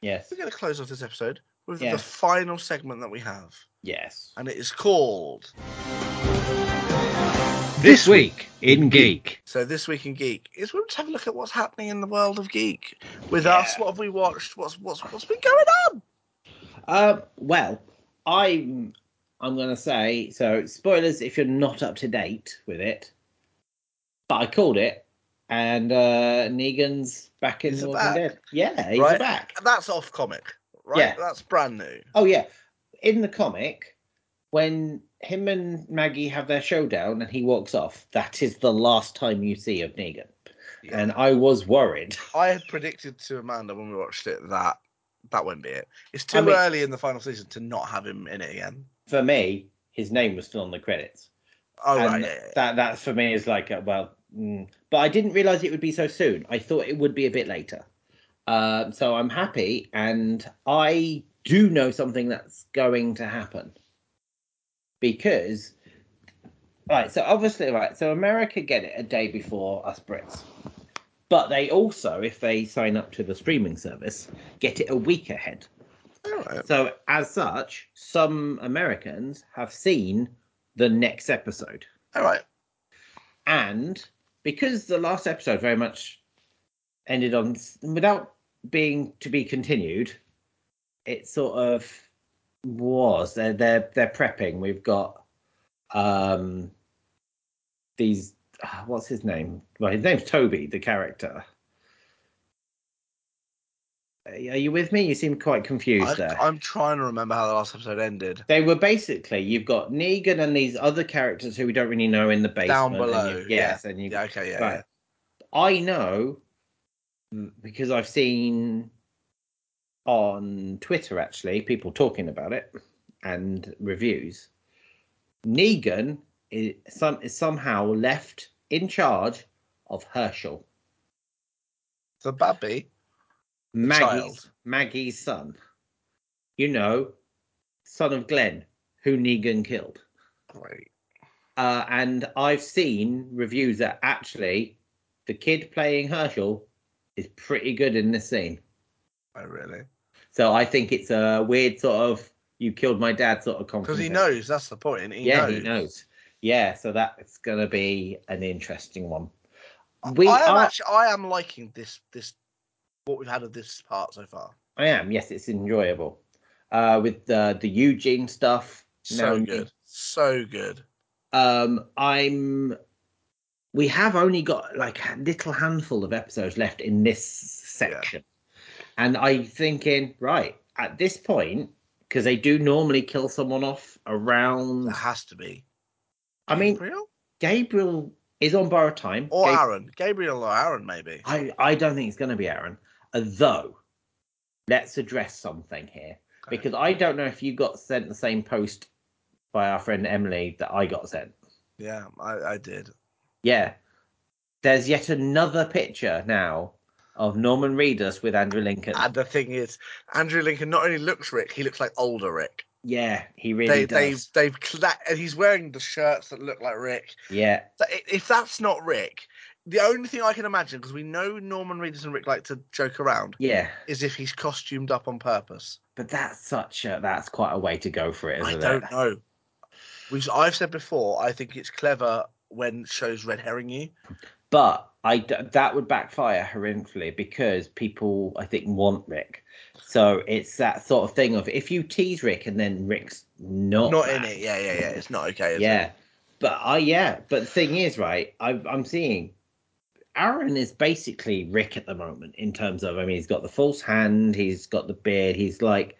[SPEAKER 2] Yes.
[SPEAKER 1] we're going to close off this episode with
[SPEAKER 2] Yeah.
[SPEAKER 1] the final segment that we have,
[SPEAKER 2] Yes.
[SPEAKER 1] and it is called.
[SPEAKER 2] This week in Geek.
[SPEAKER 1] So this week in geek is we'll just have a look at what's happening in the world of geek with us. What have we watched? What's what's what's been going on?
[SPEAKER 2] Uh, well, I'm I'm gonna say so. Spoilers if you're not up to date with it, but I called it, and uh Negan's back in
[SPEAKER 1] He's
[SPEAKER 2] The Walking
[SPEAKER 1] back.
[SPEAKER 2] Dead. Yeah, he's
[SPEAKER 1] Right.
[SPEAKER 2] back.
[SPEAKER 1] That's off comic, right?
[SPEAKER 2] Yeah.
[SPEAKER 1] That's brand new.
[SPEAKER 2] Oh yeah, in the comic, when him and Maggie have their showdown and he walks off, that is the last time you see of Negan.
[SPEAKER 1] Yeah.
[SPEAKER 2] And I was worried. [LAUGHS]
[SPEAKER 1] I had predicted to Amanda when we watched it that that won't be it. It's too
[SPEAKER 2] I mean-
[SPEAKER 1] early in the final season to not have him in it again.
[SPEAKER 2] For me, his name was still on the credits.
[SPEAKER 1] Oh
[SPEAKER 2] and
[SPEAKER 1] right, yeah, yeah.
[SPEAKER 2] that that for me is like uh, well mm. but i didn't realize it would be so soon i thought it would be a bit later um so i'm happy and i do know something that's going to happen because right so obviously right so america get it a day before us brits but they also if they sign up to the streaming service get it a week ahead
[SPEAKER 1] All right.
[SPEAKER 2] so as such some americans have seen the next episode
[SPEAKER 1] All right.
[SPEAKER 2] and because the last episode very much ended on without being to be continued it sort of was they're they're, they're prepping we've got um these ah, what's his name well his name's toby the character are you with me you seem quite confused
[SPEAKER 1] I,
[SPEAKER 2] there
[SPEAKER 1] I'm trying to remember how the last episode ended.
[SPEAKER 2] they were basically you've got negan and these other characters who we don't really know in the basement
[SPEAKER 1] Down
[SPEAKER 2] and
[SPEAKER 1] below,
[SPEAKER 2] you-
[SPEAKER 1] yeah.
[SPEAKER 2] yes and you
[SPEAKER 1] Yeah. Okay. Yeah.
[SPEAKER 2] Right. I know mm, because I've seen on Twitter actually people talking about it and reviews. Negan is, some, is somehow left in charge of Herschel,
[SPEAKER 1] The Babby.
[SPEAKER 2] Maggie's,
[SPEAKER 1] child.
[SPEAKER 2] Maggie's son. You know, son of Glenn, who Negan killed.
[SPEAKER 1] Great.
[SPEAKER 2] Uh, and I've seen reviews that actually the kid playing Herschel is pretty good in this scene.
[SPEAKER 1] Oh really?
[SPEAKER 2] So I think it's a weird sort of you killed my dad sort of conflict.
[SPEAKER 1] Because he knows that's the point. He
[SPEAKER 2] yeah,
[SPEAKER 1] knows.
[SPEAKER 2] he knows. Yeah, so that's gonna be an interesting one. We
[SPEAKER 1] I am
[SPEAKER 2] are.
[SPEAKER 1] actually, I am liking this this what we've had of this part so far.
[SPEAKER 2] I am. Yes, it's enjoyable. Uh, with the the Eugene stuff.
[SPEAKER 1] So
[SPEAKER 2] now-
[SPEAKER 1] good. So good.
[SPEAKER 2] Um, I'm we have only got like a little handful of episodes left in this section. And I'm thinking, right, at this point, because they do normally kill someone off around.
[SPEAKER 1] There has to be.
[SPEAKER 2] Hmm. I mean,
[SPEAKER 1] Ah, Gabriel
[SPEAKER 2] Gabriel is on borrowed time.
[SPEAKER 1] or
[SPEAKER 2] Gab-
[SPEAKER 1] Aaron. Gabriel or Aaron, maybe.
[SPEAKER 2] I, I don't think it's going to be Aaron. Uh, Though, let's address something here.
[SPEAKER 1] Okay.
[SPEAKER 2] Because I don't know if you got sent the same post by our friend Emily that I got sent.
[SPEAKER 1] Yeah, I, I did.
[SPEAKER 2] Yeah. There's yet another picture now of Norman Reedus with Andrew Lincoln.
[SPEAKER 1] And the thing is, Andrew Lincoln not only looks Rick, he looks like older Rick.
[SPEAKER 2] yeah, he
[SPEAKER 1] They,
[SPEAKER 2] really
[SPEAKER 1] they've
[SPEAKER 2] does.
[SPEAKER 1] they've cla- and he's wearing the shirts that look like Rick.
[SPEAKER 2] yeah.
[SPEAKER 1] So i- If that's not Rick, the only thing I can imagine, because we know Norman Reedus and Rick like to joke around,
[SPEAKER 2] Yeah.
[SPEAKER 1] is if he's costumed up on purpose.
[SPEAKER 2] But that's such a, that's quite a way to go for it,
[SPEAKER 1] I
[SPEAKER 2] isn't
[SPEAKER 1] don't
[SPEAKER 2] it?
[SPEAKER 1] know. Which I've said before, I think it's clever when shows red herring you.
[SPEAKER 2] But I d- that would backfire horrifically because people I think want Rick. So it's that sort of thing of if you tease Rick and then Rick's not
[SPEAKER 1] not in
[SPEAKER 2] back,
[SPEAKER 1] it. Yeah, yeah, yeah. It's not okay. Is it?
[SPEAKER 2] Oh, Yeah. But I yeah, but the thing is, right, I I'm seeing Aaron is basically Rick at the moment in terms of I mean he's got the false hand, he's got the beard, he's like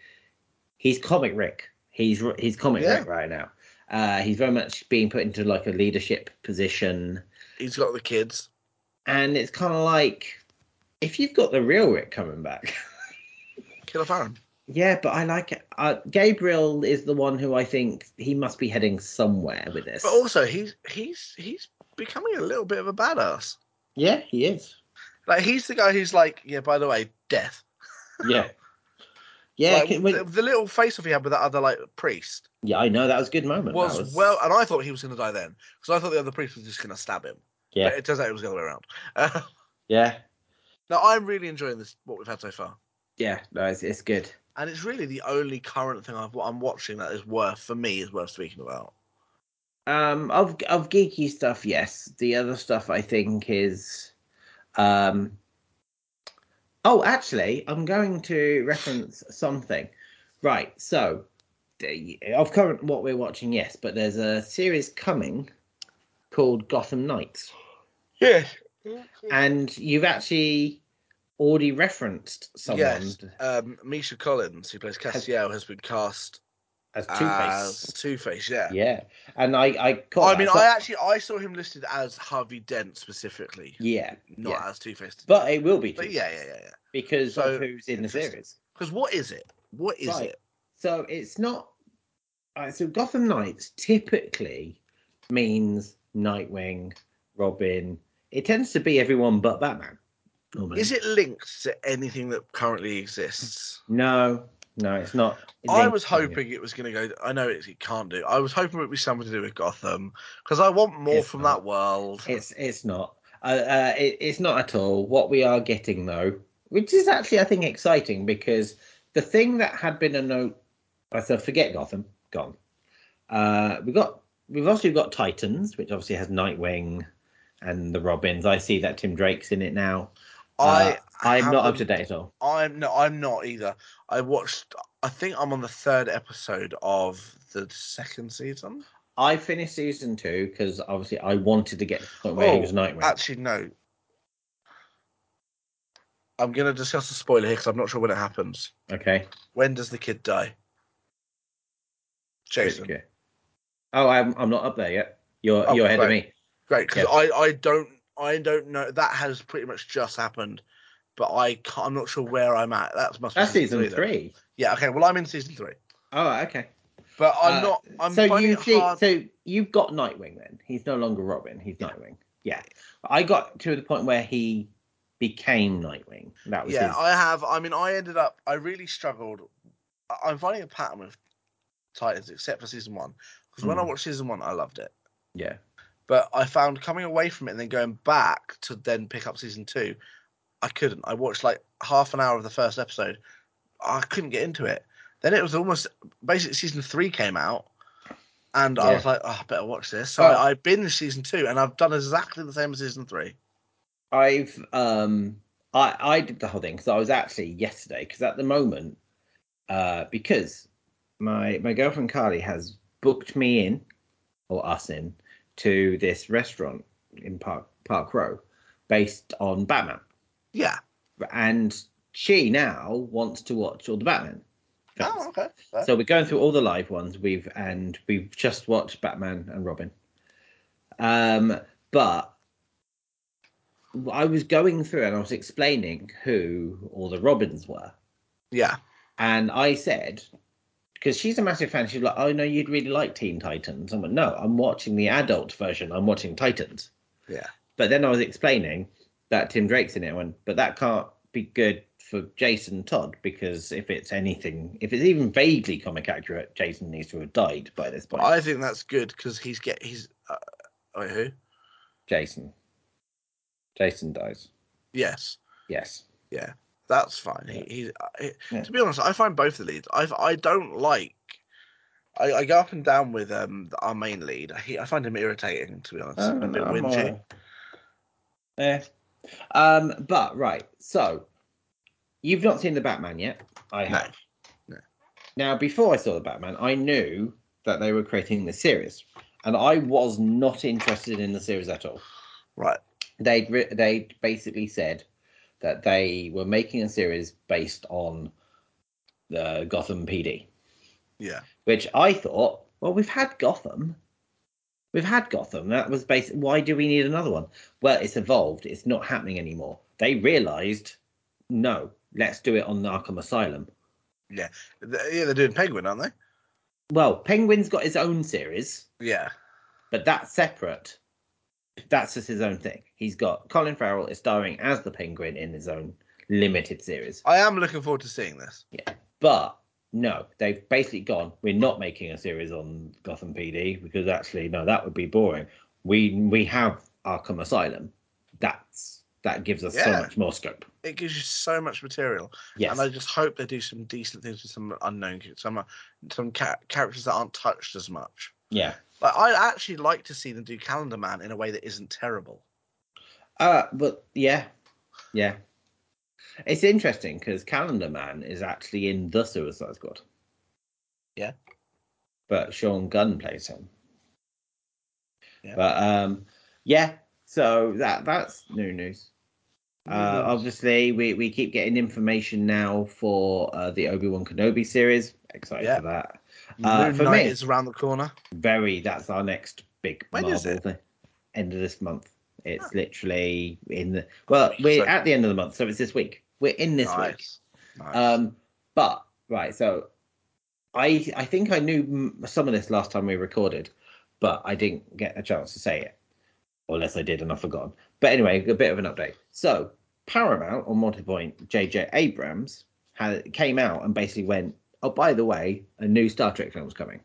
[SPEAKER 2] he's comic Rick. He's r- he's comic
[SPEAKER 1] Yeah.
[SPEAKER 2] Rick right now. Uh he's very much being put into like a leadership position
[SPEAKER 1] He's got the kids.
[SPEAKER 2] and it's kind of like if you've got the real Rick coming back. [LAUGHS]
[SPEAKER 1] Kill off Aaron.
[SPEAKER 2] yeah, but I like it. Uh, Gabriel is the one who I think he must be heading somewhere with this.
[SPEAKER 1] But also, he's he's he's becoming a little bit of a badass.
[SPEAKER 2] yeah, he is.
[SPEAKER 1] Like he's the guy who's like, yeah. By the way, death.
[SPEAKER 2] Yeah. Yeah,
[SPEAKER 1] Like,
[SPEAKER 2] can- wait-
[SPEAKER 1] the, the little face off he had with that other like priest
[SPEAKER 2] yeah, I know that was a good moment.
[SPEAKER 1] was,
[SPEAKER 2] that was
[SPEAKER 1] well, and I thought he was going to die then because I thought the other priest was just going to stab him.
[SPEAKER 2] Yeah.
[SPEAKER 1] But it turns out it was the other way around. [LAUGHS] Uh,
[SPEAKER 2] yeah,
[SPEAKER 1] now I'm really enjoying this what we've had so far,
[SPEAKER 2] yeah, no, it's, it's good.
[SPEAKER 1] and it's really the only current thing I've, I'm watching that is worth for me is worth speaking about.
[SPEAKER 2] Um, of of geeky stuff, yes. The other stuff I think is, um, oh, actually, I'm going to reference something. Right, so the, of current what we're watching, yes, but there's a series coming called Gotham Knights.
[SPEAKER 1] Yeah.
[SPEAKER 2] and you've actually already referenced someone
[SPEAKER 1] Yes. Um, Misha Collins, who plays Castiel, has been cast
[SPEAKER 2] as Two Face.
[SPEAKER 1] as Two Face. Yeah.
[SPEAKER 2] Yeah, and I I caught.
[SPEAKER 1] I mean,
[SPEAKER 2] that.
[SPEAKER 1] I actually I saw him listed as Harvey Dent specifically,
[SPEAKER 2] yeah,
[SPEAKER 1] not
[SPEAKER 2] yeah.
[SPEAKER 1] as Two Face.
[SPEAKER 2] but it will be
[SPEAKER 1] But
[SPEAKER 2] Two-Face
[SPEAKER 1] yeah, yeah, yeah, yeah.
[SPEAKER 2] because
[SPEAKER 1] So,
[SPEAKER 2] of who's in the
[SPEAKER 1] interesting.
[SPEAKER 2] series.
[SPEAKER 1] Because what is it? What is
[SPEAKER 2] Right.
[SPEAKER 1] it?
[SPEAKER 2] So it's not. Uh, so Gotham Knights typically means Nightwing, Robin. It tends to be everyone but Batman. Normally.
[SPEAKER 1] Is it linked to anything that currently
[SPEAKER 2] [LAUGHS]
[SPEAKER 1] exists?
[SPEAKER 2] No, no, it's not.
[SPEAKER 1] I
[SPEAKER 2] linked
[SPEAKER 1] was
[SPEAKER 2] to
[SPEAKER 1] hoping it was going to go. I know it, it can't do. I was hoping it would be something to do with Gotham because I want more
[SPEAKER 2] It's
[SPEAKER 1] from
[SPEAKER 2] not.
[SPEAKER 1] that world.
[SPEAKER 2] It's it's not. Uh, uh, it, it's not at all. What we are getting though, which is actually I think exciting because the thing that had been a note, I said forget Gotham, gone. Uh, we got we've also got Titans, which obviously has Nightwing and the Robins. I see that Tim Drake's in it now.
[SPEAKER 1] I
[SPEAKER 2] I'm Uh, not up
[SPEAKER 1] haven't-
[SPEAKER 2] to date at all.
[SPEAKER 1] I'm no, I'm not either. I watched. I think I'm on the third episode of the second season.
[SPEAKER 2] I finished season two because obviously I wanted to get to the point where
[SPEAKER 1] Oh,
[SPEAKER 2] he was Nightwing.
[SPEAKER 1] Actually, no. I'm going to discuss the spoiler here because I'm not sure when it happens.
[SPEAKER 2] okay.
[SPEAKER 1] When does the kid die? Jason.
[SPEAKER 2] Okay. Oh, I'm I'm not up there yet. You're
[SPEAKER 1] Oh,
[SPEAKER 2] you're ahead
[SPEAKER 1] right.
[SPEAKER 2] of me.
[SPEAKER 1] Great, because
[SPEAKER 2] Yeah.
[SPEAKER 1] I, I don't I don't know that has pretty much just happened, but I can't, I'm not sure where I'm at. That must be
[SPEAKER 2] That's season
[SPEAKER 1] then.
[SPEAKER 2] three.
[SPEAKER 1] Yeah, okay. Well, I'm in season three,
[SPEAKER 2] Oh, okay.
[SPEAKER 1] but I'm
[SPEAKER 2] Uh,
[SPEAKER 1] not. I'm
[SPEAKER 2] so
[SPEAKER 1] finding
[SPEAKER 2] you
[SPEAKER 1] it
[SPEAKER 2] see,
[SPEAKER 1] hard.
[SPEAKER 2] so you've got Nightwing then. He's no longer Robin. He's Nightwing. Yeah. I got to the point where he became Nightwing. That was
[SPEAKER 1] yeah,
[SPEAKER 2] his.
[SPEAKER 1] I have. I mean, I ended up. I really struggled. I- I'm finding a pattern with Titans, except for season one, because when I
[SPEAKER 2] Mm.
[SPEAKER 1] watched season one, I loved it.
[SPEAKER 2] yeah.
[SPEAKER 1] But I found coming away from it and then going back to then pick up season two, I couldn't. I watched like half an hour of the first episode. I couldn't get into it. Then it was almost basically season three came out, and I
[SPEAKER 2] Yeah.
[SPEAKER 1] was like, oh, I better watch this. So
[SPEAKER 2] Oh.
[SPEAKER 1] I, I've been in season two, and I've done exactly the same as season three.
[SPEAKER 2] I've um I I did the whole thing because I was actually yesterday because at the moment uh because my my girlfriend Carly has booked me in or us in to this restaurant in Park Park Row, based on Batman,
[SPEAKER 1] Yeah.
[SPEAKER 2] and she now wants to watch all the Batman. films.
[SPEAKER 1] Oh, okay. Fair.
[SPEAKER 2] So we're going through all the live ones we've and we've just watched Batman and Robin. Um, but I was going through and I was explaining who all the Robins were,
[SPEAKER 1] yeah.
[SPEAKER 2] and I said because she's a massive fan, she's like, "Oh no, you'd really like Teen Titans." I went, "No, I'm watching the adult version. I'm watching Titans."
[SPEAKER 1] Yeah.
[SPEAKER 2] But then I was explaining that Tim Drake's in it. I went, "But that can't be good for Jason Todd because if it's anything, if it's even vaguely comic accurate, Jason needs to have died by this point."
[SPEAKER 1] I think that's good because he's get he's. Uh, wait, who?
[SPEAKER 2] Jason. Jason dies.
[SPEAKER 1] Yes,
[SPEAKER 2] Yes.
[SPEAKER 1] that's fine. He, he, I
[SPEAKER 2] Yeah.
[SPEAKER 1] To be honest, I find both the leads. I I don't like. I, I go up and down with um our main lead. He, I find him irritating. To be honest,
[SPEAKER 2] Oh,
[SPEAKER 1] a bit
[SPEAKER 2] no, I'm
[SPEAKER 1] whingy.
[SPEAKER 2] all- Eh. Um, but right, so you've not seen the Batman yet. I
[SPEAKER 1] No.
[SPEAKER 2] have.
[SPEAKER 1] No.
[SPEAKER 2] Now, before I saw the Batman, I knew that they were creating the series, and I was not interested in the series at all.
[SPEAKER 1] Right.
[SPEAKER 2] They would they basically said that they were making a series based on the Gotham PD
[SPEAKER 1] Yeah.
[SPEAKER 2] which I thought, well, we've had Gotham. We've had Gotham. That was basic. Why do we need another one? Well, it's evolved. It's not happening anymore. They realised, no, let's do it on Arkham Asylum.
[SPEAKER 1] Th- Yeah, they're doing Penguin, aren't they?
[SPEAKER 2] Well, Penguin's got his own series,
[SPEAKER 1] Yeah.
[SPEAKER 2] but that's separate. That's just his own thing. He's got Colin Farrell is starring as the Penguin in his own limited series.
[SPEAKER 1] I am looking forward to seeing this.
[SPEAKER 2] But no, they've basically gone, we're not making a series on Gotham PD because actually, no, that would be boring. We we have Arkham Asylum. That's that gives us so
[SPEAKER 1] Yeah.
[SPEAKER 2] much more scope.
[SPEAKER 1] It gives you so much material,
[SPEAKER 2] Yes.
[SPEAKER 1] and I just hope they do some decent things with some unknown, some uh, some ca- characters that aren't touched as much.
[SPEAKER 2] yeah.
[SPEAKER 1] Like, I'd actually like to see them do Calendar Man in a way that isn't terrible.
[SPEAKER 2] Uh but yeah. Yeah. It's interesting because Calendar Man is actually in the Suicide Squad.
[SPEAKER 1] Yeah.
[SPEAKER 2] But Sean Gunn plays him.
[SPEAKER 1] Yeah.
[SPEAKER 2] But um yeah, so that that's new news. Uh, obviously, we, we keep getting information now for uh, the Obi Wan Kenobi series. Excited
[SPEAKER 1] Yeah.
[SPEAKER 2] for that. uh,
[SPEAKER 1] Moon
[SPEAKER 2] for
[SPEAKER 1] Knight
[SPEAKER 2] me-
[SPEAKER 1] is around the corner.
[SPEAKER 2] Very. That's our next big
[SPEAKER 1] When
[SPEAKER 2] Marvel
[SPEAKER 1] is it? Ah.
[SPEAKER 2] thing. End of this month. It's literally in the well. We're
[SPEAKER 1] So-
[SPEAKER 2] at the end of the month, so it's this week. We're in this week.
[SPEAKER 1] nice. Nice.
[SPEAKER 2] Um, but right, so I I think I knew m- some of this last time we recorded, but I didn't get a chance to say it, or unless I did and I've forgotten. But anyway, a bit of an update. So Paramount on Multipoint, J.J. Abrams had, came out and basically went, oh by the way, a new Star Trek film's coming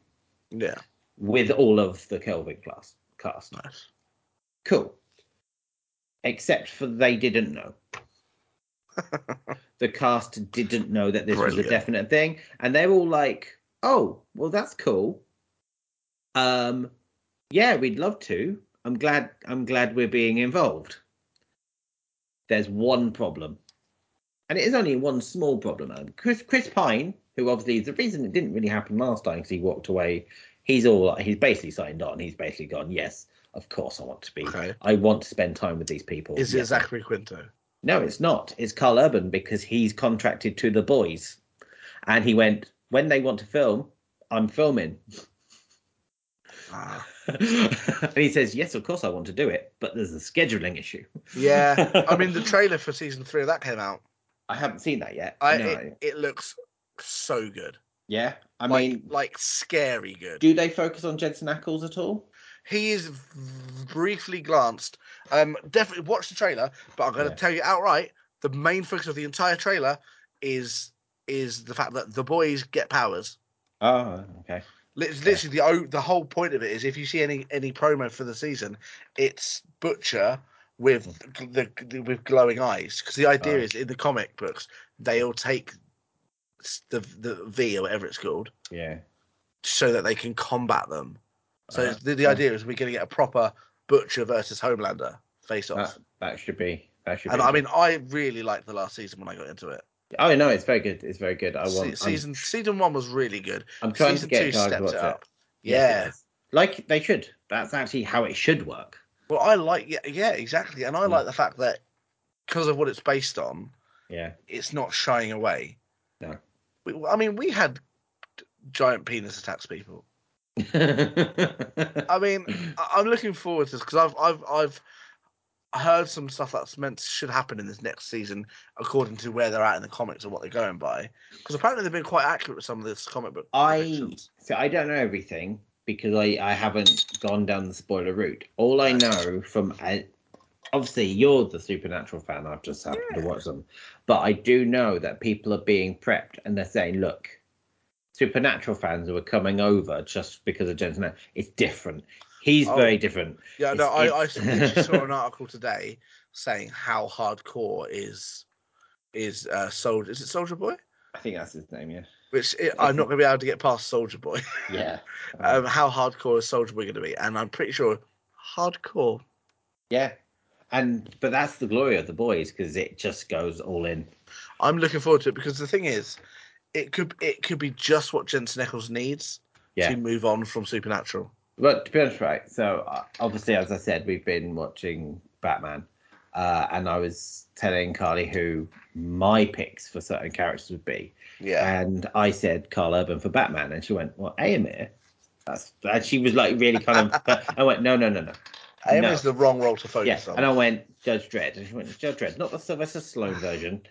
[SPEAKER 1] yeah.
[SPEAKER 2] with all of the Kelvin class cast.
[SPEAKER 1] Nice.
[SPEAKER 2] Cool. Except for they didn't know. the cast didn't know that this was
[SPEAKER 1] Brilliant.
[SPEAKER 2] a definite thing. And they're all like, oh, well, that's cool. Um, yeah, we'd love to. I'm glad I'm glad we're being involved. There's one problem. And it is only one small problem. Um, Chris Chris Pine, who obviously is the reason it didn't really happen last time because he walked away, he's all like, he's basically signed on. He's basically gone, yes, of course I want to be
[SPEAKER 1] Okay.
[SPEAKER 2] I want to spend time with these people.
[SPEAKER 1] Is
[SPEAKER 2] Yeah.
[SPEAKER 1] it Zachary Quinto?
[SPEAKER 2] No, it's not. It's Carl Urban because he's contracted to the boys. And he went, when they want to film, I'm filming. [LAUGHS]
[SPEAKER 1] Ah.
[SPEAKER 2] and he says, yes, of course I want to do it, but there's a scheduling issue.
[SPEAKER 1] Yeah. I mean, the trailer for season three of that came out.
[SPEAKER 2] [LAUGHS] I haven't seen that yet.
[SPEAKER 1] I
[SPEAKER 2] No.
[SPEAKER 1] it, it looks so good.
[SPEAKER 2] yeah. I
[SPEAKER 1] like,
[SPEAKER 2] mean,
[SPEAKER 1] like scary good.
[SPEAKER 2] do they focus on Jensen Ackles at all?
[SPEAKER 1] He is v- briefly glanced. Um, definitely watch the trailer, but I'm going to
[SPEAKER 2] Yeah.
[SPEAKER 1] tell you outright: the main focus of the entire trailer is is the fact that the boys get powers.
[SPEAKER 2] Oh, okay.
[SPEAKER 1] Lit- Literally, the o- the whole point of it is if you see any any promo for the season, it's Butcher with the, the with glowing eyes because the idea
[SPEAKER 2] Oh.
[SPEAKER 1] is in the comic books they all take s- the the V or whatever it's called
[SPEAKER 2] Yeah.
[SPEAKER 1] so that they can combat them. So
[SPEAKER 2] Uh,
[SPEAKER 1] the, the
[SPEAKER 2] uh.
[SPEAKER 1] idea is we're going to get a proper Butcher versus Homelander face off.
[SPEAKER 2] That, that should be. That should
[SPEAKER 1] and
[SPEAKER 2] be.
[SPEAKER 1] I mean, I really liked the last season when I got into it.
[SPEAKER 2] oh, no, it's very good. It's very good. I
[SPEAKER 1] Se-
[SPEAKER 2] want. I'm-
[SPEAKER 1] season season one was really good.
[SPEAKER 2] I'm, trying to
[SPEAKER 1] Season
[SPEAKER 2] get
[SPEAKER 1] two
[SPEAKER 2] Guy to
[SPEAKER 1] stepped
[SPEAKER 2] watch
[SPEAKER 1] it
[SPEAKER 2] it.
[SPEAKER 1] up.
[SPEAKER 2] Yes, it
[SPEAKER 1] Yeah. [LAUGHS]
[SPEAKER 2] does. Like they should. That's actually how it should work.
[SPEAKER 1] Well, I like yeah, yeah exactly, and I
[SPEAKER 2] Mm.
[SPEAKER 1] like the fact that because of what it's based on,
[SPEAKER 2] Yeah.
[SPEAKER 1] it's not shying away.
[SPEAKER 2] No.
[SPEAKER 1] We, I mean, we had giant penis attacks people. I
[SPEAKER 2] [CLEARS THROAT]
[SPEAKER 1] mean, I- I'm looking forward to this because I've I've I've heard some stuff that's meant should happen in this next season according to where they're at in the comics and what they're going by. Because apparently they've been quite accurate with some of this comic book.
[SPEAKER 2] I
[SPEAKER 1] predictions.
[SPEAKER 2] so I don't know everything because I I haven't gone down the spoiler route. All I know from I, obviously you're the supernatural fan. I've just happened to watch them, but I do know that people are being prepped and they're saying, look. Supernatural fans who are coming over just because of Jensen, Ack- it's different. He's
[SPEAKER 1] Oh.
[SPEAKER 2] very different.
[SPEAKER 1] yeah, no,
[SPEAKER 2] it's-
[SPEAKER 1] I I
[SPEAKER 2] it's-
[SPEAKER 1] literally saw [LAUGHS] an article today saying how hardcore is is uh, soldier is it Soldier Boy?
[SPEAKER 2] I think that's his name, yeah.
[SPEAKER 1] Which it, I'm not going to be able to get past Soldier [LAUGHS] Boy.
[SPEAKER 2] Yeah.
[SPEAKER 1] um, how hardcore is Soldier Boy going to be? And I'm pretty sure hardcore.
[SPEAKER 2] yeah. And but that's the glory of the boys because it just goes all in.
[SPEAKER 1] I'm looking forward to it because the thing is, it could it could be just what Jensen Eccles needs
[SPEAKER 2] Yeah.
[SPEAKER 1] to move on from Supernatural.
[SPEAKER 2] But to be honest, right? So uh, obviously, as I said, we've been watching Batman, uh, and I was telling Carly who my picks for certain characters would be, and I said Carl Urban for Batman, and she went, "Well, Amir." That's and she was like really kind of. [LAUGHS] I went, "No, no, no, no."
[SPEAKER 1] aim
[SPEAKER 2] No.
[SPEAKER 1] is the wrong role to
[SPEAKER 2] Yeah,
[SPEAKER 1] focus on.
[SPEAKER 2] and I went Judge Dredd, and she went Judge Dredd, not the Sylvester Stallone version,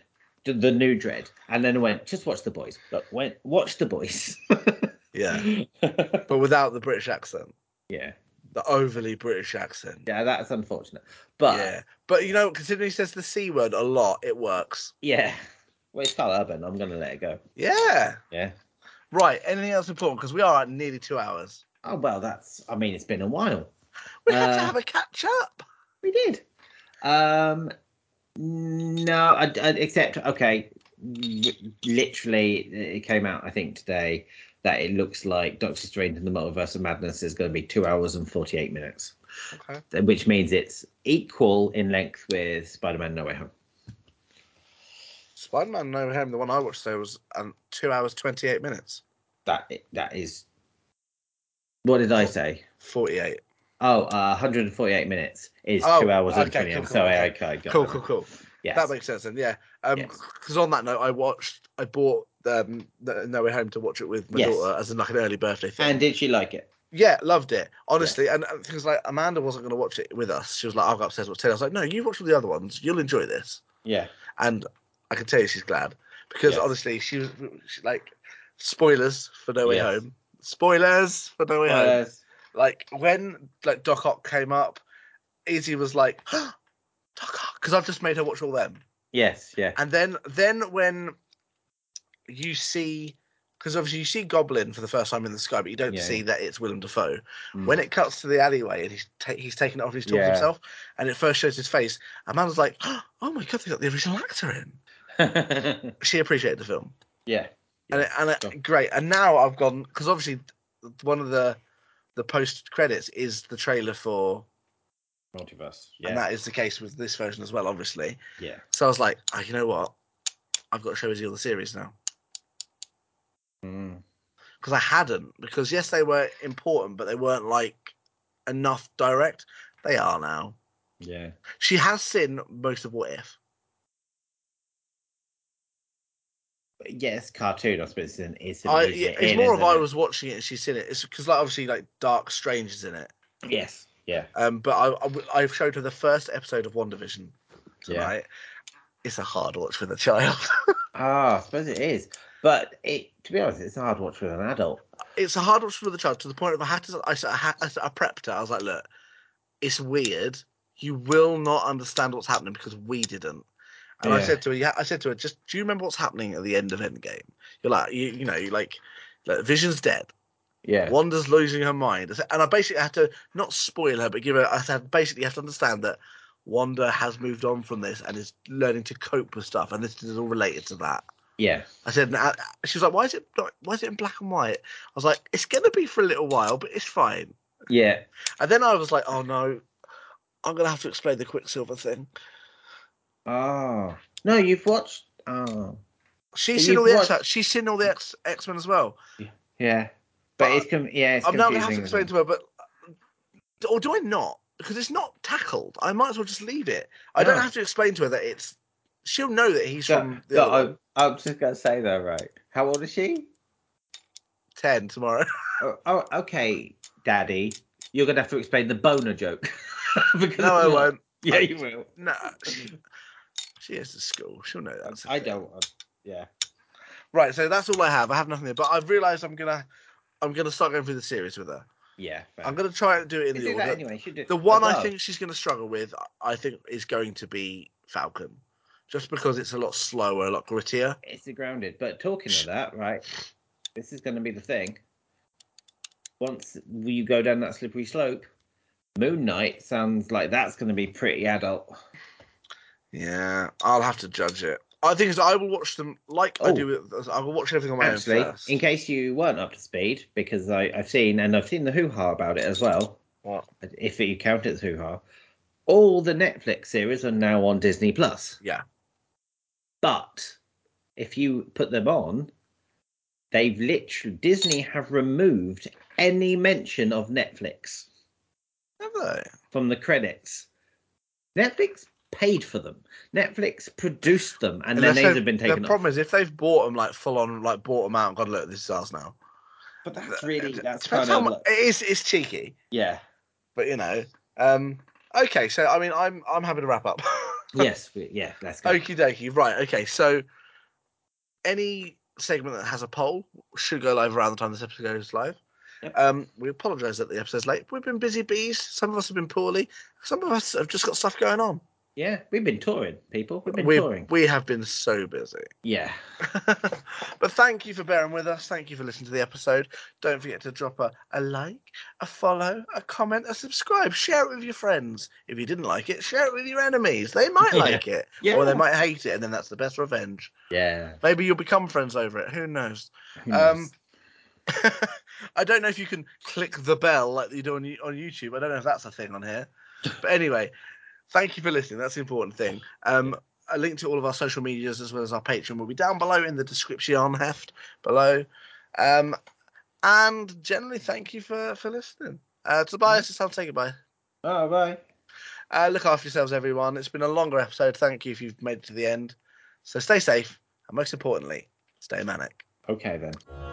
[SPEAKER 2] the- the new Dredd, and then I went just watch the boys. Look, went watch the boys. [LAUGHS]
[SPEAKER 1] Yeah, but without the British accent,
[SPEAKER 2] yeah,
[SPEAKER 1] the overly British accent.
[SPEAKER 2] yeah, that's unfortunate, but.
[SPEAKER 1] yeah, but you know, considering he says the c word a lot, it works.
[SPEAKER 2] Yeah. Well, it's Carl Urban. I'm going to let it go.
[SPEAKER 1] Yeah.
[SPEAKER 2] Yeah.
[SPEAKER 1] Right. Anything else important? Because we are at nearly two hours.
[SPEAKER 2] Oh, well, that's, I mean, it's been a while.
[SPEAKER 1] We had to
[SPEAKER 2] Uh,
[SPEAKER 1] have a catch up.
[SPEAKER 2] We did. Um, no, I, I, except, okay, r- literally, it came out, I think, today that it looks like Doctor Strange and the Multiverse of Madness is going to be two hours and 48 minutes,
[SPEAKER 1] Okay.
[SPEAKER 2] which means it's equal in length with Spider Man No Way Home.
[SPEAKER 1] Spider Man No Home, the one I watched today was um, two hours twenty eight minutes,
[SPEAKER 2] That That is, what did I say?
[SPEAKER 1] forty eight.
[SPEAKER 2] Oh, uh, 148 minutes is
[SPEAKER 1] Oh,
[SPEAKER 2] two hours and
[SPEAKER 1] okay,
[SPEAKER 2] 20
[SPEAKER 1] cool,
[SPEAKER 2] minutes.
[SPEAKER 1] cool,
[SPEAKER 2] Sorry,
[SPEAKER 1] okay.
[SPEAKER 2] okay, got
[SPEAKER 1] Cool,
[SPEAKER 2] that.
[SPEAKER 1] cool, cool.
[SPEAKER 2] Yes.
[SPEAKER 1] That makes sense. then. yeah,
[SPEAKER 2] Yes.
[SPEAKER 1] because on that note, I watched, I bought um, the No Way Home to watch it with my
[SPEAKER 2] Yes.
[SPEAKER 1] daughter as an, like an early birthday thing.
[SPEAKER 2] and did she like it?
[SPEAKER 1] yeah, loved it honestly. And And things like Amanda wasn't going to watch it with us. She was like, "I'll go upstairs and watch it." I was like, "No, you watch all the other ones. You'll enjoy this."
[SPEAKER 2] Yeah.
[SPEAKER 1] And I can tell you, she's glad because
[SPEAKER 2] Yes.
[SPEAKER 1] honestly, she was she, like, spoilers for No Way
[SPEAKER 2] Yes.
[SPEAKER 1] Home. Spoilers for No Way Home
[SPEAKER 2] Uh,
[SPEAKER 1] like when like Doc Ock came up, Izzy was like, [GASPS] Doc Ock, because I've just made her watch all them.
[SPEAKER 2] yes. Yeah. [LAUGHS]
[SPEAKER 1] And then then when you see, because obviously you see Goblin for the first time in the sky, but you don't
[SPEAKER 2] Yeah.
[SPEAKER 1] see that it's Willem Dafoe.
[SPEAKER 2] Mm.
[SPEAKER 1] When it cuts to the alleyway and he's ta- he's taking it off, and he's talking
[SPEAKER 2] Yeah.
[SPEAKER 1] to himself, and it first shows his face. Amanda's like, [GASPS] oh my god, they got the original actor in. She appreciated the film
[SPEAKER 2] yeah.
[SPEAKER 1] and it,
[SPEAKER 2] Yeah,
[SPEAKER 1] and it,
[SPEAKER 2] sure.
[SPEAKER 1] great. And now I've gone because obviously one of the the post credits is the trailer for,
[SPEAKER 2] Multiverse.
[SPEAKER 1] and
[SPEAKER 2] Yeah.
[SPEAKER 1] that is the case with this version as well, obviously.
[SPEAKER 2] Yeah.
[SPEAKER 1] So I was like, oh, you know what, I've got to show you the series now
[SPEAKER 2] Mm.
[SPEAKER 1] because I hadn't because yes they were important but they weren't like enough direct. They are now.
[SPEAKER 2] Yeah.
[SPEAKER 1] She has seen most of What If.
[SPEAKER 2] But Yes, cartoon. I suppose it's, an, it's, an
[SPEAKER 1] I,
[SPEAKER 2] easy
[SPEAKER 1] yeah, it's
[SPEAKER 2] in,
[SPEAKER 1] more of
[SPEAKER 2] isn't
[SPEAKER 1] I
[SPEAKER 2] it?
[SPEAKER 1] was watching it and she's seen it. It's because like obviously like Dark Strange is in it.
[SPEAKER 2] Yes. Yeah.
[SPEAKER 1] Um, but I, I, I showed her the first episode of WandaVision
[SPEAKER 2] Yeah.
[SPEAKER 1] tonight. It's a hard watch for the child. [LAUGHS]
[SPEAKER 2] Ah, I suppose it is. But it, to be honest, it's a hard watch with an adult.
[SPEAKER 1] it's a hard watch for the child to the point of I had to. I, s- I, ha- I, s- I prepped her. I was like, look, it's weird. You will not understand what's happening because we didn't. And I
[SPEAKER 2] Yeah.
[SPEAKER 1] said to her, yeah, I said to her, just do you remember what's happening at the end of Endgame? You're like, you, you know, you like, like, Vision's dead.
[SPEAKER 2] Yeah.
[SPEAKER 1] Wanda's losing her mind, I said- and I basically had to not spoil her, but give her. I said basically have to understand that Wanda has moved on from this and is learning to cope with stuff, and this is all related to that.
[SPEAKER 2] Yeah.
[SPEAKER 1] I said, now, she was like, "Why is it? not- Why is it in black and white?" I was like, "It's gonna be for a little while, but it's fine."
[SPEAKER 2] Yeah.
[SPEAKER 1] And then I was like, "Oh no, I'm gonna have to explain the Quicksilver thing."
[SPEAKER 2] Oh. No, you've watched. Oh.
[SPEAKER 1] She's
[SPEAKER 2] But
[SPEAKER 1] seen
[SPEAKER 2] you've
[SPEAKER 1] all the
[SPEAKER 2] watched-
[SPEAKER 1] X. She's seen all the X X Men as well.
[SPEAKER 2] Yeah. But it's com- yeah, it's
[SPEAKER 1] I'm now gonna have to
[SPEAKER 2] confusing,
[SPEAKER 1] explain to
[SPEAKER 2] isn't
[SPEAKER 1] her, but or do I not? because it's not tackled. I might as well just leave it. I don't
[SPEAKER 2] No.
[SPEAKER 1] have to explain to her that it's. She'll know that he's
[SPEAKER 2] So,
[SPEAKER 1] from the
[SPEAKER 2] so
[SPEAKER 1] other one.
[SPEAKER 2] I'm, I'm just gonna say though, right? How old is she?
[SPEAKER 1] ten tomorrow. [LAUGHS]
[SPEAKER 2] Oh, oh okay, Daddy. You're gonna have to explain the boner joke. [LAUGHS] Because
[SPEAKER 1] no, I
[SPEAKER 2] I'm not-
[SPEAKER 1] won't.
[SPEAKER 2] [LAUGHS] Yeah, you will. [LAUGHS]
[SPEAKER 1] No, she, she is at school. She'll know that.
[SPEAKER 2] I don't. want- Yeah.
[SPEAKER 1] Right, so that's all I have. I have nothing there, but I've realised I'm gonna, I'm gonna start going through the series with her.
[SPEAKER 2] Yeah. fair.
[SPEAKER 1] I'm gonna try and do it in the
[SPEAKER 2] You do
[SPEAKER 1] order.
[SPEAKER 2] that anyway. Oh, Should do.
[SPEAKER 1] The one I
[SPEAKER 2] love.
[SPEAKER 1] think she's going to struggle with, I think, is going to be Falcon, just because it's a lot slower, a lot grittier.
[SPEAKER 2] It's the grounded. But talking of that, right? This is going to be the thing. Once you go down that slippery slope, Moon Knight sounds like that's going to be pretty adult.
[SPEAKER 1] Yeah, I'll have to judge it. I think is I will watch them like I
[SPEAKER 2] Oh.
[SPEAKER 1] do. With, I will watch everything on my
[SPEAKER 2] Actually,
[SPEAKER 1] own first.
[SPEAKER 2] in case you weren't up to speed, because I, I've seen and I've seen the hoo ha about it as well.
[SPEAKER 1] What?
[SPEAKER 2] If you count it as hoo ha, all the Netflix series are now on Disney Plus.
[SPEAKER 1] Yeah.
[SPEAKER 2] But if you put them on, they've literally Disney have removed any mention of Netflix
[SPEAKER 1] Have they?
[SPEAKER 2] from the credits. Netflix paid for them. Netflix produced them, and their
[SPEAKER 1] Unless
[SPEAKER 2] names
[SPEAKER 1] they've-
[SPEAKER 2] have been
[SPEAKER 1] The
[SPEAKER 2] taken off.
[SPEAKER 1] problem is if they've bought them like full on, like bought them out and gone, look, this is ours now.
[SPEAKER 2] But that's really that's
[SPEAKER 1] Depends
[SPEAKER 2] kind
[SPEAKER 1] how
[SPEAKER 2] of
[SPEAKER 1] mu-
[SPEAKER 2] like,
[SPEAKER 1] it is. It's cheeky,
[SPEAKER 2] yeah.
[SPEAKER 1] but you know. Um, okay, so I mean, I'm I'm happy to wrap up. [LAUGHS]
[SPEAKER 2] yes, we, yeah. Let's go.
[SPEAKER 1] Okie dokie. Right. Okay. So, any segment that has a poll should go live around the time this episode goes live.
[SPEAKER 2] Yep.
[SPEAKER 1] Um, we apologise that the episode's late. We've been busy bees. Some of us have been poorly. Some of us have just got stuff going on.
[SPEAKER 2] Yeah, we've been touring, people. We've Oh, been
[SPEAKER 1] We-
[SPEAKER 2] touring.
[SPEAKER 1] we have been so busy. [LAUGHS]
[SPEAKER 2] Yeah.
[SPEAKER 1] but thank you for bearing with us. Thank you for listening to the episode. Don't forget to drop a, a like, a follow, a comment, a subscribe. Share it with your friends. If you didn't like it, share it with your enemies. They might
[SPEAKER 2] [LAUGHS] Yeah.
[SPEAKER 1] like it,
[SPEAKER 2] Yeah.
[SPEAKER 1] or they might hate it, and then that's the best revenge.
[SPEAKER 2] Yeah.
[SPEAKER 1] Maybe you'll become friends over it. Who knows?
[SPEAKER 2] Who
[SPEAKER 1] Um,
[SPEAKER 2] knows?
[SPEAKER 1] [LAUGHS] I don't know if you can click the bell like you do on, you- on YouTube. I don't know if that's a thing on
[SPEAKER 2] [LAUGHS]
[SPEAKER 1] here. But anyway, thank you for listening. That's the important thing. Um, a link to all of our social medias as well as our Patreon will be down below in the description on heft below. Um, and generally, thank you for, for listening. Uh, Tobias, it's time to say goodbye.
[SPEAKER 2] oh, bye.
[SPEAKER 1] Uh, look after yourselves, everyone. It's been a longer episode. Thank you if you've made it to the end. So stay safe. And most importantly, stay manic.
[SPEAKER 2] Okay then.